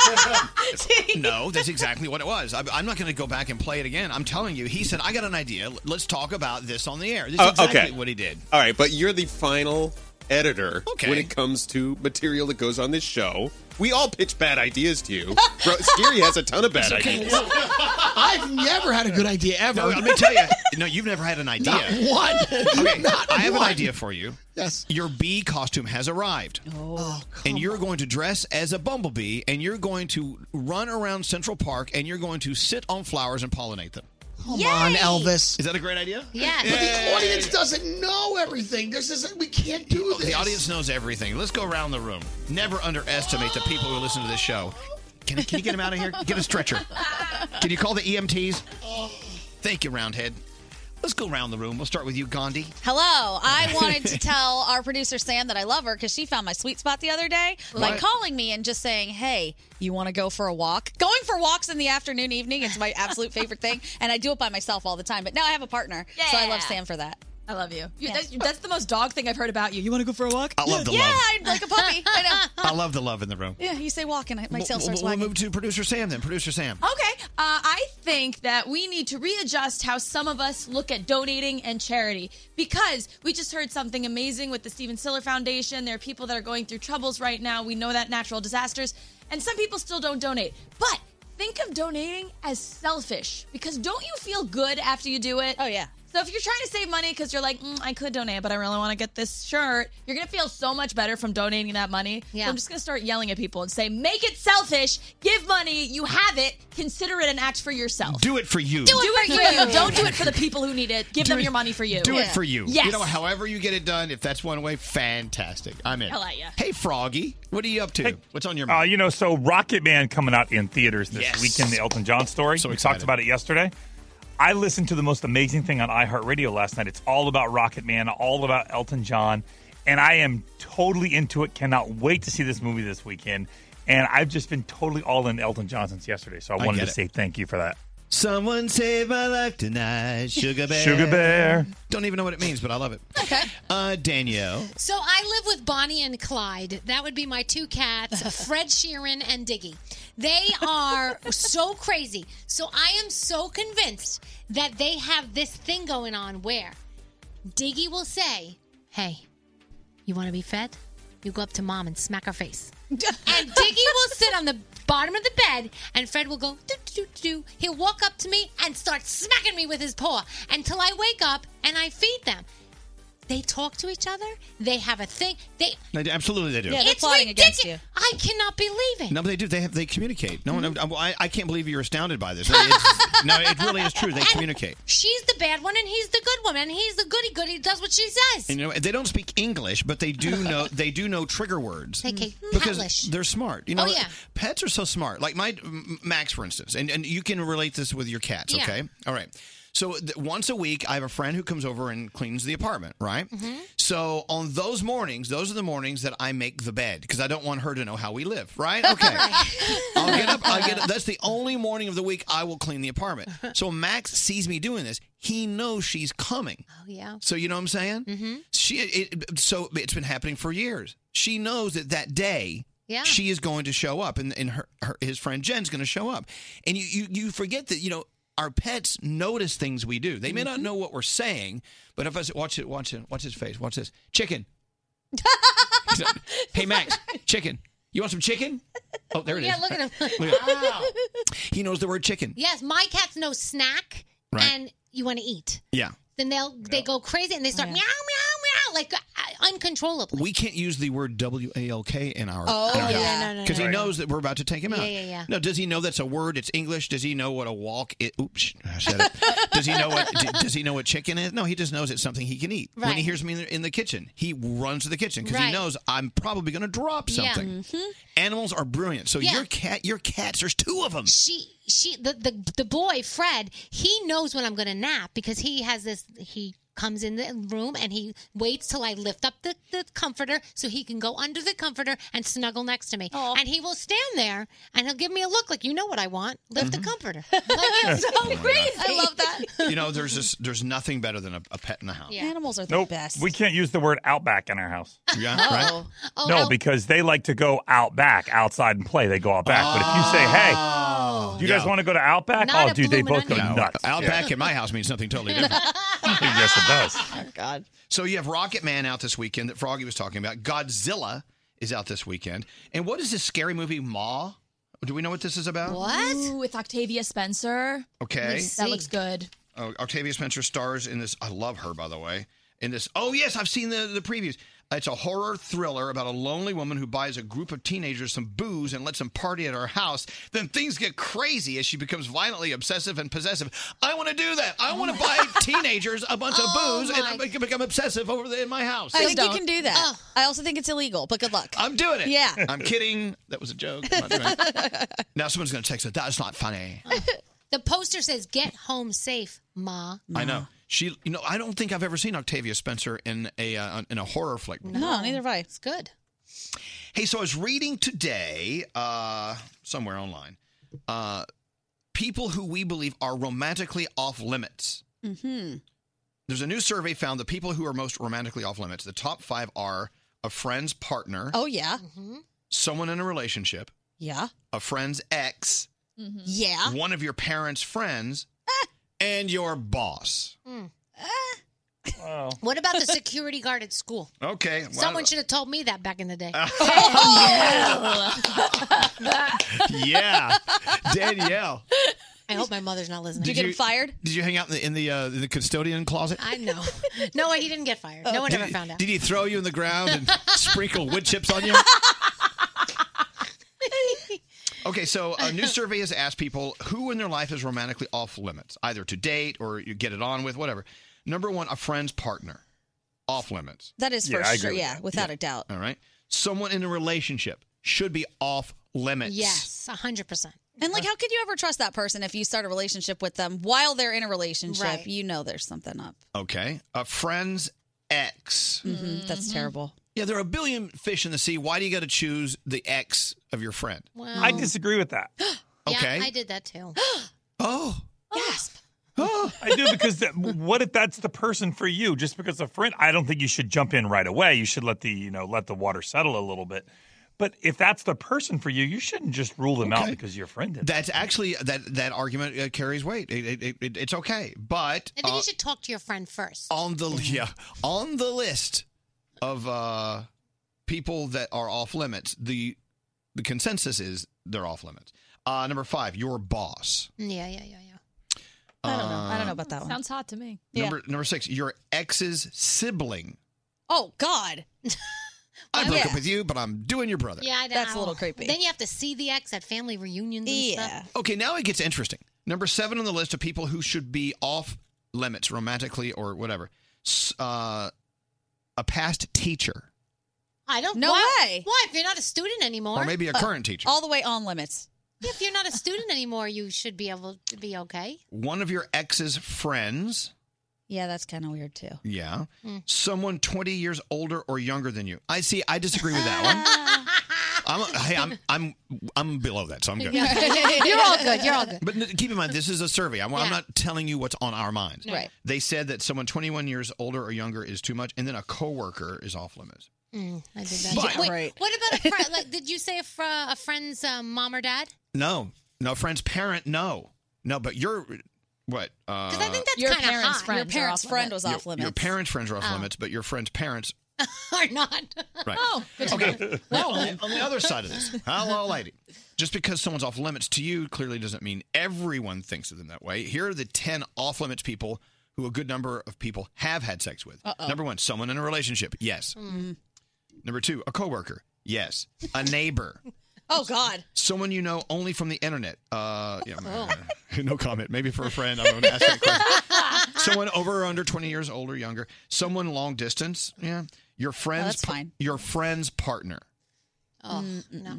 Speaker 3: it- no, that's exactly what it was. I, I'm not going to go back and play it again. I'm telling you, he said, "I got an idea. Let's talk about this on the air." This is
Speaker 6: Oh,
Speaker 3: exactly
Speaker 6: okay.
Speaker 3: what he did.
Speaker 6: All right, but you're the final editor when it comes to material that goes on this show. We all pitch bad ideas to you. Bro, Scary has a ton of bad ideas.
Speaker 17: I've never had a good idea ever.
Speaker 3: No, let me tell you. No, you've never had an idea.
Speaker 17: Not one.
Speaker 3: Okay,
Speaker 17: Not
Speaker 3: I have
Speaker 17: one.
Speaker 3: an idea for you.
Speaker 17: Yes.
Speaker 3: Your bee costume has arrived.
Speaker 17: Oh,
Speaker 3: and you're going to dress as a bumblebee and you're going to run around Central Park and you're going to sit on flowers and pollinate them.
Speaker 17: Come on, Elvis.
Speaker 3: Is that a great idea?
Speaker 17: But the audience doesn't know everything. This is we can't do this.
Speaker 3: The audience knows everything. Let's go around the room. Never underestimate the people who listen to this show. Can, can you get them out of here? Get a stretcher. Can you call the EMTs? Thank you, Roundhead. Let's go around the room. We'll start with you, Gandhi.
Speaker 7: Hello. I wanted to tell our producer Sam that I love her because she found my sweet spot the other day by
Speaker 3: What?
Speaker 7: calling me and just saying, "Hey, you want to go for a walk?" Going for walks in the afternoon, evening is my absolute favorite thing, and I do it by myself all the time. But now I have a partner, so I love
Speaker 20: Yeah.
Speaker 7: Sam for that.
Speaker 20: I love you. You- that's, that's the most dog thing I've heard about you. You want to go for a walk?
Speaker 3: I love the
Speaker 7: yeah,
Speaker 3: love.
Speaker 7: I'd like a puppy. I know.
Speaker 3: I love the love in the room.
Speaker 7: Yeah, you say walk, and I- my tail
Speaker 3: we'll,
Speaker 7: starts
Speaker 3: we'll- we'll
Speaker 7: wagging.
Speaker 3: move to producer Sam then. Producer Sam.
Speaker 20: Okay, uh, I think that we need to readjust how some of us look at donating and charity because we just heard something amazing with the Steven Stiller Foundation. There are people that are going through troubles right now. We know that natural disasters, and some people still don't donate. But think of donating as selfish because don't you feel good after you do it? Oh,
Speaker 7: yeah.
Speaker 20: So if you're trying to save money because you're like, mm, I could donate, but I really want to get this shirt, you're gonna feel so much better from donating that money. Yeah. So I'm just gonna start yelling at people and say, make it selfish, give money, you have it, consider it an act for yourself.
Speaker 3: Do it for you.
Speaker 20: Do it for you. Don't do it for the people who need it. Give them your money for you.
Speaker 3: Do it for you.
Speaker 20: Yes.
Speaker 3: You know, however you get it done, if that's one way, fantastic. I'm in.
Speaker 20: Hell, I- yeah.
Speaker 3: Hey, Froggy, what are you up to? What's on your
Speaker 19: mind? Uh, you know, so Rocket Man coming out in theaters this
Speaker 3: Yes.
Speaker 19: weekend, the Elton John story. we talked about it yesterday. I listened to the most amazing thing on iHeartRadio last night. It's all about Rocket Man, all about Elton John, and I am totally into it. Cannot wait to see this movie this weekend. And I've just been totally all in Elton John since yesterday, so I
Speaker 3: I
Speaker 19: wanted
Speaker 3: get
Speaker 19: to
Speaker 3: it.
Speaker 19: say thank you for that.
Speaker 3: Someone save my life tonight, Sugar Bear.
Speaker 19: Sugar Bear.
Speaker 3: Don't even know what it means, but I love it. Okay. Uh, Danielle.
Speaker 8: So I live with Bonnie and Clyde. That would be my two cats, Fred Sheeran and Diggy. They are so crazy. So I am so convinced that they have this thing going on where Diggy will say, Hey, you want to be fed? You go up to mom and smack her face. and Diggy will sit on the bottom of the bed, and Fred will go, doo, doo, doo, doo. He'll walk up to me and start smacking me with his paw until I wake up and I feed them. They talk to each other. They have a thing. They
Speaker 3: No, they- absolutely, they do.
Speaker 8: it's ridiculous. I cannot believe it.
Speaker 3: No, but they do. They have. They communicate. No, one.
Speaker 8: Mm-hmm.
Speaker 3: I, I can't believe you're astounded by this. It's, no, it really is true. They communicate.
Speaker 8: She's the bad one, and he's the good one, and he's the goody goody. Does what she says.
Speaker 3: And you know, they don't speak English, but they do know. They do know trigger words.
Speaker 8: They can
Speaker 3: because
Speaker 8: English.
Speaker 3: they're smart. You know,
Speaker 8: Oh, yeah.
Speaker 3: pets are so smart. Like my M- Max, for instance, and, and you can relate this with your cats.
Speaker 8: Yeah.
Speaker 3: Okay, all right. So th- once a week, I have a friend who comes over and cleans the apartment. Right.
Speaker 8: Mm-hmm.
Speaker 31: Mhm.
Speaker 3: Mm-hmm. So on those mornings, those are the mornings that I make the bed because I don't want her to know how we live. Right. Okay. I'll get up. I get up. That's the only morning of the week I will clean the apartment. So Max sees me doing this. He knows she's coming.
Speaker 8: Oh yeah.
Speaker 3: So you know what I'm saying? Mm-hmm. She it, it- so it's been happening for years. She knows that that day
Speaker 8: Yeah.
Speaker 3: she is going to show up, and and her, her his friend Jen's going to show up, and you you you forget that you know. Our pets notice things we do. They may
Speaker 8: Mm-hmm.
Speaker 3: not know what we're saying, but if I say, watch it, watch it, watch his face, watch this. Chicken. hey, Max, chicken. You want some chicken? Oh, there it is.
Speaker 8: yeah, look at him. Ah.
Speaker 3: Look at it. He knows the word chicken.
Speaker 8: yes, my cats know snack
Speaker 3: Right.
Speaker 8: and you want to eat.
Speaker 3: Yeah.
Speaker 8: Then they'll they go crazy and they start meow meow meow like uh, uncontrollable.
Speaker 3: We can't use the word W A L K in our
Speaker 8: Oh,
Speaker 3: in
Speaker 8: yeah.
Speaker 3: our house.
Speaker 8: Yeah, no, no, no,
Speaker 3: he
Speaker 8: no.
Speaker 3: knows that we're about to take him
Speaker 8: Yeah,
Speaker 3: out.
Speaker 8: yeah, yeah.
Speaker 3: No, does he know that's a word? It's English. Does he know what a walk? Is? Oops, I said it. does he know what? d- Does he know what chicken is? No, he just knows it's something he can eat. When he
Speaker 8: Right.
Speaker 3: hears me in the, in the kitchen, he runs to the kitchen because he
Speaker 8: Right.
Speaker 3: knows I'm probably going to drop something. Hmm.
Speaker 8: Yeah. Mhm.
Speaker 3: Animals are brilliant. So
Speaker 8: Yeah.
Speaker 3: your cat, your cats, there's two of them.
Speaker 8: She she the, the the boy Fred he knows when I'm gonna nap because he has this he comes in the room and he waits till I lift up the, the comforter so he can go under the comforter and snuggle next to me and he will stand there and he'll give me a look like you know what I want lift
Speaker 3: Mm-hmm.
Speaker 8: the comforter like it's so crazy I love that
Speaker 3: you know, there's this, there's nothing better than a, a pet in the house.
Speaker 7: Animals are the
Speaker 19: Nope,
Speaker 7: best.
Speaker 19: we can't use the word outback in our house.
Speaker 3: Yeah,
Speaker 7: Oh.
Speaker 3: right?
Speaker 7: Oh,
Speaker 19: no,
Speaker 7: out-
Speaker 19: because they like to go out back, outside and play. They go out back. But if you say, "Hey,
Speaker 6: Oh.
Speaker 19: Do you guys
Speaker 3: Yeah.
Speaker 19: want to go to Outback?
Speaker 3: Not
Speaker 19: oh,
Speaker 3: a
Speaker 19: dude, they
Speaker 3: bloomin'
Speaker 19: both go
Speaker 3: onion.
Speaker 19: nuts.
Speaker 3: No, Outback in my house means something totally different.
Speaker 19: yes, it does.
Speaker 3: Oh, God. So you have Rocket Man out this weekend that Froggy was talking about. Godzilla is out this weekend. And what is this scary movie, Ma? Do we know what this is about?
Speaker 20: Ooh, with Octavia Spencer.
Speaker 3: Okay.
Speaker 20: That looks good.
Speaker 3: Oh, Octavia Spencer stars in this. I love her, by the way. In this. Oh, yes, I've seen the, the previews. It's a horror thriller about a lonely woman who buys a group of teenagers some booze and lets them party at her house. Then things get crazy as she becomes violently obsessive and possessive. I want to do that. I want to buy teenagers a bunch
Speaker 7: Oh,
Speaker 3: of booze
Speaker 7: my-
Speaker 3: and I become obsessive over the, in my house.
Speaker 7: I think you can do that. I also think it's illegal, but good luck.
Speaker 3: I'm doing it.
Speaker 7: Yeah.
Speaker 3: I'm kidding. That was a joke. I'm not doing it. now someone's going to text it. That's not funny.
Speaker 8: The poster says "Get home safe, Ma."
Speaker 3: I know. She, you know, I don't think I've ever seen Octavia Spencer in a uh, in a horror flick. before.
Speaker 7: neither have I.
Speaker 8: It's good.
Speaker 3: Hey, so I was reading today uh, somewhere online uh, people who we believe are romantically off limits.
Speaker 7: Mm-hmm.
Speaker 3: There's a new survey found the people who are most romantically off limits. The top five are a friend's partner,
Speaker 7: Oh yeah.
Speaker 3: Mm-hmm. someone in a relationship,
Speaker 7: Yeah.
Speaker 3: a friend's ex,
Speaker 7: Yeah.
Speaker 3: one of your parents' friends,
Speaker 8: Ah.
Speaker 3: and your boss.
Speaker 8: Mm. What about the security guard at school?
Speaker 3: Okay. well,
Speaker 8: Someone should have told me that back in the day.
Speaker 7: Oh,
Speaker 3: yeah, Danielle.
Speaker 8: I hope my mother's not listening.
Speaker 3: Did Did you hang out in the in the, uh, the custodian closet?
Speaker 8: I know. No, he didn't get fired. No one
Speaker 3: Oh, did,
Speaker 8: ever found out.
Speaker 3: Did he throw you in the ground and sprinkle wood chips on you? Okay, so a new survey has asked people who in their life is romantically off limits, either to date or you get it on with, whatever. Number one, a friend's partner, off limits.
Speaker 7: That is
Speaker 3: Yeah,
Speaker 7: for
Speaker 3: I agree
Speaker 7: sure.
Speaker 3: with
Speaker 7: Yeah,
Speaker 3: that.
Speaker 7: without a doubt.
Speaker 3: All right. Someone in a relationship should be off limits.
Speaker 7: Yes, hundred percent. And like, how could you ever trust that person if you start a relationship with them while they're in a relationship?
Speaker 3: Right.
Speaker 7: You know, there's something up.
Speaker 3: Okay. A friend's ex.
Speaker 7: Mhm, that's Mhm.
Speaker 8: Mm-hmm.
Speaker 7: terrible.
Speaker 3: Yeah, there are a billion fish in the sea. Why do you got to choose the ex of your friend?
Speaker 8: Well- I
Speaker 3: disagree with that. okay.
Speaker 8: Yeah, I did that too.
Speaker 3: oh.
Speaker 8: Gasp.
Speaker 19: Oh. I do because that, what if that's the person for you? Just because a friend, I don't think you should jump in right away. You should let the you know let the water settle a little bit. But if that's the person for you, you shouldn't just rule them out
Speaker 3: Okay.
Speaker 19: because your friend did.
Speaker 3: That's actually that that argument uh, carries weight. It, it, it- it, it's okay, but
Speaker 8: I think
Speaker 3: uh,
Speaker 8: you should talk to your friend first.
Speaker 3: on the yeah on the list of uh, people that are off limits, the the consensus is they're off limits. Uh, number five, your boss.
Speaker 8: Mm,
Speaker 3: Uh,
Speaker 8: Yeah, yeah, yeah.
Speaker 3: I don't know.
Speaker 7: I don't know about that one.
Speaker 20: Sounds hot to me.
Speaker 3: Number number six, your ex's sibling.
Speaker 7: Oh God.
Speaker 3: I
Speaker 7: Why
Speaker 3: broke
Speaker 7: would-
Speaker 3: up with you, but I'm doing your brother.
Speaker 8: Yeah, I know.
Speaker 7: That's a little creepy.
Speaker 8: Then you have to see the ex at family reunions and stuff.
Speaker 3: Okay, now it gets interesting. Number seven on the list of people who should be off limits romantically or whatever. S- Uh, a past teacher.
Speaker 8: I don't.
Speaker 7: No
Speaker 8: why,
Speaker 7: way.
Speaker 8: Why? If you're not a student anymore,
Speaker 3: Or maybe a Uh, current teacher.
Speaker 7: All the way on limits.
Speaker 8: Yeah, if you're not a student anymore, you should be able to be okay.
Speaker 3: One of your ex's friends.
Speaker 7: Yeah, that's kind of weird too.
Speaker 3: Yeah.
Speaker 8: Hmm.
Speaker 7: Mm.
Speaker 3: Someone 20 years older or younger than you. I see. I disagree with that one. I'm, hey, I'm, I'm, I'm below that, so I'm good.
Speaker 8: Yeah. You're all good, you're all good.
Speaker 3: But n- keep in mind, this is a survey. I'm, I'm
Speaker 8: Yeah.
Speaker 3: not telling you what's on our minds.
Speaker 8: Right.
Speaker 3: They said that someone 21 years older or younger is too much, and then a coworker is off limits.
Speaker 8: Mm, I did that.
Speaker 3: But-
Speaker 8: Wait,
Speaker 3: Right.
Speaker 8: what about a friend? Like, did you say a, fr- a friend's uh, mom or dad?
Speaker 3: No, no friend's parent. No, no. But your what? Because
Speaker 8: I think that's
Speaker 7: Your
Speaker 8: kind of
Speaker 7: parents'
Speaker 8: hot.
Speaker 7: friends Your are parents' off friend limits. was off
Speaker 3: Your parents' friends are off
Speaker 8: Oh.
Speaker 3: limits, but your friend's parents
Speaker 8: or not.
Speaker 3: Right.
Speaker 8: Oh, good to know.
Speaker 3: Okay. Now, on the, on the other side of this, hello, lady. Just because someone's off limits to you clearly doesn't mean everyone thinks of them that way. Here are the 10 off limits people who a good number of people have had sex with.
Speaker 7: Uh-oh. Mm.
Speaker 3: Number one, someone in a relationship. Yes. Number two, a coworker. Yes. A neighbor.
Speaker 7: Oh God. Oh.
Speaker 3: someone you know only from the internet. Uh, yeah, No comment. Maybe for a friend. I don't know. Ask that question. Someone over or under 20 years old or younger. Someone long distance. Yeah. Your friend's
Speaker 7: Oh, that's
Speaker 3: pa-
Speaker 7: fine.
Speaker 3: Your friend's partner.
Speaker 8: Oh,
Speaker 24: Mm,
Speaker 8: no.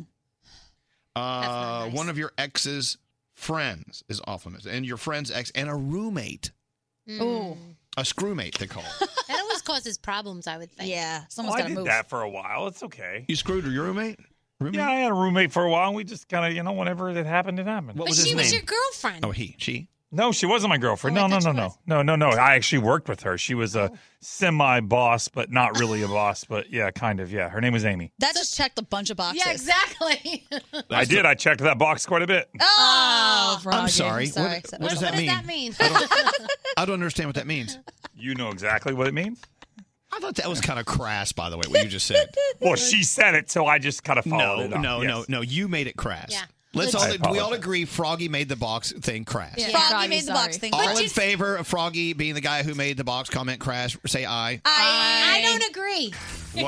Speaker 3: Uh, One of your ex's friends is off limits, and your friend's ex, and a roommate,
Speaker 8: Oh.
Speaker 3: a screwmate, they call. it.
Speaker 8: That always causes problems, I would think.
Speaker 7: Yeah.
Speaker 19: Oh, I did that for a while. It's okay.
Speaker 3: You screwed your roommate. Roommate?
Speaker 19: Yeah, I had a roommate for a while. and We just kind of you know whenever it happened, it happened. Oh,
Speaker 8: but she was your girlfriend.
Speaker 3: Oh, he, she.
Speaker 19: No, she wasn't my
Speaker 3: Oh,
Speaker 19: girlfriend. no, no, no, no, no, no, no. I actually worked with her. She was a semi boss, but not really a boss, but yeah, kind of. Yeah, her name was Amy.
Speaker 7: That just checked a bunch of boxes.
Speaker 8: Yeah, exactly.
Speaker 19: I did. I checked that box quite a bit.
Speaker 7: oh,
Speaker 3: I'm sorry. What, what does that mean? I don't understand what that means.
Speaker 19: You know exactly what it means.
Speaker 3: I thought that was kind of crass, by the way, what you just said.
Speaker 19: Well, she said it, so I just kind of followed
Speaker 3: no,
Speaker 19: it. up.
Speaker 3: no,
Speaker 19: Yes.
Speaker 3: no, no. You made it crass.
Speaker 19: Yeah.
Speaker 3: Let's
Speaker 19: I
Speaker 3: all we all
Speaker 19: apologize.
Speaker 3: agree Froggy made the box thing crass.
Speaker 7: Yeah, Froggy Froggy, made the box sorry. thing
Speaker 3: All
Speaker 7: crass.
Speaker 3: in favor of Froggy being the guy who made the box comment crash? Say aye.
Speaker 8: I, I don't agree.
Speaker 3: What?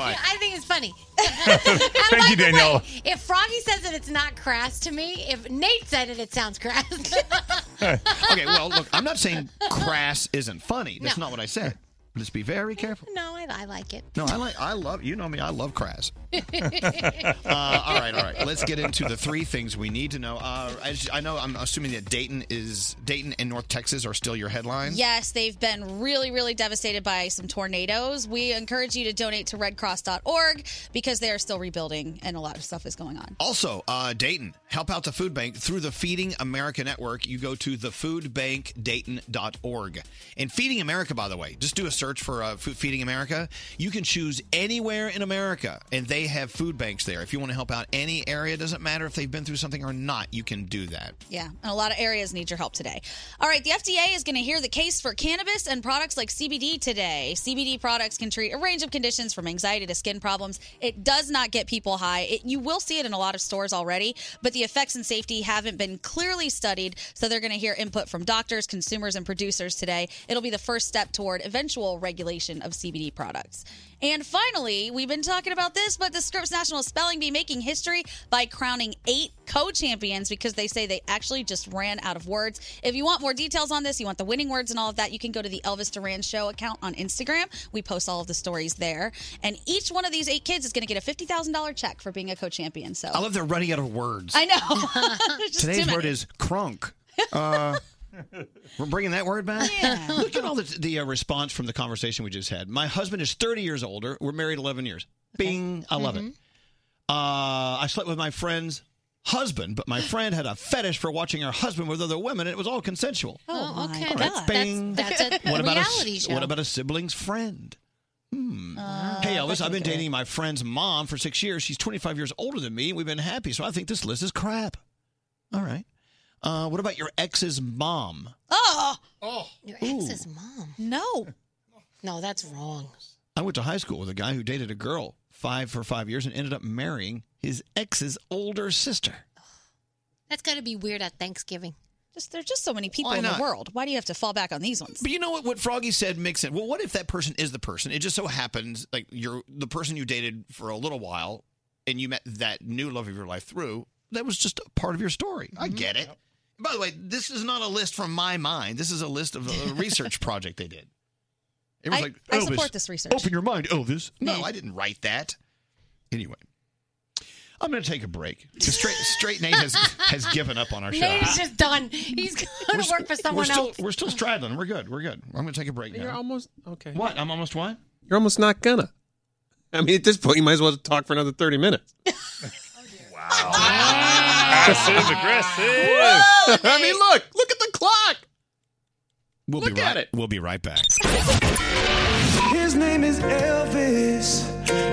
Speaker 8: I think it's funny.
Speaker 3: Thank you, Danielle.
Speaker 8: If Froggy says it, it's not crass to me. If Nate said it, it sounds crass.
Speaker 3: okay, well, look, I'm not saying crass isn't funny. That's
Speaker 8: No.
Speaker 3: not what I said. Just be very careful.
Speaker 8: no, I, I like it.
Speaker 3: No, I like, I love, you know me, I love crass. uh, all right, all right. Let's get into the three things we need to know. Uh, as, I know, I'm assuming that Dayton is Dayton and North Texas are still your headlines.
Speaker 7: Yes, they've been really, really devastated by some tornadoes. We encourage you to donate to redcross.org because they are still rebuilding and a lot of stuff is going on.
Speaker 3: Also, uh, Dayton, help out the food bank through the Feeding America Network. You go to thefoodbankdayton.org. And Feeding America, by the way, just do a search for uh, Food Feeding America. You can choose anywhere in America, and they have food banks there. If you want to help out any area, it doesn't matter if they've been through something or not, you can do that.
Speaker 7: Yeah, and a lot of areas need your help today. All right, the FDA is going to hear the case for cannabis and products like CBD today. CBD products can treat a range of conditions from anxiety to skin problems. It does not get people high. It, you will see it in a lot of stores already, but the effects and safety haven't been clearly studied, so they're going to hear input from doctors, consumers, and producers today. It'll be the first step toward eventual regulation of CBD products. And finally, we've been talking about this, but the Scripps National Spelling Bee making history by crowning eight co champions because they say they actually just ran out of words. If you want more details on this, you want the winning words and all of that, you can go to the Elvis Duran Show account on Instagram. We post all of the stories there. And each one of these eight kids is going to get a $50,000 check for being a co champion. So
Speaker 3: I love they're running out of words.
Speaker 7: I know. There's just too
Speaker 3: Today's
Speaker 7: many.
Speaker 3: word is crunk. Uh, we're bringing that word back. Look at all the, the uh, response from the conversation we just had. My husband is 30 years older. We're married 11 years. Bing. I love it.
Speaker 8: Mm-hmm.
Speaker 3: Uh, I slept with my friend's husband, but my friend had a fetish for watching her husband with other women, and it was all consensual.
Speaker 8: Oh, okay.
Speaker 3: All right,
Speaker 8: That's,
Speaker 3: bing.
Speaker 8: that's, that's a
Speaker 3: what about
Speaker 8: reality
Speaker 3: a,
Speaker 8: show. Oh.
Speaker 3: What about a sibling's friend? Hmm. hey, Elvis, I've been dating my friend's mom for six years. She's 25 years older than me, and we've been happy, so I think this list is crap. All right. Uh, what about your ex's mom?
Speaker 7: Oh.
Speaker 8: oh. Your ex's mom.
Speaker 7: No.
Speaker 8: No, that's wrong.
Speaker 3: I went to high school with a guy who dated a girl five for five years and ended up marrying his ex's older sister.
Speaker 8: That's got to be weird at Thanksgiving.
Speaker 7: Just There's just so many people
Speaker 3: Why
Speaker 7: in the
Speaker 3: not?
Speaker 7: world. Why do you have to fall back on these ones?
Speaker 3: But you know what? What Froggy said makes sense. Well, what if that person is the person? It just so happens, like you're the person you dated for a little while, and you met that new love of your life through. That was just a part of your story. I get it. By the way, this is not a list from my mind. This is a list of a research project they did. It was
Speaker 7: I-
Speaker 3: like
Speaker 7: I
Speaker 3: Elvis,
Speaker 7: support this research.
Speaker 3: Open your mind, Elvis. No, I didn't write that. Anyway, I'm going to take a break. The Straight, straight Nate has has given up on our show.
Speaker 8: Nate is just done. He's going to work for
Speaker 3: we're
Speaker 8: someone
Speaker 3: still,
Speaker 8: else.
Speaker 3: We're still straddling. We're good. We're good. I'm going to take a break now.
Speaker 8: You're
Speaker 3: almost okay. What? I'm almost what?
Speaker 6: You're almost not gonna. I mean, at this point, you might as well talk for another 30 minutes.
Speaker 19: Passive aggressive.
Speaker 6: I mean, look, look at the clock.
Speaker 3: We'll
Speaker 6: look
Speaker 3: be
Speaker 6: at
Speaker 3: right,
Speaker 6: it.
Speaker 3: We'll be right back.
Speaker 2: His name is Elvis,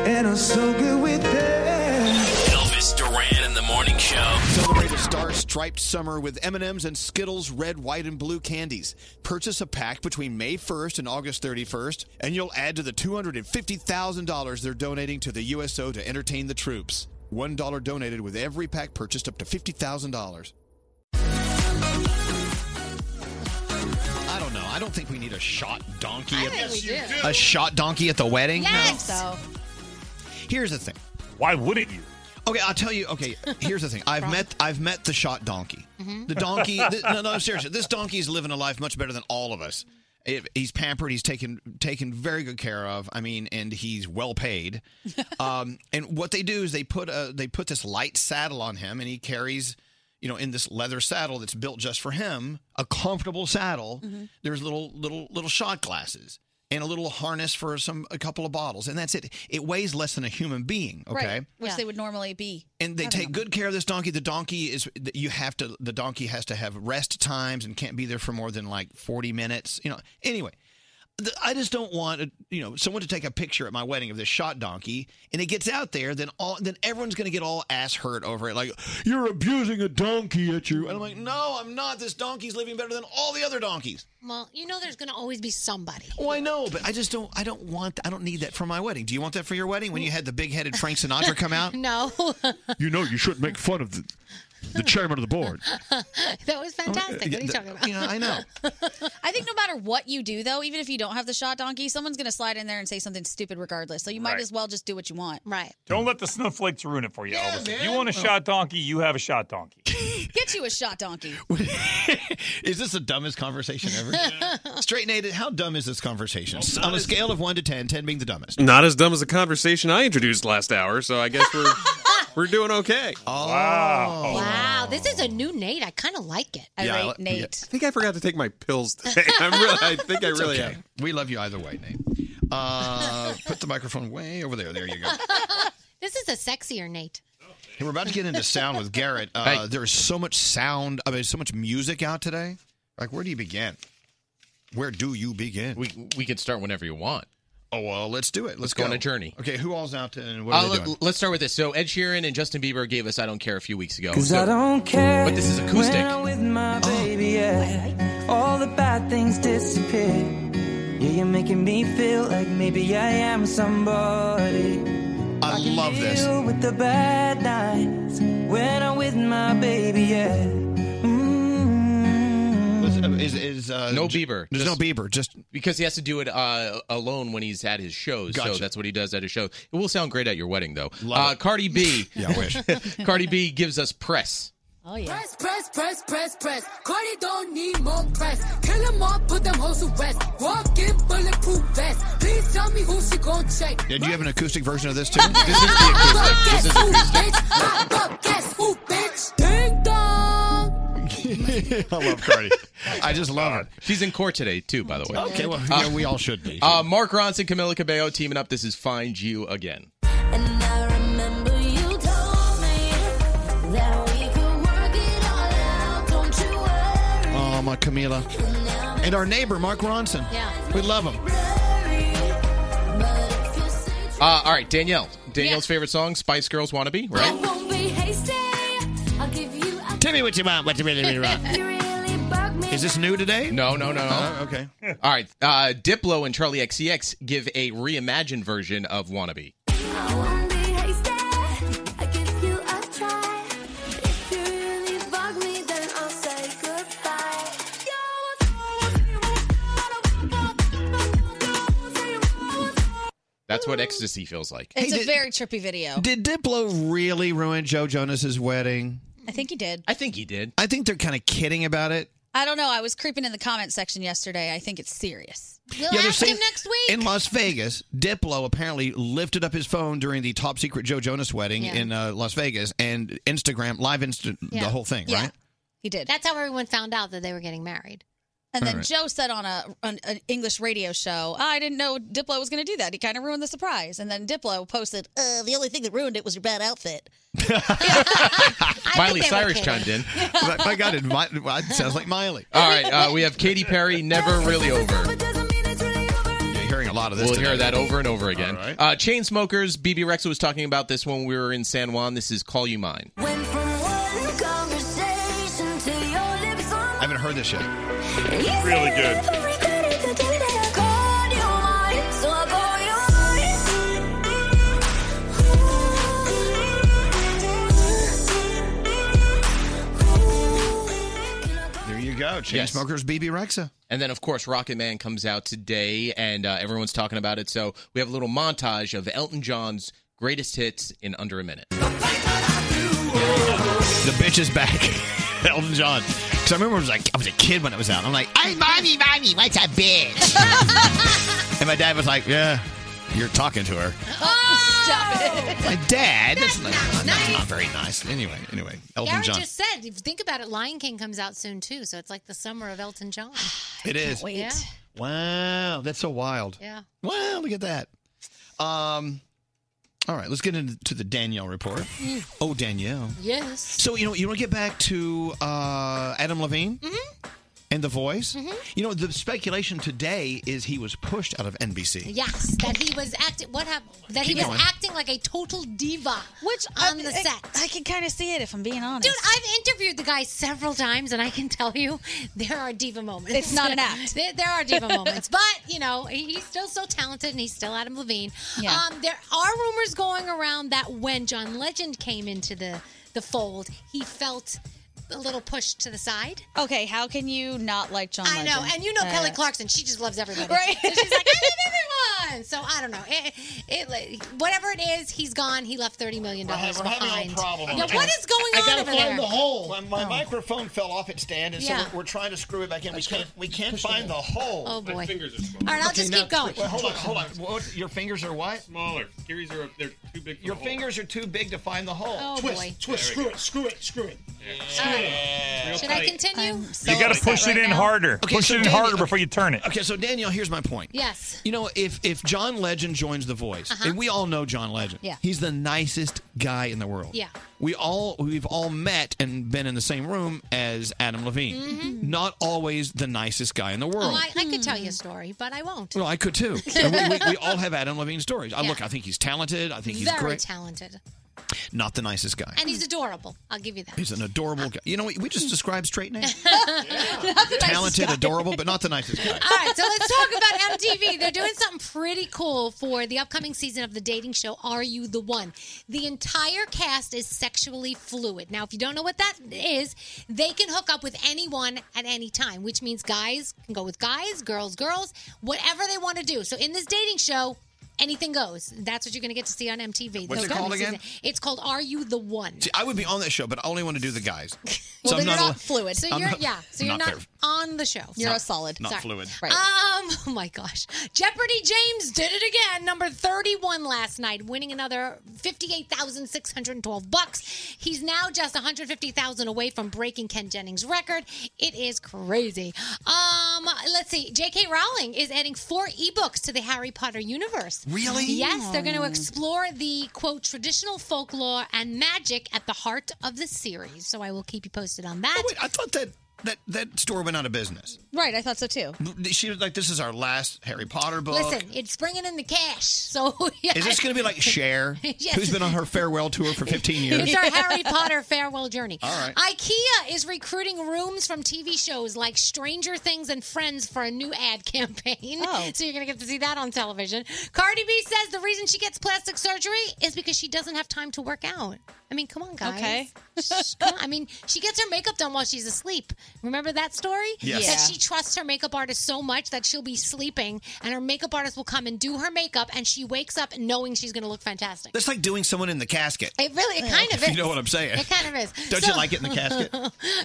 Speaker 2: and I'm so good with that.
Speaker 15: Elvis Duran in the morning show.
Speaker 3: Celebrate a star-striped summer with M&M's and Skittles red, white, and blue candies. Purchase a pack between May 1st and August 31st, and you'll add to the $250,000 they're donating to the USO to entertain the troops. $1 donated with every pack purchased up to $50,000. I don't know. I don't think we need a shot donkey.
Speaker 8: I
Speaker 3: at-
Speaker 8: think we do.
Speaker 3: A shot donkey at the wedding?
Speaker 8: Yes.
Speaker 3: Here's the thing.
Speaker 19: Why wouldn't you?
Speaker 3: Okay, I'll tell you. Okay, here's the thing. I've met I've met the shot donkey.
Speaker 8: Mm-hmm.
Speaker 2: Mhm.
Speaker 3: The donkey. th- no, no, seriously. This donkey's living a life much better than all of us. It- he's pampered. He's taken taken very good care of. I mean, and he's well paid. Um, and what they do is they put a they put this light saddle on him, and he carries. You know, in this leather saddle that's built just for him, a comfortable saddle. There's little, little, little shot glasses, and a little harness for some a couple of bottles, and that's it. It weighs less than a human being. Okay.
Speaker 7: Right, which they would normally be.
Speaker 3: And they take good care of this donkey. The donkey is you have to the donkey has to have rest times and can't be there for more than like 40 minutes, you know. Anyway, the, I just don't want uh, you know someone to take a picture at my wedding of this shot donkey and it gets out there then all then everyone's going to get all ass hurt over it like you're abusing a donkey at you and I'm like no I'm not this donkey's living better than all the other donkeys.
Speaker 8: Well, you know there's going to always be somebody.
Speaker 3: Well, Oh, I know, but I just don't I don't want I don't need that for my wedding. Do you want that for your wedding when you had the big-headed Frank Sinatra come out?
Speaker 8: no.
Speaker 3: you know you shouldn't make fun of the, the chairman of the board.
Speaker 8: that was fantastic. What are you talking about?
Speaker 3: Oh, Yeah, I know.
Speaker 7: I think no matter what you do, though, even if you don't have the shot donkey, someone's going to slide in there and say something stupid regardless. So you might
Speaker 19: Right.
Speaker 7: as well just do what you want.
Speaker 8: Right.
Speaker 19: Don't let the snowflakes ruin it for you, Elvis. If you want a shot donkey, you have a shot donkey.
Speaker 7: Get you a shot donkey.
Speaker 3: Is this the dumbest conversation ever? Straight Nate, how dumb is this conversation? On a scale of 1 to 10, 10 being the dumbest.
Speaker 6: Not as dumb as the conversation I introduced last hour, so I guess we're we're doing okay.
Speaker 3: Wow.
Speaker 8: Wow, this is a new Nate. I kind of like it.
Speaker 6: Yeah, I- yeah. I think I forgot to take my pills today. I'm really, I think I
Speaker 3: It's
Speaker 6: really
Speaker 3: okay.
Speaker 6: am.
Speaker 3: We love you either way, Nate. Uh, put the microphone way over there. There you go.
Speaker 8: This is a sexier Nate.
Speaker 3: Hey, we're about to get into sound with Garrett. Uh, There's so much sound. I mean, so much music out today. Like, where do you begin? Where do you begin?
Speaker 31: We we can start whenever you want.
Speaker 3: Oh well, let's do it. Let's,
Speaker 31: go, on
Speaker 3: go.
Speaker 31: a journey.
Speaker 3: Okay, who all's out and what
Speaker 31: Uh,
Speaker 3: are they doing?
Speaker 31: let, us start with this. So Ed Sheeran and Justin Bieber gave us "I Don't Care" a few weeks ago.
Speaker 3: 'Cause
Speaker 31: Oh, So-
Speaker 3: I don't care
Speaker 31: But this is acoustic.
Speaker 10: When I'm with my baby, yeah. All the bad things disappear. Yeah, you're making me feel like maybe I am somebody.
Speaker 3: I,
Speaker 10: can
Speaker 3: love this.
Speaker 10: deal with the bad nights when I'm with my baby, yeah.
Speaker 3: Listen, is is uh,
Speaker 31: no
Speaker 3: j-
Speaker 31: Bieber.
Speaker 3: There's no Bieber. Just
Speaker 31: because he has to do it uh, alone when he's at his shows.
Speaker 3: Gotcha.
Speaker 31: So that's what he does at his show. It will sound great at your wedding though.
Speaker 3: Love
Speaker 31: uh, Cardi B.
Speaker 3: Yeah, I wish.
Speaker 31: Cardi B gives us press.
Speaker 7: Oh, yeah.
Speaker 16: Press, press, press, press, press. Cardi don't need more press. Kill 'em all, put them hoes to rest. Walk in bulletproof vest. Please tell me who she gon' check.
Speaker 3: Yeah, do you have an acoustic version of this too?
Speaker 16: Pop up, guess who, bitch? Pop up, guess who, bitch? Ding dong.
Speaker 3: I love Cardi. I just love her.
Speaker 31: She's in court today too, by the way.
Speaker 3: Okay, well, yeah, we all should be.
Speaker 31: Uh, Mark Ronson, Camila Cabello teaming up. This is "Find You Again."
Speaker 16: And I remember you told me that we could work it all out. Don't you worry.
Speaker 3: Oh, my Camila. And our neighbor, Mark Ronson.
Speaker 16: Yeah.
Speaker 3: We love him.
Speaker 16: But if you say
Speaker 31: Uh, all right, Danielle. Danielle's favorite song, Spice Girls "Wannabe,"
Speaker 16: I
Speaker 31: right?
Speaker 16: won't be hasty, I'll give you a
Speaker 3: Tell me what you want. What you really, really want.
Speaker 16: If you really bug me.
Speaker 3: Is this new today?
Speaker 31: No, no, no.
Speaker 3: Uh, okay.
Speaker 31: All right. Uh, Diplo and Charlie XCX give a reimagined version of "Wannabe."
Speaker 16: I won't be hasty, I'll give you a try. If you really bug me, then I'll say goodbye.
Speaker 31: That's what ecstasy feels like.
Speaker 7: It's a very trippy video.
Speaker 3: Did Diplo really ruin Joe Jonas's wedding?
Speaker 7: I think he did.
Speaker 31: I think he did.
Speaker 3: I think they're kind of kidding about it.
Speaker 7: I don't know. I was creeping in the comment section yesterday. I think it's serious.
Speaker 3: We'll Yeah, they're ask him saying- next In Las Vegas, Diplo apparently lifted up his phone during the top secret Joe Jonas wedding
Speaker 8: Yeah.
Speaker 3: in uh, Las Vegas and Instagram live Insta
Speaker 8: Yeah.
Speaker 3: the whole thing,
Speaker 8: Yeah.
Speaker 3: right?
Speaker 7: He did.
Speaker 8: That's how everyone found out that they were getting married.
Speaker 7: And then
Speaker 3: All right.
Speaker 7: Joe said on a on an English radio show, "I didn't know Diplo was going to do that. He kind of ruined the surprise." And then Diplo posted, uh, "The only thing that ruined it was your bad outfit."
Speaker 31: Miley Cyrus chimed in.
Speaker 3: my, my God, it, my, it sounds like Miley.
Speaker 31: All right, uh, we have Katy Perry, "Never Really Over."
Speaker 3: You're hearing a lot of this.
Speaker 31: We'll
Speaker 3: today.
Speaker 31: hear that over and over again.
Speaker 3: All right.
Speaker 31: Uh, Chainsmokers, BB Rexa was talking about this when we were in San Juan. This is "Call You Mine."
Speaker 16: Went from one conversation to your lips on
Speaker 3: I haven't heard this yet.
Speaker 16: Really
Speaker 3: good.
Speaker 16: mine, so I call you
Speaker 3: There you go. Chainsmokers, BB Rexa.
Speaker 31: And then, of course, Rocket Man comes out today, and uh, everyone's talking about it. So we have a little montage of Elton John's greatest hits in under a minute.
Speaker 3: The bitch is back. Elton John. Because I remember I was like, I was a kid when it was out. I'm like, I'm mommy, mommy, what's a bitch? and my dad was like, yeah, you're talking to her.
Speaker 8: Stop it.
Speaker 3: My dad. That's, not, that's not very nice. Anyway, anyway, Elton
Speaker 8: Garrett
Speaker 3: John.
Speaker 8: just said, if you think about it, Lion King comes out soon too, so it's like the summer of Elton John.
Speaker 3: it is.
Speaker 8: Yeah.
Speaker 3: Wow, that's so wild.
Speaker 8: Yeah.
Speaker 3: Wow, look at that. Um, all right, let's get into the Danielle report. Oh, Danielle.
Speaker 8: Mm. Yes.
Speaker 3: So you know you want to get back to uh, Adam Levine
Speaker 8: Mm-hmm.
Speaker 3: and The Voice. You know the speculation today is he was pushed out of NBC.
Speaker 8: Yes, that he was acting. What happened? That
Speaker 3: Keep
Speaker 8: he was
Speaker 3: going.
Speaker 8: acting like a total diva, which on the set.
Speaker 7: I can kind of see it if I'm being honest.
Speaker 8: Dude, I've interviewed the guy several times, and I can tell you there are diva moments.
Speaker 7: It's not an act.
Speaker 8: there, there are diva moments, but you know he- he's still so talented, and he's still Adam Levine.
Speaker 7: Yeah.
Speaker 8: Um, there are rumors going around that when John Legend came into the the fold, he felt a little pushed to the side.
Speaker 7: Okay, how can you not like John?
Speaker 8: I know,
Speaker 7: Legend?
Speaker 8: and you know
Speaker 7: Uh,
Speaker 8: Kelly Clarkson. She just loves everybody.
Speaker 7: Right.
Speaker 8: So she's like, I love everyone. So I don't know. It, it, whatever it is, he's gone. He left thirty million dollars
Speaker 3: We're having a
Speaker 8: behind.
Speaker 3: problem
Speaker 8: Yeah,
Speaker 3: over
Speaker 8: what
Speaker 3: there.
Speaker 8: is going
Speaker 3: I
Speaker 8: on
Speaker 3: gotta
Speaker 8: over
Speaker 3: find
Speaker 8: there? Oh.
Speaker 3: the hole. My, my microphone fell off its stand, and
Speaker 8: Yeah.
Speaker 3: so we're, we're trying to screw it back in. We can't. We can't find the hole.
Speaker 8: Oh, boy. My
Speaker 11: fingers are
Speaker 8: All right, I'll just keep going.
Speaker 3: Well, hold on, hold on. What, your fingers are what?
Speaker 11: Smaller. Carries are they're too big. For
Speaker 3: Your
Speaker 11: the hole.
Speaker 3: fingers are too big to find the hole.
Speaker 8: Oh,
Speaker 13: twist,
Speaker 8: boy.
Speaker 13: twist,
Speaker 11: There
Speaker 13: screw it, screw it, screw it.
Speaker 11: Real
Speaker 8: Should I
Speaker 11: tight.
Speaker 8: continue?
Speaker 19: you got to push it in harder.
Speaker 3: Okay,
Speaker 19: push
Speaker 3: so
Speaker 19: it in
Speaker 3: Daniel-
Speaker 19: harder before you turn it.
Speaker 3: Okay, so Danielle, here's my point.
Speaker 8: Yes.
Speaker 3: You know, if if John Legend joins The Voice,
Speaker 8: Uh-huh.
Speaker 3: and we all know John Legend,
Speaker 8: Yeah.
Speaker 3: he's the nicest guy in the world.
Speaker 8: Yeah.
Speaker 3: We all we've all met and been in the same room as Adam Levine.
Speaker 8: Mhm.
Speaker 3: Not always the nicest guy in the world.
Speaker 8: Oh, I, I could tell you a story, but I won't.
Speaker 3: no, I could too. And we, we, we all have Adam Levine stories. I
Speaker 8: Yeah.
Speaker 3: look, I think he's talented. I think he's
Speaker 8: Very
Speaker 3: great.
Speaker 8: talented,
Speaker 3: Not the nicest guy.
Speaker 8: and he's adorable. I'll give you that.
Speaker 3: He's an adorable guy. You know what? We just described straight name.
Speaker 8: Not the nicest
Speaker 3: talented,
Speaker 8: guy.
Speaker 3: adorable, but not the nicest guy.
Speaker 8: All right, so let's talk about MTV. They're doing something pretty cool for the upcoming season of the dating show Are You the One? The entire cast is sexually fluid. Now, if you don't know what that is, they can hook up with anyone at any time, which means guys can go with guys, girls, girls, whatever they want to do. So in this dating show, anything goes. That's what you're going to get to see on MTV.
Speaker 3: What's
Speaker 8: this
Speaker 3: it called
Speaker 8: upcoming
Speaker 3: again?
Speaker 8: season. It's called Are You the One?
Speaker 3: See, I would be on that show, but I only want to do the guys.
Speaker 8: Well,
Speaker 3: I'm
Speaker 8: then you're
Speaker 3: not
Speaker 8: not,
Speaker 3: al-
Speaker 8: fluid. So
Speaker 3: I'm
Speaker 8: you're
Speaker 3: not-
Speaker 8: yeah. So
Speaker 3: I'm
Speaker 8: you're not,
Speaker 3: there.
Speaker 8: on the show.
Speaker 3: You're
Speaker 8: Sorry.
Speaker 3: a solid. Not
Speaker 8: Sorry.
Speaker 3: fluid.
Speaker 7: Right.
Speaker 8: Um. Oh my gosh. Jeopardy James did it again. Number thirty-one last night, winning another fifty-eight thousand six hundred twelve bucks. He's now just one hundred fifty thousand away from breaking Ken Jennings' record. It is crazy. Um. Let's see. J.K. Rowling is adding four ebooks to the Harry Potter universe.
Speaker 2: Really?
Speaker 8: Yes. They're going to explore the quote traditional folklore and magic at the heart of the series. So I will keep you posted on that.
Speaker 3: Oh, Wait, I thought that that that store went out of business.
Speaker 8: Right, I thought so too.
Speaker 3: She was like, "This is our last Harry Potter book."
Speaker 8: Listen, it's bringing in the cash. So yeah.
Speaker 3: is this going to be like Cher,
Speaker 8: Yes.
Speaker 3: who's been on her farewell tour for 15 years?
Speaker 8: It's our Harry Potter farewell journey.
Speaker 3: All right.
Speaker 8: IKEA is recruiting rooms from TV shows like Stranger Things and Friends for a new ad campaign. Oh. So you're going to get to see that on television. Cardi B says the reason she gets plastic surgery is because she doesn't have time to work out. I mean, come on, guys.
Speaker 7: Okay.
Speaker 8: Shh, come on. I mean, she gets her makeup done while she's asleep. Remember that story?
Speaker 2: Yes.
Speaker 8: That
Speaker 2: Yeah.
Speaker 8: she trusts her makeup artist so much that she'll be sleeping and her makeup artist will come and do her makeup and she wakes up knowing she's going to look fantastic.
Speaker 3: That's like doing someone in the casket.
Speaker 8: It really, it kind of is.
Speaker 3: If you know what I'm saying.
Speaker 8: It oh kind of is. Oh
Speaker 3: Don't you like it in the casket?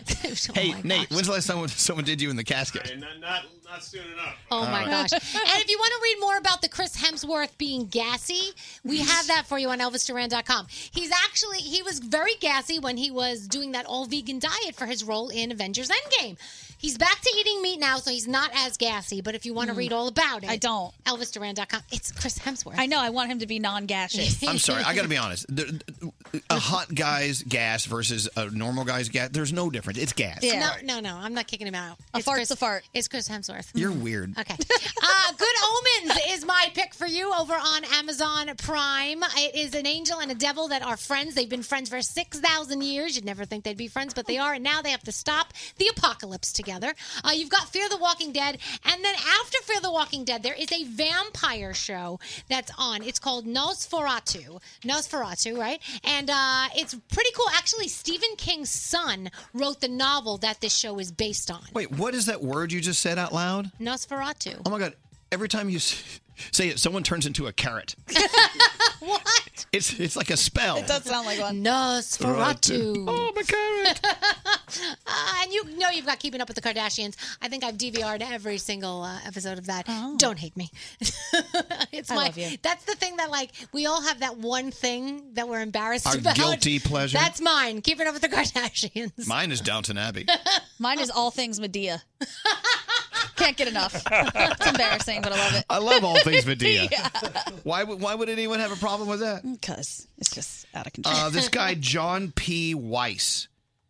Speaker 8: casket?
Speaker 3: hey, Nate, when's the last time someone did you in the casket?
Speaker 11: Not, not, not soon enough.
Speaker 8: Oh my
Speaker 7: Uh.
Speaker 3: All right.
Speaker 8: gosh. And if you want to read more about the Chris Hemsworth being gassy, we have that for you on ElvisDuran.com. He's actually, he was very gassy when he was doing that all vegan diet for his role in Avengers Endgame. He's back to eating meat now, so he's not as gassy. But if you want to
Speaker 7: Mm.
Speaker 8: read all about it,
Speaker 7: I don't.
Speaker 8: ElvisDuran.com. It's Chris Hemsworth.
Speaker 7: I know. I want him to be non-gaseous.
Speaker 3: I'm sorry. I got to be honest. The- A hot guy's gas versus a normal guy's gas. There's no difference. It's gas.
Speaker 8: No, no, no. I'm not kicking him out. A it's fart's Chris, a fart. It's Chris Hemsworth.
Speaker 3: You're weird.
Speaker 8: Okay. Uh, Good Omens is my pick for you over on Amazon Prime. It is an angel and a devil that are friends. They've been friends for 6,000 years. You'd never think they'd be friends, but they are. And now they have to stop the apocalypse together. Uh, you've got Fear the Walking Dead. And then after Fear the Walking Dead, there is a vampire show that's on. It's called Nosferatu. Nosferatu, right? And uh, it's pretty cool. Actually, Stephen King's son wrote the novel that this show is based on.
Speaker 3: Wait, what is that word you just said out loud?
Speaker 8: Nosferatu.
Speaker 3: Oh my god! Every time you s- say it, someone turns into a carrot. what? It's it's like a spell.
Speaker 8: sound like one. Nosferatu. Oh,
Speaker 3: my
Speaker 8: God. uh, and you know you've got Keeping Up with the Kardashians. I think I've DVR'd every single uh, episode of that. Don't hate me. it's
Speaker 7: Oh. I
Speaker 8: my,
Speaker 7: love you.
Speaker 8: That's the thing that, like, we all have that one thing that we're embarrassed
Speaker 3: Our
Speaker 8: about.
Speaker 3: guilty pleasure.
Speaker 8: That's mine. Keeping Up with the Kardashians.
Speaker 3: Mine is Downton Abbey.
Speaker 7: Mine is all things Medea. Can't get enough. It's embarrassing, but I love it.
Speaker 3: I love all things Medea.
Speaker 7: Yeah.
Speaker 3: Why would why would anyone have a problem with that?
Speaker 7: Because it's just out of control.
Speaker 3: Uh, this guy John P. Weiss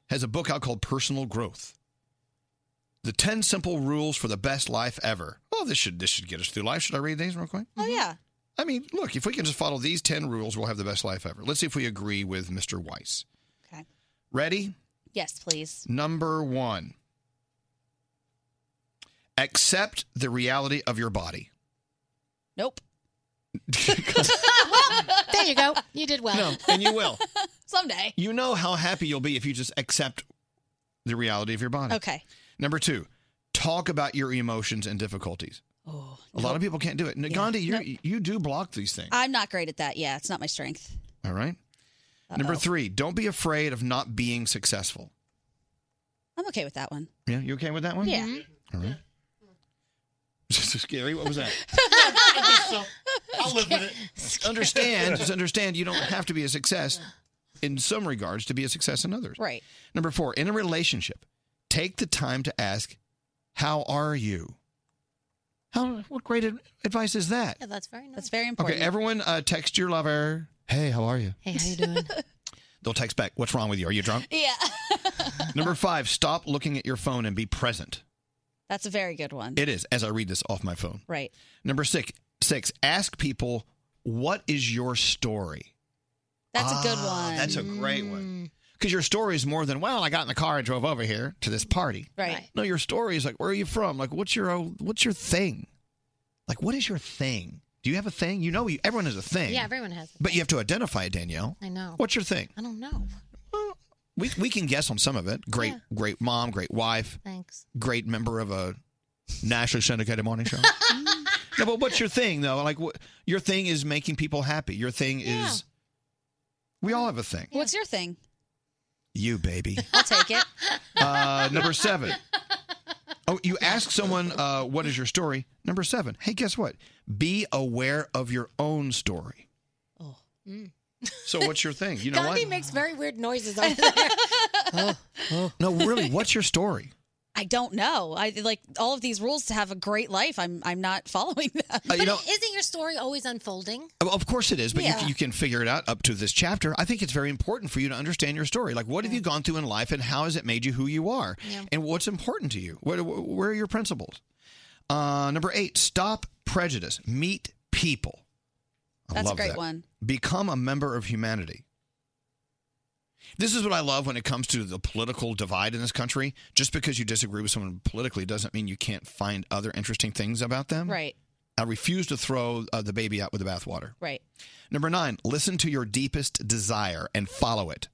Speaker 3: has a book out called Personal Growth: The Ten Simple Rules for the Best Life Ever. Oh, this should this should get us through life. Should I read these real quick? Mm-hmm.
Speaker 7: Oh yeah.
Speaker 3: I mean, look, if we can just follow these 10 rules, we'll have the best life ever. Let's see if we agree with Mr. Weiss.
Speaker 7: Okay.
Speaker 3: Ready?
Speaker 7: Yes, please.
Speaker 3: Number one accept the reality of your body.
Speaker 7: Nope. there you go. You did well.
Speaker 3: No, and you will.
Speaker 7: Someday.
Speaker 3: You know how happy you'll be if you just accept the reality of your body.
Speaker 7: Okay.
Speaker 3: Number two, talk about your emotions and difficulties.
Speaker 7: Oh,
Speaker 3: A lot of people can't do it. Nagandi,
Speaker 7: Yeah.
Speaker 3: you you do block these things.
Speaker 7: I'm not great at that. Yeah, it's not my strength.
Speaker 3: All right? Number
Speaker 7: Uh-oh.
Speaker 3: three, don't be afraid of not being successful.
Speaker 7: I'm okay with that one.
Speaker 3: Yeah, you okay with that one?
Speaker 7: Yeah.
Speaker 3: All right. Scary. What was that?
Speaker 13: I'll live with it.
Speaker 3: understand, just understand you don't have to be a success in some regards to be a success in others.
Speaker 7: Right.
Speaker 3: Number four, in a relationship, take the time to ask, How are you? How what great ad- advice is that?
Speaker 8: Yeah, that's very nice.
Speaker 7: That's very important.
Speaker 3: Okay, everyone uh, text your lover, Hey, how are you?
Speaker 8: Hey, how you doing?
Speaker 3: They'll text back, What's wrong with you? Are you drunk?
Speaker 7: Yeah.
Speaker 3: Number five, stop looking at your phone and be present.
Speaker 7: That's a very good one.
Speaker 3: It is, as I read this off my phone.
Speaker 7: Right.
Speaker 3: Number six, six, ask people, What is your story?
Speaker 7: That's a good
Speaker 3: Ah,
Speaker 7: one. Mm.
Speaker 3: That's a great one. Because your story is more than well, I got in the car and drove over here to this party.
Speaker 7: Right. Right.
Speaker 3: No, your story is like, where are you from? Like, what's your own- what's your thing? Like, what is your thing? Do you have a thing? You know, you, everyone has a thing.
Speaker 8: Yeah, everyone has. It.
Speaker 3: But you have to identify it, Danielle.
Speaker 8: I know.
Speaker 3: What's your thing?
Speaker 8: I don't know.
Speaker 3: We we can guess on some of it. Great, great mom, great wife,
Speaker 8: Thanks.
Speaker 3: great member of a nationally syndicated morning show. no, but what's your thing though? Like, what, your thing is making people happy. Your thing is. We all have a thing.
Speaker 7: What's your thing?
Speaker 3: You baby.
Speaker 7: I'll take it.
Speaker 3: Uh, number seven. Oh, you ask someone, uh, what is your story? Number seven. Hey, guess what? Be aware of your own story.
Speaker 8: Mm.
Speaker 3: So, what's your thing? You know
Speaker 8: Gandhi
Speaker 3: what?
Speaker 8: makes very weird noises over there.
Speaker 3: No, really, what's your story?
Speaker 7: I don't know. I like all of these rules to have a great life. I'm I'm not following them.
Speaker 3: Uh, you know,
Speaker 8: Isn't your story always unfolding?
Speaker 3: of- of course it is, but
Speaker 8: Yeah.
Speaker 3: you, you can figure it out up to this chapter. I think it's very important for you to understand your story. Like, what have you gone through in life, and how has it made you who you are,
Speaker 8: Yeah.
Speaker 3: and what's important to you? What, where are your principles? Uh, number eight. Stop prejudice. Meet people. I
Speaker 7: That's a
Speaker 3: love
Speaker 7: great
Speaker 3: that.
Speaker 7: one.
Speaker 3: Become a member of humanity. This is what I love when it comes to the political divide in this country. Just because you disagree with someone politically doesn't mean you can't find other interesting things about them.
Speaker 7: Right.
Speaker 3: I refuse to throw uh, the baby out with the bathwater.
Speaker 7: Right.
Speaker 3: Number nine, listen to your deepest desire and follow it.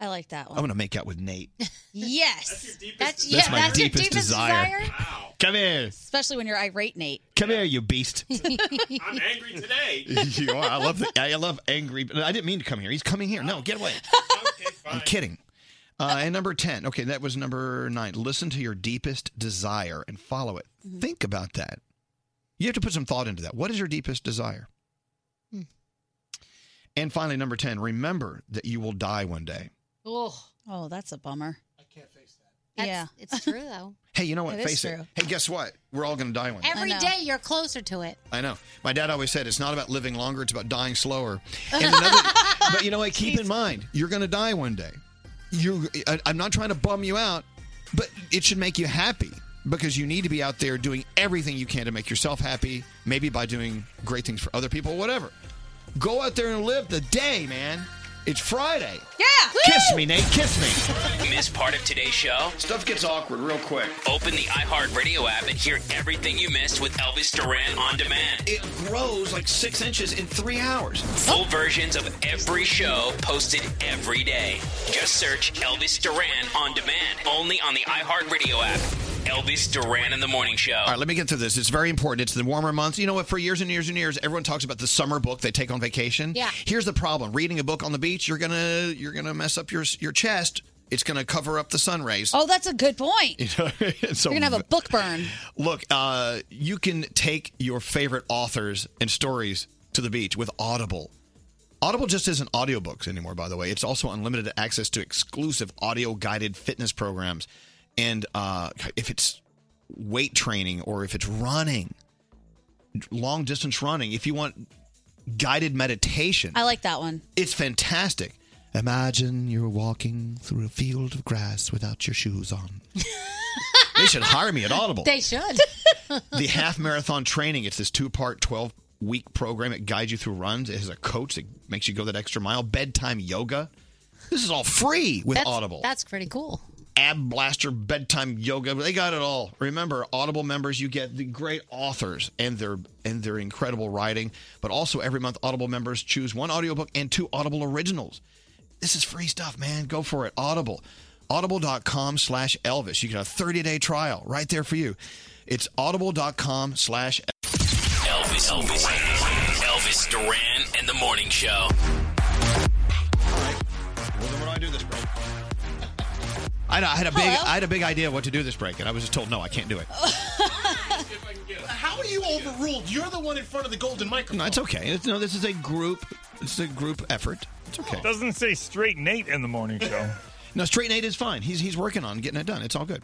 Speaker 7: I like that
Speaker 3: I'm
Speaker 7: one.
Speaker 3: going to make out with Nate.
Speaker 7: Yes. That's
Speaker 3: That's my deepest, desire. Come here.
Speaker 7: Especially when you're irate, Nate.
Speaker 3: Come here, you beast.
Speaker 7: I'm
Speaker 11: angry today.
Speaker 3: you are. I love the, I love angry. I didn't mean to come here. He's coming here. No, get away. I'm kidding. Uh, and number 10. Okay, that was number nine. Listen to your deepest desire and follow it.
Speaker 8: Mm-hmm.
Speaker 3: Think about that. You have to put some thought into that. What is your deepest desire?
Speaker 7: Hmm.
Speaker 3: And finally, number 10, remember that you will die one day.
Speaker 7: Oh. Oh, that's a bummer. I can't face that. yeah.
Speaker 8: It's true though.
Speaker 3: Hey, you know what?
Speaker 8: It is
Speaker 3: Face
Speaker 8: true.
Speaker 3: it. Hey, guess what? We're all going to die one day.
Speaker 8: Every day you're closer to it.
Speaker 3: I know. My dad always said it's not about living longer, it's about dying slower. And another, but you know what? Keep in mind, you're going to die one day. You, I, I'm not trying to bum you out, but it should make you happy because you need to be out there doing everything you can to make yourself happy, maybe by doing great things for other people, whatever. Go out there and live the day, man. It's Friday.
Speaker 7: Yeah.
Speaker 3: Kiss me, Nate. Kiss me.
Speaker 15: Miss part of today's show?
Speaker 3: Stuff gets awkward real quick.
Speaker 15: Open the iHeartRadio app and hear everything you missed with Elvis Duran on demand.
Speaker 3: It grows like six inches in three hours.
Speaker 15: Full versions of every show posted every day. Just search Elvis Duran on demand only on the iHeartRadio app. Elvis Duran in the Morning Show.
Speaker 3: All right, let me get through this. It's very important. It's the warmer months. You know what? For years and years and years, everyone talks about the summer book they take on vacation.
Speaker 15: Yeah.
Speaker 3: Here's the problem: reading a book on the beach, you're gonna you're gonna mess up your your chest. It's gonna cover up the sun rays.
Speaker 7: Oh, that's a good point.
Speaker 3: You know, so
Speaker 7: You're gonna have a book burn.
Speaker 3: look. Uh, you can take your favorite authors and stories to the beach with Audible. Audible just isn't audiobooks anymore, by the way. It's also unlimited access to exclusive audio guided fitness programs. And uh, if it's weight training or if it's running, long distance running, if you want guided meditation,
Speaker 7: I like that one.
Speaker 3: it's fantastic. Imagine you're walking through a field of grass without your shoes on. they should hire me at Audible.
Speaker 8: They should.
Speaker 3: the half marathon training. It's this two part, 12 week program. It guides you through runs. It has a coach that makes you go that extra mile. Bedtime yoga. This is all free with
Speaker 8: that's,
Speaker 3: Audible.
Speaker 8: That's pretty cool.
Speaker 3: Ab Blaster, bedtime yoga. They got it all. Remember, Audible members, you get the great authors and their and their incredible writing. But also every month, Audible members choose one audiobook and two Audible originals. This is free stuff, man. Go for it. Audible. Audible.com slash Elvis. You get a 30-day trial right there for you. It's audible.com slash
Speaker 15: Elvis, Elvis, Elvis Duran and the Morning Show.
Speaker 3: I had a- I had a big
Speaker 13: Hello?
Speaker 3: I had a big idea what to do this break, and I was just told no, I can't do it.
Speaker 13: How are you overruled? You're the one in front of the golden microphone.
Speaker 3: No, it's okay. It's, no, this is a group. It's a group effort. It's okay.
Speaker 13: Oh.
Speaker 19: Doesn't say straight Nate in the morning show.
Speaker 3: No, straight Nate is fine. He's he's working on getting it done. It's all good.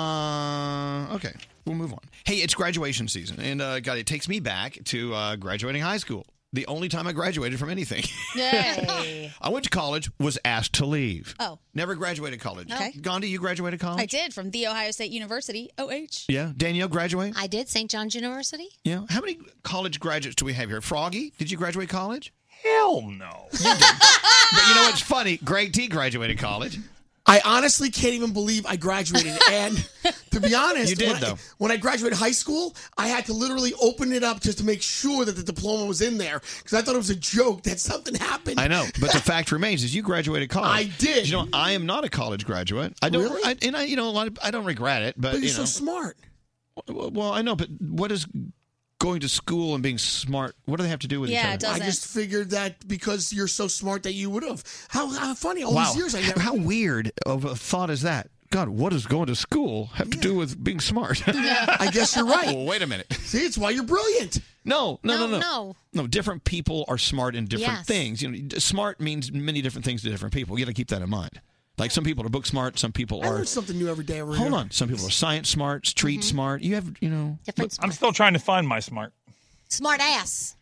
Speaker 3: Uh, okay, we'll move on. Hey, it's graduation season, and uh, God, it takes me back to uh, graduating high school. The only time I graduated from anything.
Speaker 7: Yay.
Speaker 3: I went to college, was asked to leave.
Speaker 7: Oh.
Speaker 3: Never graduated college.
Speaker 7: Okay.
Speaker 3: Gandhi, you graduated college?
Speaker 7: I did from The Ohio State University, OH.
Speaker 3: Yeah. Danielle, graduate?
Speaker 8: I did St. John's University.
Speaker 3: Yeah. How many college graduates do we have here? Froggy, did you graduate college?
Speaker 19: Hell no.
Speaker 3: But you know what's funny? Greg T graduated college.
Speaker 17: I honestly can't even believe I graduated. And to be honest,
Speaker 3: You did,
Speaker 17: when, I,
Speaker 3: though.
Speaker 17: when I graduated high school, I had to literally open it up just to make sure that the diploma was in there because I thought it was a joke that something happened.
Speaker 3: I know, but the fact remains is you graduated college.
Speaker 17: I did.
Speaker 3: You know, I am not a college graduate. I don't, I, and I, you know, a lot of, I don't regret it.
Speaker 17: But
Speaker 3: But,
Speaker 17: you're
Speaker 3: you
Speaker 17: so
Speaker 3: know,
Speaker 17: smart.
Speaker 3: Well, well, I know, but what does going to school and being smart? What do they have to do with
Speaker 17: yeah,
Speaker 3: each other?
Speaker 17: I just figured that because you're so smart that you would have. How, how funny! All
Speaker 3: wow,
Speaker 17: these years I never.
Speaker 3: how weird of a thought is that? God, what does going to school have to do with being smart?
Speaker 17: I guess you're right.
Speaker 3: Well, wait a minute.
Speaker 17: See, it's why you're brilliant.
Speaker 3: No, no, no,
Speaker 17: No,
Speaker 3: no,
Speaker 17: no.
Speaker 3: No, different people are smart in different
Speaker 17: Yes.
Speaker 3: things. You know, smart means many different things to different people. You got to keep that in mind. Like some people are book smart, some people
Speaker 17: I
Speaker 3: are.
Speaker 17: learn something new every day. Over
Speaker 3: Hold
Speaker 17: here.
Speaker 3: on, some people are science smart, street smart. You have, you know,
Speaker 8: different.
Speaker 19: I'm still trying to find my smart.
Speaker 8: Smart ass.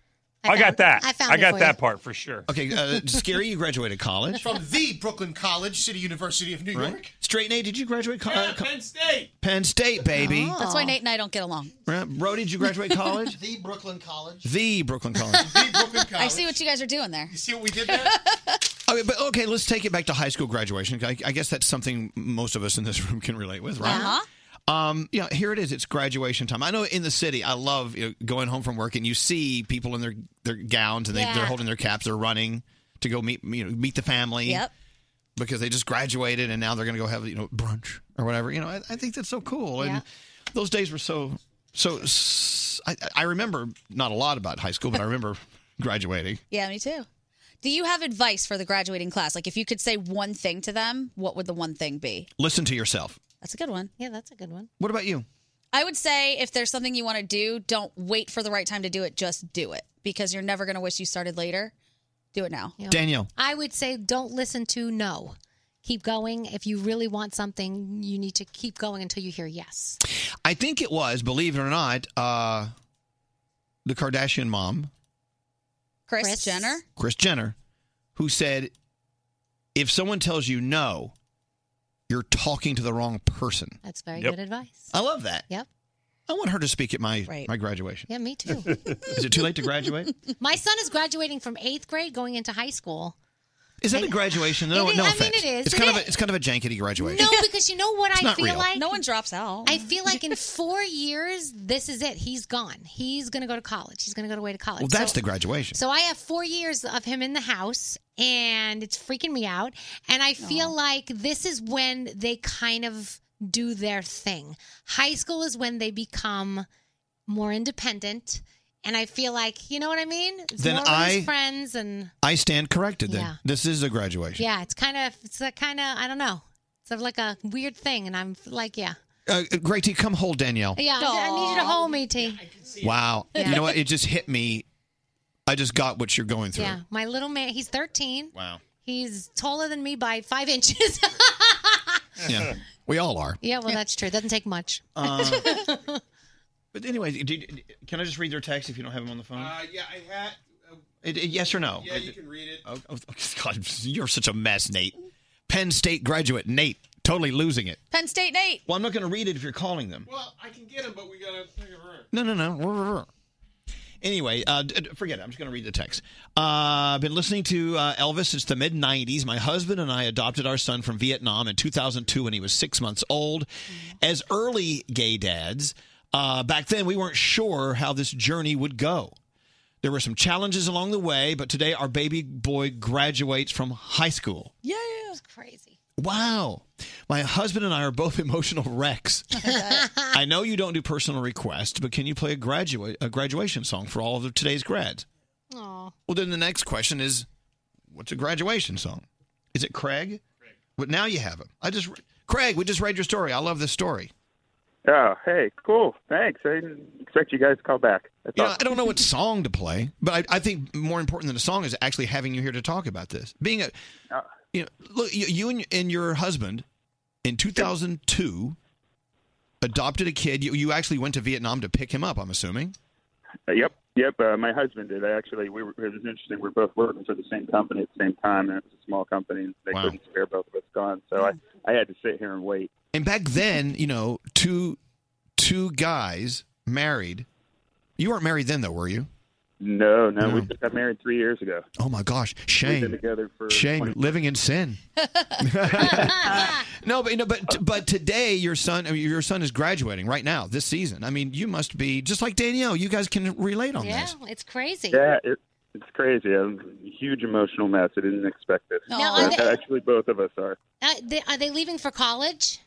Speaker 19: I, got that.
Speaker 8: I found it
Speaker 19: got
Speaker 8: for
Speaker 19: that
Speaker 8: you.
Speaker 19: part for sure.
Speaker 3: Okay, uh, Scary, you graduated college,
Speaker 13: From the Brooklyn College, City University of New
Speaker 3: right?
Speaker 13: York.
Speaker 3: Straight Nate, did you graduate uh, college?
Speaker 13: Penn State.
Speaker 3: Penn State, baby.
Speaker 7: Oh. That's
Speaker 8: Oh.
Speaker 7: why Nate and I don't get along.
Speaker 3: Right? Bro, did you graduate college?
Speaker 13: the Brooklyn College.
Speaker 3: the Brooklyn College.
Speaker 7: I see what you guys are doing there. You
Speaker 13: see what we did there?
Speaker 3: Okay, but okay, let's take it back to high school graduation. I, I guess that's something most of us in this room can relate with, right?
Speaker 2: Uh-huh.
Speaker 3: Um, yeah, here it is. It's graduation time. I know in the city, I love you know, going home from work and you see people in their, their gowns and they,
Speaker 2: Yeah.
Speaker 3: they're holding their caps. They're running to go meet you know meet the family.
Speaker 2: Yep.
Speaker 3: Because they just graduated and now they're going to go have you know brunch or whatever. You know, I, I think that's so cool. And those days were so so. s- I, I remember not a lot about high school, but I remember graduating.
Speaker 7: Yeah, me too. Do you have advice for the graduating class? Like, if you could say one thing to them, what would the one thing be?
Speaker 3: Listen to yourself.
Speaker 7: That's a good one. Yeah, that's a good one.
Speaker 3: What about you?
Speaker 7: I would say if there's something you want to do, don't wait for the right time to do it. Just do it because you're never going to wish you started later. Do it now.
Speaker 8: Yeah.
Speaker 3: Danielle.
Speaker 8: I would say don't listen to no. Keep going. If you really want something, you need to keep going until you hear yes.
Speaker 3: I think it was, believe it or not, uh, the Kardashian mom,
Speaker 7: Chris, Jenner?
Speaker 3: Chris Jenner, who said, if someone tells you no, you're talking to the wrong person.
Speaker 8: That's very
Speaker 3: Yep.
Speaker 8: good advice.
Speaker 3: I love that.
Speaker 8: Yep.
Speaker 3: I want her to speak at my,
Speaker 8: Right.
Speaker 3: my graduation.
Speaker 8: Yeah, me too.
Speaker 3: Is it too late to graduate?
Speaker 8: My son is graduating from eighth grade, going into high school.
Speaker 3: Is that a graduation?
Speaker 8: It
Speaker 3: No,
Speaker 8: is-
Speaker 3: no
Speaker 8: I mean,
Speaker 3: offense.
Speaker 8: it is.
Speaker 3: It's
Speaker 8: It
Speaker 3: kind of
Speaker 8: is.
Speaker 3: a, it's kind of a janky graduation.
Speaker 8: No, because you know what
Speaker 3: It's
Speaker 8: I
Speaker 3: not
Speaker 8: feel
Speaker 3: real.
Speaker 8: like?
Speaker 7: No one drops out.
Speaker 8: I feel like in four years, this is it. He's gone. He's going to go to college. He's going to go away to college.
Speaker 3: Well, that's
Speaker 8: So-
Speaker 3: the graduation.
Speaker 8: So I have four years of him in the house, and it's freaking me out. And I feel like this is when they kind of do their thing. High school is when they become more independent. And I feel like, you know what I mean? It's
Speaker 3: Then
Speaker 8: more with his
Speaker 3: I-
Speaker 8: friends and
Speaker 3: I stand corrected then.
Speaker 8: Yeah.
Speaker 3: This is a graduation.
Speaker 8: yeah, it's kind of it's a kind of I don't know. It's sort of like a weird thing, and I'm like, yeah,
Speaker 3: Uh, Great T, come hold Danielle.
Speaker 8: yeah. I need you to hold me, T.
Speaker 3: Wow.
Speaker 8: Yeah.
Speaker 3: You know what? It just hit me. I just got what you're going through.
Speaker 8: Yeah, my little man. He's 13.
Speaker 3: Wow.
Speaker 8: He's taller than me by five inches.
Speaker 3: Yeah, we all are.
Speaker 8: Yeah, well, that's true. It doesn't take much.
Speaker 3: Uh, But anyway, do you- can I just read their text if you don't have them on the phone?
Speaker 11: Uh, yeah, I had.
Speaker 3: It- it- yes or no?
Speaker 11: Yeah, you can read it.
Speaker 3: Oh, oh, God, you're such a mess, Nate. Penn State graduate Nate, totally losing it.
Speaker 7: Penn State Nate.
Speaker 3: Well, I'm not going to read it if you're calling them.
Speaker 11: Well, I can get him, but we gotta think of her.
Speaker 3: No, no, no. Anyway, uh, d- d- forget it. I'm just going to read the text. Uh, I've been listening to uh, Elvis since the mid 90s. My husband and I adopted our son from Vietnam in 2002 when he was six months old. As early gay dads, uh, back then we weren't sure how this journey would go. There were some challenges along the way, but today our baby boy graduates from high school.
Speaker 7: Yeah,
Speaker 8: it's crazy.
Speaker 3: Wow. My husband and I are both emotional wrecks. I know you don't do personal requests, but can you play a graduate a graduation song for all of today's grads?
Speaker 8: Aw.
Speaker 3: Well, then the next question is, what's a graduation song? Is it Craig? Craig. But now you have him. I just Craig, we just read your story. I love this story.
Speaker 18: Oh, hey, cool. Thanks. I didn't expect you guys to call back. That's
Speaker 3: You know,
Speaker 18: awesome.
Speaker 3: I don't know what song to play, but I, I think more important than the song is actually having you here to talk about this. Being a,
Speaker 18: Uh.
Speaker 3: you know, look, you, you and, and your husband in 2002 adopted a kid. You, you actually went to Vietnam to pick him up, I'm assuming.
Speaker 18: Uh, yep, yep. Uh, my husband did actually. We were, it was interesting. We were both working for the same company at the same time, and it was a small company. And they couldn't spare both of us gone, so I, I had to sit here and wait.
Speaker 3: And back then, you know, two two guys married. You weren't married then, though, were you?
Speaker 18: No, no, we
Speaker 3: No.
Speaker 18: just got married three years ago.
Speaker 3: Oh my gosh,
Speaker 18: We've been
Speaker 3: shame,
Speaker 18: together for
Speaker 3: shame,
Speaker 18: 20
Speaker 3: living in sin. no, but you know, but but today your son, I mean, your son is graduating right now this season. I mean, you must be just like Danielle. You guys can relate on
Speaker 8: yeah,
Speaker 3: this.
Speaker 8: it's crazy.
Speaker 18: Yeah, it, it's crazy. I'm a huge emotional mess. I didn't expect this.
Speaker 8: Now, are
Speaker 18: But
Speaker 8: they-
Speaker 18: actually, both of us are.
Speaker 8: Uh, they, are they leaving for college?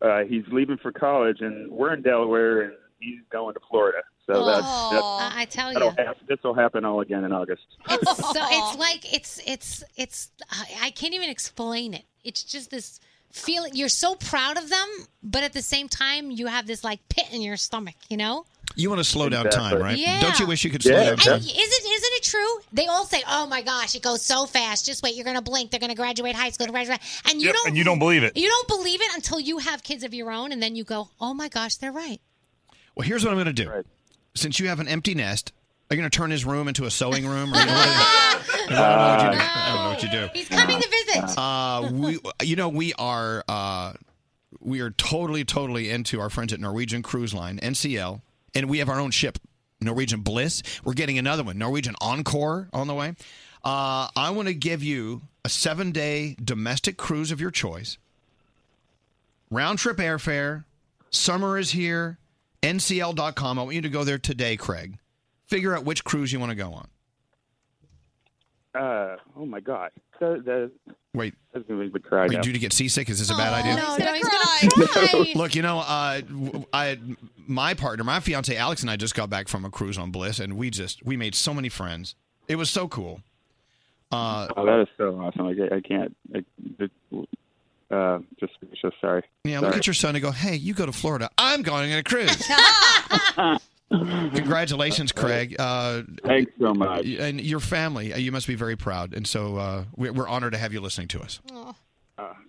Speaker 18: Uh, he's leaving for college, and we're in Delaware, and he's going to Florida. So that's, that's
Speaker 8: Oh, I, I tell
Speaker 18: That'll
Speaker 8: you,
Speaker 18: hap- this will happen all again in August.
Speaker 8: it's, so it's like it's it's it's. I I can't even explain it. It's just this feeling. You're so proud of them, but at the same time, you have this like pit in your stomach. You know.
Speaker 3: You want to slow down time, right?
Speaker 8: Yeah.
Speaker 3: Don't you wish you could slow down
Speaker 8: I,
Speaker 3: time?
Speaker 8: isn't isn't it true? They all say, "Oh my gosh, it goes so fast." Just wait, you're going to blink. They're going to graduate high school, graduate, and you
Speaker 19: Yep,
Speaker 8: don't
Speaker 19: and you don't believe it.
Speaker 8: You don't believe it until you have kids of your own, and then you go, "Oh my gosh, they're right."
Speaker 3: Well, here's what I'm going to do. Since you have an empty nest, are you going to turn his room into a sewing room? Or you know, what- I don't know what you do.
Speaker 8: He's coming to visit.
Speaker 3: Uh, we, you know, we are uh, we are totally, totally into our friends at Norwegian Cruise Line (NCL), and we have our own ship, Norwegian Bliss. We're getting another one, Norwegian Encore, on the way. Uh, I want to give you a seven-day domestic cruise of your choice, round trip airfare. Summer is here. NCL.com. I want you to go there today, Craig. Figure out which cruise you want to go on.
Speaker 18: Uh, oh my God! So the
Speaker 3: wait,
Speaker 18: that's gonna make me cry.
Speaker 3: Are you
Speaker 18: now.
Speaker 3: due to get seasick? Is this a
Speaker 18: Oh,
Speaker 3: bad idea?
Speaker 8: No, no, he's
Speaker 3: Look, you know, uh, w- I, my partner, my fiance Alex, and I just got back from a cruise on Bliss, and we just we made so many friends. It was so cool. Uh,
Speaker 18: oh, that is so awesome. I, ca- I can't. I, the- uh, just, just sorry.
Speaker 3: yeah,
Speaker 18: sorry.
Speaker 3: look at your son and go, hey, you go to Florida. I'm going on a cruise. Congratulations, Craig. Uh,
Speaker 18: Thanks so much.
Speaker 3: And your family, uh, you must be very proud. And so uh, we- we're honored to have you listening to us.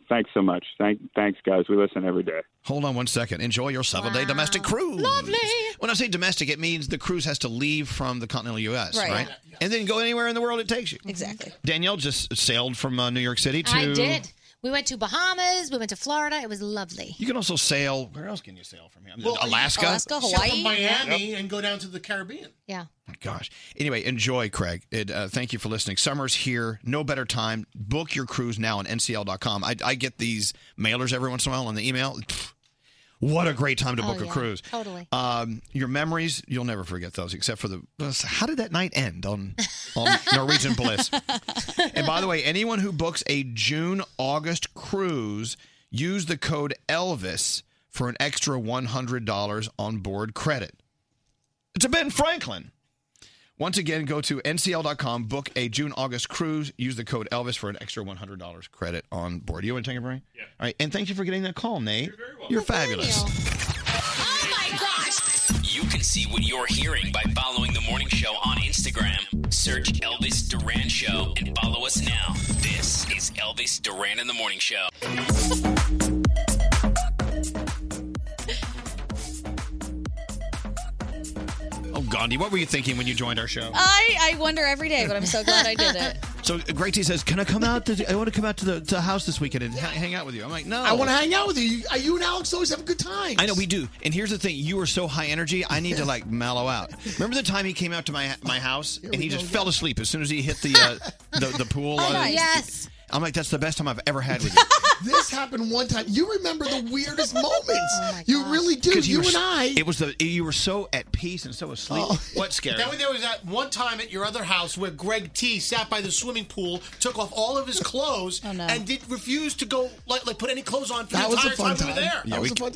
Speaker 18: Thanks so much. Thank, thanks, guys. We listen every day.
Speaker 3: Hold on one second. Enjoy your seven day domestic cruise. Lovely. When I say domestic, it means the cruise has to leave from the continental U.S.,
Speaker 7: Right.
Speaker 3: right? And then go anywhere in the world it takes you.
Speaker 7: Exactly.
Speaker 3: Danielle just sailed from uh, New York City to.
Speaker 8: I did. We went to Bahamas. We went to Florida. It was lovely.
Speaker 3: You can also sail. Where else can you sail from here?
Speaker 8: Well,
Speaker 3: Alaska.
Speaker 8: Alaska,
Speaker 13: Sail
Speaker 8: Hawaii.
Speaker 13: from Miami and go down to the Caribbean.
Speaker 8: Yeah.
Speaker 3: Gosh. Anyway, enjoy, Craig. It, uh, thank you for listening. Summer's here. No better time. Book your cruise now on ncl.com. I, I get these mailers every once in a while on the email. Pfft, What a great time to
Speaker 8: Oh,
Speaker 3: book a
Speaker 8: yeah.
Speaker 3: cruise.
Speaker 8: Totally.
Speaker 3: Um, your memories, you'll never forget those, except for the. How did that night end on, on Um, Norwegian Bliss? And by the way, anyone who books a June August cruise, use the code Elvis for an extra $100 on board credit. It's a Ben Franklin. Once again, go to ncl.com, book a June August cruise, use the code Elvis for an extra $100 credit on board. You want to take a break? Yeah. All right. And thank you for getting that call, Nate. You're very welcome. You're fabulous.
Speaker 7: Oh
Speaker 15: You can see what you're hearing by following the morning show on Instagram. Search Elvis Duran Show and follow us now. This is Elvis Duran in the Morning Show.
Speaker 3: Oh, Gandhi, what were you thinking when you joined our show?
Speaker 7: I, I wonder every day, but I'm so glad I did it.
Speaker 3: So Gracie says, "Can I come out? To, I want to come out to the, to the house this weekend and ha- hang out with you." I'm like, "No,
Speaker 17: I want to hang out with you. You- You and Alex always have a good time.
Speaker 3: I know we do. And here's the thing: you are so high energy. I need to like mellow out. Remember the time he came out to my my house and
Speaker 17: we
Speaker 3: he
Speaker 17: go
Speaker 3: just fell asleep as soon as he hit the uh, the, the pool.
Speaker 17: Oh,
Speaker 3: uh,
Speaker 17: nice. Yes.
Speaker 3: I'm like, that's the best time I've ever had with you.
Speaker 17: This happened one time. You remember the weirdest moments. you really do.
Speaker 3: 'Cause
Speaker 17: You,
Speaker 3: were
Speaker 17: and
Speaker 3: s-
Speaker 17: I. Oh.
Speaker 3: It was the you were so at peace and so asleep. What's scary?
Speaker 13: That way there was that one time at your other house where Greg T sat by the swimming pool, took off all of his
Speaker 8: Oh,
Speaker 13: clothes, and did refuse to go like, like put any clothes on for
Speaker 3: That
Speaker 13: the
Speaker 3: was a
Speaker 13: entire
Speaker 3: fun
Speaker 13: time, we were
Speaker 3: time.
Speaker 13: there.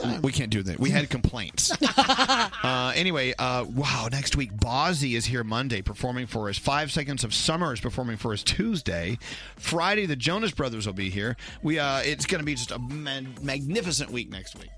Speaker 3: Yeah, we, we can't do that. We had complaints. uh, anyway, uh, wow. Next week, Bozzy is here Monday performing for us. Five Seconds of Summer is performing for us Tuesday. Friday, the Jonas Brothers will be here. We uh, it's going to be just a man- magnificent week next week.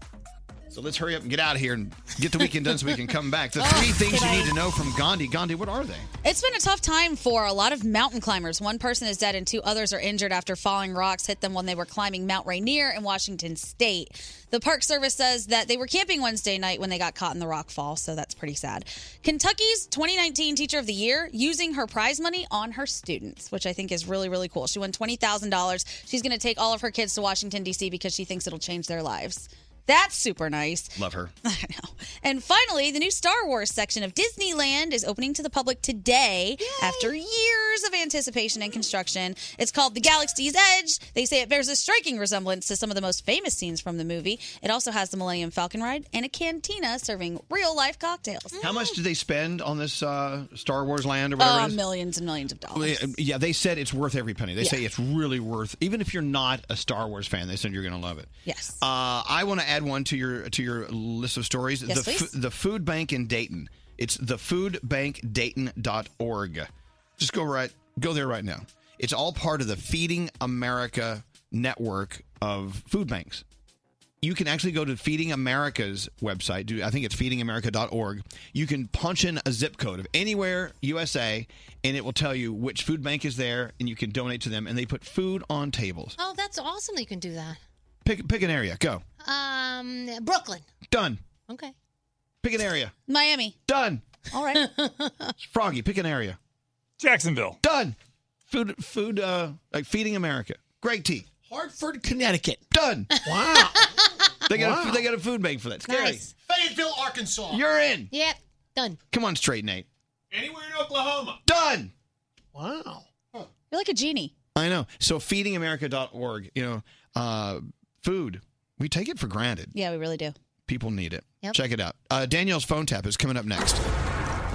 Speaker 3: So let's hurry up and get out of here and get the weekend done so we can come back. The three things you need to know from Gandhi. Gandhi, what are they?
Speaker 7: It's been a tough time for a lot of mountain climbers. One person is dead and two others are injured after falling rocks hit them when they were climbing Mount Rainier in Washington State. The Park Service says that they were camping Wednesday night when they got caught in the rock fall, so that's pretty sad. Kentucky's 2019 Teacher of the Year using her prize money on her students, which I think is really, really cool. She won $20,000. She's going to take all of her kids to Washington, D.C. because she thinks it'll change their lives. That's super nice.
Speaker 3: Love her.
Speaker 7: And finally, the new Star Wars section of Disneyland is opening to the public today after years of anticipation and construction. It's called The Galaxy's Edge. They say it bears a striking resemblance to some of the most famous scenes from the movie. It also has the Millennium Falcon ride and a cantina serving real life cocktails.
Speaker 3: How much did they spend on this uh, Star Wars land or whatever?
Speaker 7: Oh,
Speaker 3: it is?
Speaker 7: millions and millions of dollars.
Speaker 3: Well, yeah, Yeah, they said it's worth every penny. They
Speaker 7: Yeah.
Speaker 3: say it's really worth, even if you're not a Star Wars fan. They said you're going to love it.
Speaker 7: Yes.
Speaker 3: Uh, I want to add one to your to your list of stories.
Speaker 7: Yes,
Speaker 3: the,
Speaker 7: please.
Speaker 3: the food bank in Dayton. It's thefoodbankdayton.org. Just go right go there right now. It's all part of the Feeding America network of food banks you can actually go to Feeding America's website. Do I think it's feedingamerica.org. You can punch in a zip code of anywhere USA, and it will tell you which food bank is there, and you can donate to them. And they put food on tables.
Speaker 8: Oh, that's awesome that you can do that.
Speaker 3: Pick pick an area. Go
Speaker 8: Um, Brooklyn.
Speaker 3: done.
Speaker 8: Okay.
Speaker 3: Pick an area.
Speaker 7: Miami.
Speaker 3: Done.
Speaker 7: All right.
Speaker 3: Froggy, pick an area.
Speaker 19: Jacksonville.
Speaker 3: Done. Food food uh like Feeding America. Greg T.
Speaker 17: Hartford, Connecticut.
Speaker 3: Done.
Speaker 17: Wow.
Speaker 3: They got a,
Speaker 17: Wow.
Speaker 3: they got a food bank for that. Scary.
Speaker 13: Fayetteville, Arkansas.
Speaker 3: You're in.
Speaker 8: Yep. Done.
Speaker 3: Come on, straight Nate.
Speaker 13: Anywhere in Oklahoma.
Speaker 3: Done.
Speaker 17: Wow.
Speaker 7: You're like a genie.
Speaker 3: I know. So feedingamerica.org, you know, uh, food, we take it for granted.
Speaker 7: Yeah, we really do.
Speaker 3: People need it.
Speaker 7: Yep.
Speaker 3: Check it out. Uh, Danielle's phone tap is coming up next.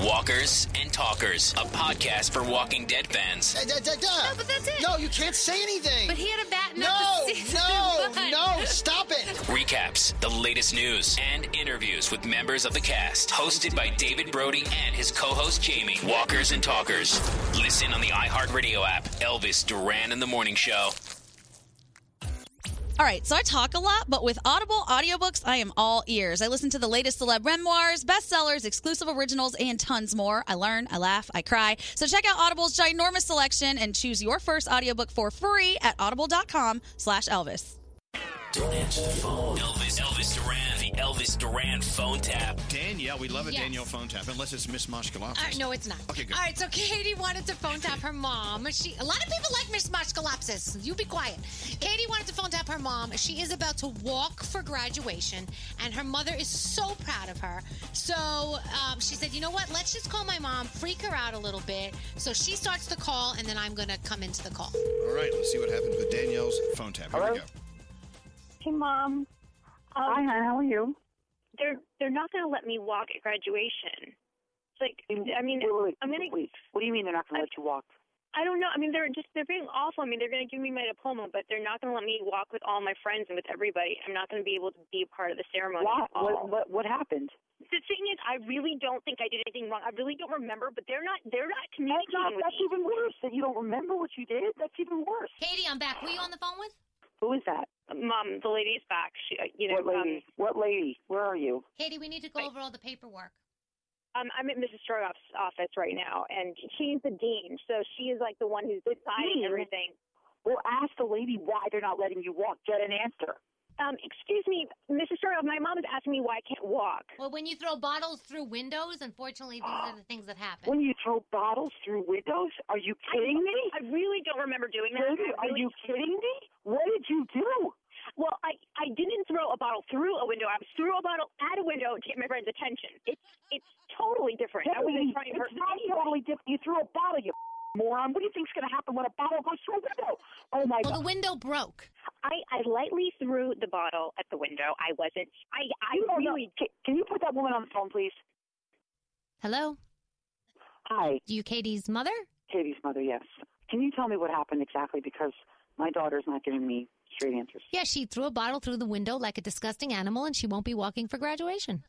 Speaker 15: Walkers and Talkers, a podcast for Walking Dead fans.
Speaker 14: No, but that's it. No, you can't say anything. But he had a bat. No, no, no! Stop it.
Speaker 15: Recaps, the latest news, and interviews with members of the cast. Hosted by David Brody and his co host Jamie. Walkers and Talkers. Listen on the iHeartRadio app. Elvis Duran and the Morning Show.
Speaker 7: All right, so I talk a lot, but with Audible audiobooks, I am all ears. I listen to the latest celeb memoirs, bestsellers, exclusive originals, and tons more. I learn, I laugh, I cry. So check out Audible's ginormous selection and choose your first audiobook for free at audible.com slash Elvis.
Speaker 15: Don't answer the phone. Elvis, Elvis Duran, the Elvis Duran phone tap.
Speaker 3: Danielle, we love a
Speaker 8: Yes.
Speaker 3: Danielle phone tap, unless it's Miss Moshkalopoulos.
Speaker 8: All right, no, it's not.
Speaker 3: Okay, good.
Speaker 8: All right, so Katie wanted to phone tap her mom. She a lot of people like Miss Moshkalopsis. You be quiet. Katie wanted to phone tap her mom. She is about to walk for graduation, and her mother is so proud of her. So um, she said, "You know what? Let's just call my mom, freak her out a little bit." So she starts the call, and then I'm gonna come into the call.
Speaker 3: All right, let's see what happens with Danielle's phone tap. Here we go.
Speaker 9: Hey, mom. Um, Hi, hon. How are you? They're they're not going to let me walk at graduation. It's like I mean, I'm going to.
Speaker 28: What do you mean they're not going to let you walk?
Speaker 9: I don't know. I mean, they're just they're being awful. I mean, they're going to give me my diploma, but they're not going to let me walk with all my friends and with everybody. I'm not going to be able to be a part of the ceremony. at
Speaker 28: Why?
Speaker 9: all.
Speaker 28: What, what, what happened?
Speaker 9: The thing is, I really don't think I did anything wrong. I really don't remember, but they're not they're not communicating
Speaker 28: That's,
Speaker 9: with
Speaker 28: that's
Speaker 9: me.
Speaker 28: even worse that you don't remember what you did. That's even worse.
Speaker 9: Katie, I'm back. Were you on the phone with?
Speaker 28: Who is that?
Speaker 9: Mom, the lady's back. She, uh, you know,
Speaker 28: what lady?
Speaker 9: um,
Speaker 28: what lady? Where are you?
Speaker 9: Katie, we need to go over all the paperwork. Um, I'm at Mrs. Strogoff's office right now, and she's the dean, so she is like the one who's deciding
Speaker 28: Dean?
Speaker 9: everything.
Speaker 28: Well, ask the lady why they're not letting you walk. Get an answer. Um, excuse me, Mrs. Sherlock, my mom is asking me why I can't walk.
Speaker 8: Well, when you throw bottles through windows, unfortunately, these are the things that happen.
Speaker 14: When you throw bottles through windows? Are you kidding me?
Speaker 28: I really don't remember doing that.
Speaker 14: David, are
Speaker 28: I really-
Speaker 14: you kidding me? What did you do?
Speaker 28: Well, I, I didn't throw a bottle through a window. I was threw a bottle at a window to get my friend's attention. It's it's totally different. I wasn't
Speaker 14: David,
Speaker 28: trying to hurt
Speaker 14: it's not totally different. You threw a bottle, you moron. What do you think's going to happen when a bottle goes through a window? Oh, my
Speaker 8: Well,
Speaker 14: God.
Speaker 8: the window broke.
Speaker 28: I, I lightly threw the bottle at the window. I wasn't. I I
Speaker 14: You don't know-
Speaker 28: really.
Speaker 14: Can, can you put that woman on the phone, please?
Speaker 8: Hello?
Speaker 14: Hi.
Speaker 8: You Katie's mother?
Speaker 14: Katie's mother, yes. Can you tell me what happened exactly? Because my daughter's not giving me straight answers.
Speaker 8: Yeah, she threw a bottle through the window like a disgusting animal, and she won't be walking for graduation.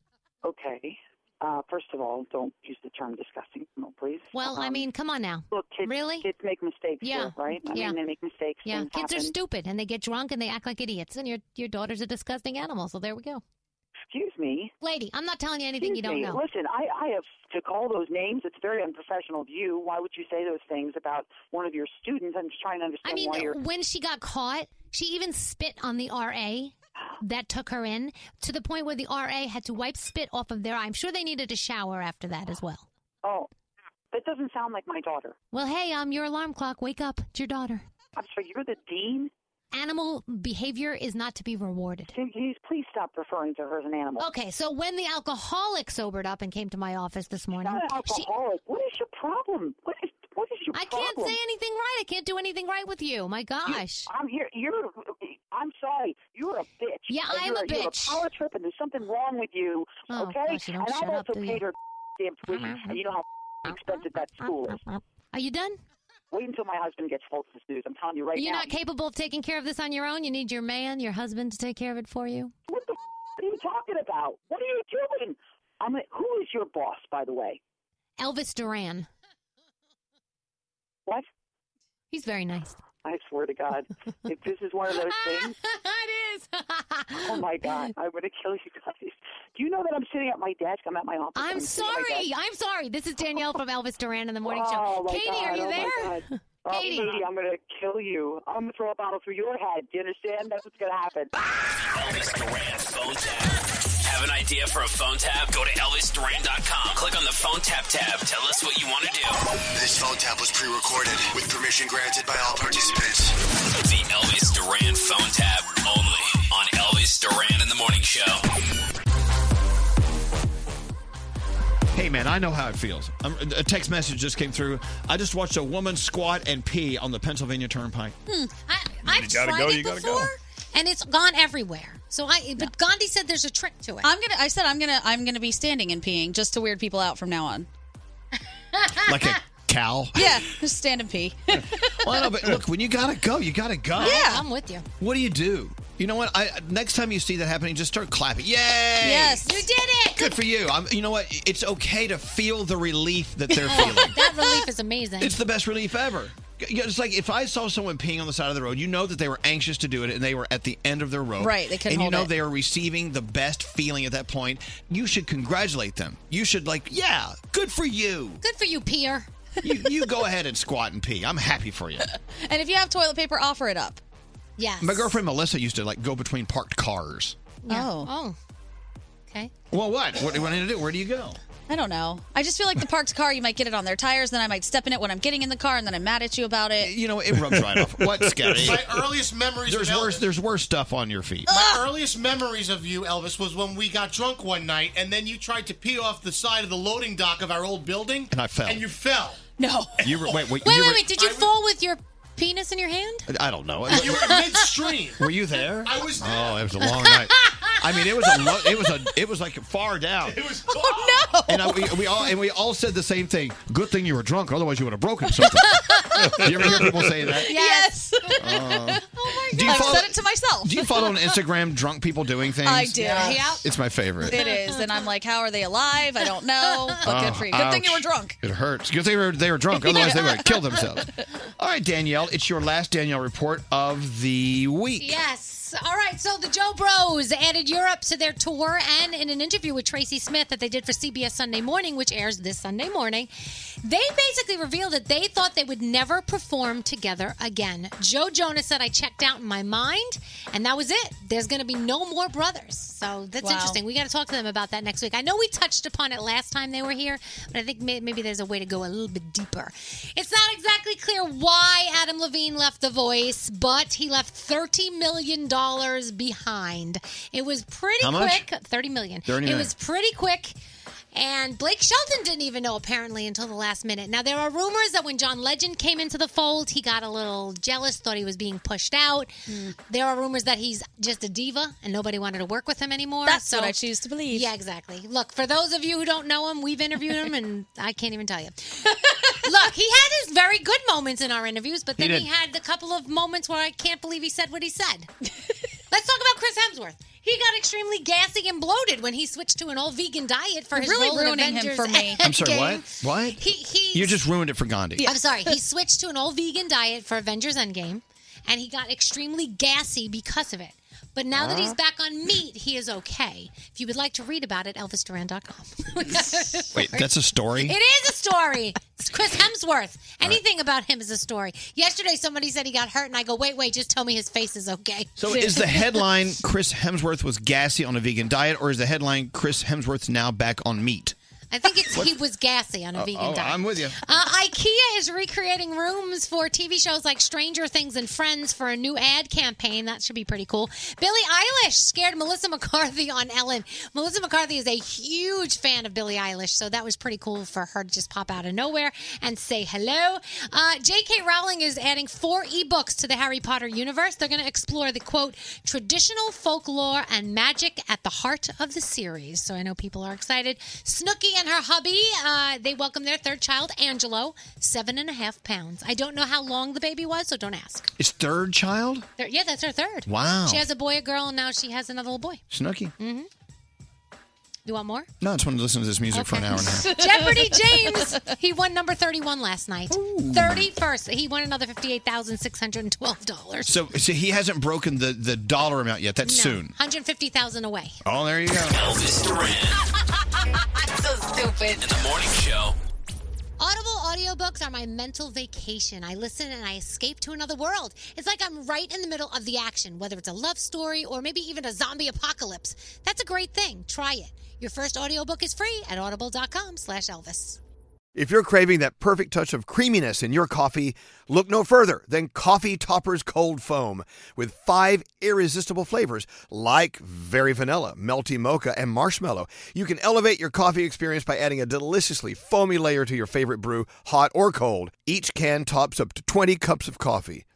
Speaker 14: Okay. Uh, first of all, don't use the term disgusting, no, please. Um,
Speaker 8: Well, I mean, come on now.
Speaker 14: Look, kids,
Speaker 8: really?
Speaker 14: kids make mistakes,
Speaker 8: Yeah,
Speaker 14: here, right? I
Speaker 8: yeah.
Speaker 14: mean, they make mistakes.
Speaker 8: Yeah,
Speaker 14: things
Speaker 8: kids are
Speaker 14: happen.
Speaker 8: stupid, and they get drunk and they act like idiots, and your your daughter's a disgusting animal. So there we go.
Speaker 14: Excuse me.
Speaker 8: Lady, I'm not telling you anything you
Speaker 14: Excuse
Speaker 8: don't
Speaker 14: me.
Speaker 8: know.
Speaker 14: Listen, I, I have to call those names. It's very unprofessional of you. Why would you say those things about one of your students? I'm just trying to understand
Speaker 8: I mean,
Speaker 14: why you're.
Speaker 8: when she got caught, she even spit on the RA that took her in to the point where the RA had to wipe spit off of their eye. I'm sure they needed a shower after that as well.
Speaker 14: Oh, that doesn't sound like my daughter.
Speaker 8: Well, hey, um, your alarm clock, wake up. It's your daughter.
Speaker 14: I'm sorry, you're the dean?
Speaker 8: Animal behavior is not to be rewarded.
Speaker 14: Please, please stop referring to her as an animal.
Speaker 8: Okay, so when the alcoholic sobered up and came to my office this morning,
Speaker 14: Not an
Speaker 8: she,
Speaker 14: alcoholic. What is your problem? What is what is your
Speaker 8: I
Speaker 14: problem?
Speaker 8: can't say anything right. I can't do anything right with you. My gosh.
Speaker 14: I'm here. You're. I'm sorry. You're a bitch.
Speaker 8: Yeah,
Speaker 14: And
Speaker 8: I'm
Speaker 14: you're
Speaker 8: a
Speaker 14: You're
Speaker 8: bitch.
Speaker 14: a power trip, and there's something wrong with you.
Speaker 8: Oh,
Speaker 14: okay.
Speaker 8: gosh, you don't
Speaker 14: and
Speaker 8: shut
Speaker 2: up,
Speaker 14: I've also
Speaker 2: do you?
Speaker 14: paid her damn tuition, and you know how expensive that school is.
Speaker 8: Are you done?
Speaker 14: Wait until my husband gets hold of this news. I'm telling you right
Speaker 8: You're
Speaker 14: now.
Speaker 8: not capable of taking care of this on your own. You need your man, your husband, to take care of it for you.
Speaker 14: What the f- are you talking about? What are you doing? I'm. A, who is your boss, by the way?
Speaker 8: Elvis Duran.
Speaker 14: What?
Speaker 8: He's very nice.
Speaker 14: I swear to God, if this is one of those things,
Speaker 8: it is.
Speaker 14: oh my God, I'm going to kill you guys. Do you know that I'm sitting at my desk? I'm at my office.
Speaker 8: I'm
Speaker 14: sitting at my
Speaker 8: sorry.
Speaker 14: desk.
Speaker 8: I'm sorry. This is Danielle from Elvis Duran in the Morning
Speaker 14: Oh,
Speaker 8: Show.
Speaker 14: my
Speaker 8: Katie,
Speaker 14: God,
Speaker 8: are you
Speaker 14: oh,
Speaker 8: there?
Speaker 14: My God. Oh,
Speaker 8: Katie.
Speaker 14: Katie, I'm going to kill you. I'm going to throw a bottle through your head. Do you understand? That's what's going to happen.
Speaker 8: Ah!
Speaker 15: Elvis Duran phone tap. Have an idea for a phone tap? Go to ElvisDuran.com. Click on the phone tap tab. Tell us what you want to do.
Speaker 32: This phone tap was pre-recorded with permission granted by all participants.
Speaker 15: The Elvis Duran phone tap only on Elvis Duran in the Morning Show.
Speaker 3: Hey man, I know how it feels. Um, a text message just came through. I just watched a woman squat and pee on the Pennsylvania Turnpike.
Speaker 8: Hmm. I, I've
Speaker 3: gotta
Speaker 8: tried
Speaker 3: go,
Speaker 8: it
Speaker 3: you gotta
Speaker 8: before,
Speaker 3: go.
Speaker 8: and it's gone everywhere. So I, but Gandhi said there's a trick to it.
Speaker 7: I'm gonna. I said I'm gonna. I'm gonna be standing and peeing just to weird people out from now on.
Speaker 3: Like a cow.
Speaker 7: Yeah, just stand and pee.
Speaker 3: Well, no, but look, when you gotta go, you gotta go.
Speaker 8: I'm with you.
Speaker 3: What do you do? You know what? I next time you see that happening, just start clapping. Yay!
Speaker 8: Yes, you did it.
Speaker 3: Good for you. I'm, you know what? It's okay to feel the relief that they're feeling.
Speaker 8: Oh, that relief is amazing.
Speaker 3: It's the best relief ever. You know, It's like if I saw someone peeing on the side of the road, you know that they were anxious to do it and they were at the end of their rope.
Speaker 7: Right, they couldn't
Speaker 3: And you
Speaker 7: hold
Speaker 3: know
Speaker 7: it.
Speaker 3: they are receiving the best feeling at that point. You should congratulate them. You should like, yeah, good for you.
Speaker 8: Good for you, Pierre.
Speaker 3: You, you go ahead and squat and pee. I'm happy for you.
Speaker 7: And if you have toilet paper, offer it up.
Speaker 8: Yeah.
Speaker 3: My girlfriend Melissa used to like go between parked cars.
Speaker 7: Oh.
Speaker 8: Oh.
Speaker 3: Well, what? What do you want to do? Where do you go?
Speaker 7: I don't know. I just feel like the parked car. You might get it on their tires, then I might step in it when I'm getting in the car, and then I'm mad at you about it.
Speaker 3: You know, it rubs right off. What's scary?
Speaker 13: My earliest memories
Speaker 3: There's
Speaker 13: of Elvis.
Speaker 3: worse. There's worse stuff on your feet.
Speaker 13: My earliest memories of you, Elvis, was when we got drunk one night, and then you tried to pee off the side of the loading dock of our old building,
Speaker 3: And I fell.
Speaker 13: and you fell.
Speaker 7: No.
Speaker 3: You were wait. Wait.
Speaker 8: Wait,
Speaker 3: you
Speaker 8: wait,
Speaker 3: were,
Speaker 8: wait. Did you fall with your penis in your hand?
Speaker 3: I don't know.
Speaker 13: You were midstream.
Speaker 3: Were you there?
Speaker 13: I was there.
Speaker 3: Oh, it was a long night. I mean, it was a lo- it was a it was like far down. It
Speaker 13: was.
Speaker 3: Oh no! And I, we, we all and we all said the same thing. Good thing you were drunk, otherwise you would have broken something. you ever hear people say that?
Speaker 7: Yes.
Speaker 3: Uh,
Speaker 7: oh my
Speaker 3: Do you
Speaker 7: god!
Speaker 3: follow-
Speaker 7: I said it to myself.
Speaker 3: do you follow on Instagram drunk people doing things?
Speaker 7: I do. Yeah.
Speaker 3: It's my favorite.
Speaker 7: It is, and I'm like, how are they alive? I don't know. But good
Speaker 3: Oh,
Speaker 7: for you. Good thing you were
Speaker 3: ouch.
Speaker 7: drunk.
Speaker 3: It hurts. Good thing they were, they were drunk, otherwise they would have killed themselves. All right, Danielle, it's your last Danielle report of the week.
Speaker 8: Yes. Yes. All right. So the Joe Bros added Europe to their tour, and in an interview with Tracy Smith that they did for CBS Sunday Morning, which airs this Sunday morning, they basically revealed that they thought they would never perform together again. Joe Jonas said, "I checked out in my mind, and that was it. There's going to be no more brothers." So that's
Speaker 7: Wow.
Speaker 8: interesting. We got to talk to them about that next week. I know we touched upon it last time they were here, but I think may- maybe there's a way to go a little bit deeper. It's not exactly clear why Adam Levine left The Voice, but he left $30 million behind. It was pretty
Speaker 2: How much?
Speaker 8: quick. $30 million.
Speaker 2: $30
Speaker 8: It
Speaker 2: million.
Speaker 8: was pretty quick. And Blake Shelton didn't even know apparently until the last minute. Now there are rumors that when John Legend came into the fold, he got a little jealous, thought he was being pushed out.
Speaker 7: Mm.
Speaker 8: There are rumors that he's just a diva and nobody wanted to work with him anymore.
Speaker 7: That's
Speaker 8: so
Speaker 7: what I choose to believe.
Speaker 8: Yeah, exactly. Look, for those of you who don't know him, we've interviewed him and I can't even tell you. Look, he had his very good moments in our interviews, but
Speaker 2: He
Speaker 8: then he,
Speaker 2: did.
Speaker 8: had the couple of moments where I can't believe he said what he said. Let's talk about Chris Hemsworth. He got extremely gassy and bloated when he switched to an all vegan diet for his
Speaker 7: Really
Speaker 8: role in
Speaker 7: ruining him
Speaker 8: Avengers
Speaker 7: for me.
Speaker 3: I'm sorry,
Speaker 8: Endgame.
Speaker 3: what? What?
Speaker 8: He, he,
Speaker 3: You just ruined it for Gandhi.
Speaker 8: I'm sorry. He switched to an all vegan diet for Avengers Endgame, and he got extremely gassy because of it. But now that he's
Speaker 2: Huh?
Speaker 3: Uh-huh.
Speaker 8: back on meat, he is okay. If you would like to read about it, elvisduran.com.
Speaker 3: Wait, that's a story?
Speaker 8: It is a story. It's Chris Hemsworth. Anything about him is a story. Yesterday, somebody said he got hurt, and I go, wait, wait, just tell me his face is okay.
Speaker 3: So is the headline Chris Hemsworth was gassy on a vegan diet, or is the headline Chris Hemsworth's now back on meat?
Speaker 8: I think it's he was gassy on a
Speaker 3: Oh,
Speaker 8: vegan
Speaker 3: oh,
Speaker 8: diet.
Speaker 3: I'm with you.
Speaker 8: Uh, IKEA is recreating rooms for TV shows like Stranger Things and Friends for a new ad campaign. That should be pretty cool. Billie Eilish scared Melissa McCarthy on Ellen. Melissa McCarthy is a huge fan of Billie Eilish, so that was pretty cool for her to just pop out of nowhere and say hello. Uh, J.K. Rowling is adding four ebooks to the Harry Potter universe. They're going to explore the quote traditional folklore and magic at the heart of the series. So I know people are excited. Snooki and her hubby uh, they welcomed their third child, Angelo, seven and a half pounds. I don't know how long the baby was, so don't ask.
Speaker 3: His third child?
Speaker 8: They're- yeah, that's her third.
Speaker 3: Wow.
Speaker 8: She has a boy, a girl, and now she has another little boy.
Speaker 3: Snooky.
Speaker 8: hmm You want more?
Speaker 3: No, I just wanted to listen to this music for an hour and a half.
Speaker 8: Jeopardy James, he won number 31 last night. 31st. He won another $58,612.
Speaker 3: So, so he hasn't broken the, the dollar amount yet. That's soon.
Speaker 8: 150,000 away.
Speaker 3: Oh, there you go.
Speaker 15: Elvis Duran
Speaker 8: so stupid.
Speaker 15: in the morning show.
Speaker 8: Audible audiobooks are my mental vacation. I listen and I escape to another world. It's like I'm right in the middle of the action, whether it's a love story or maybe even a zombie apocalypse. That's a great thing. Try it. Your first audiobook is free at audible.com slash Elvis.
Speaker 24: If you're craving that perfect touch of creaminess in your coffee, look no further than Coffee Topper's Cold Foam with five irresistible flavors like very vanilla, melty mocha, and marshmallow. You can elevate your coffee experience by adding a deliciously foamy layer to your favorite brew, hot or cold. Each can tops up to 20 cups of coffee.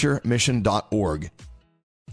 Speaker 3: stbonaventuremission.org.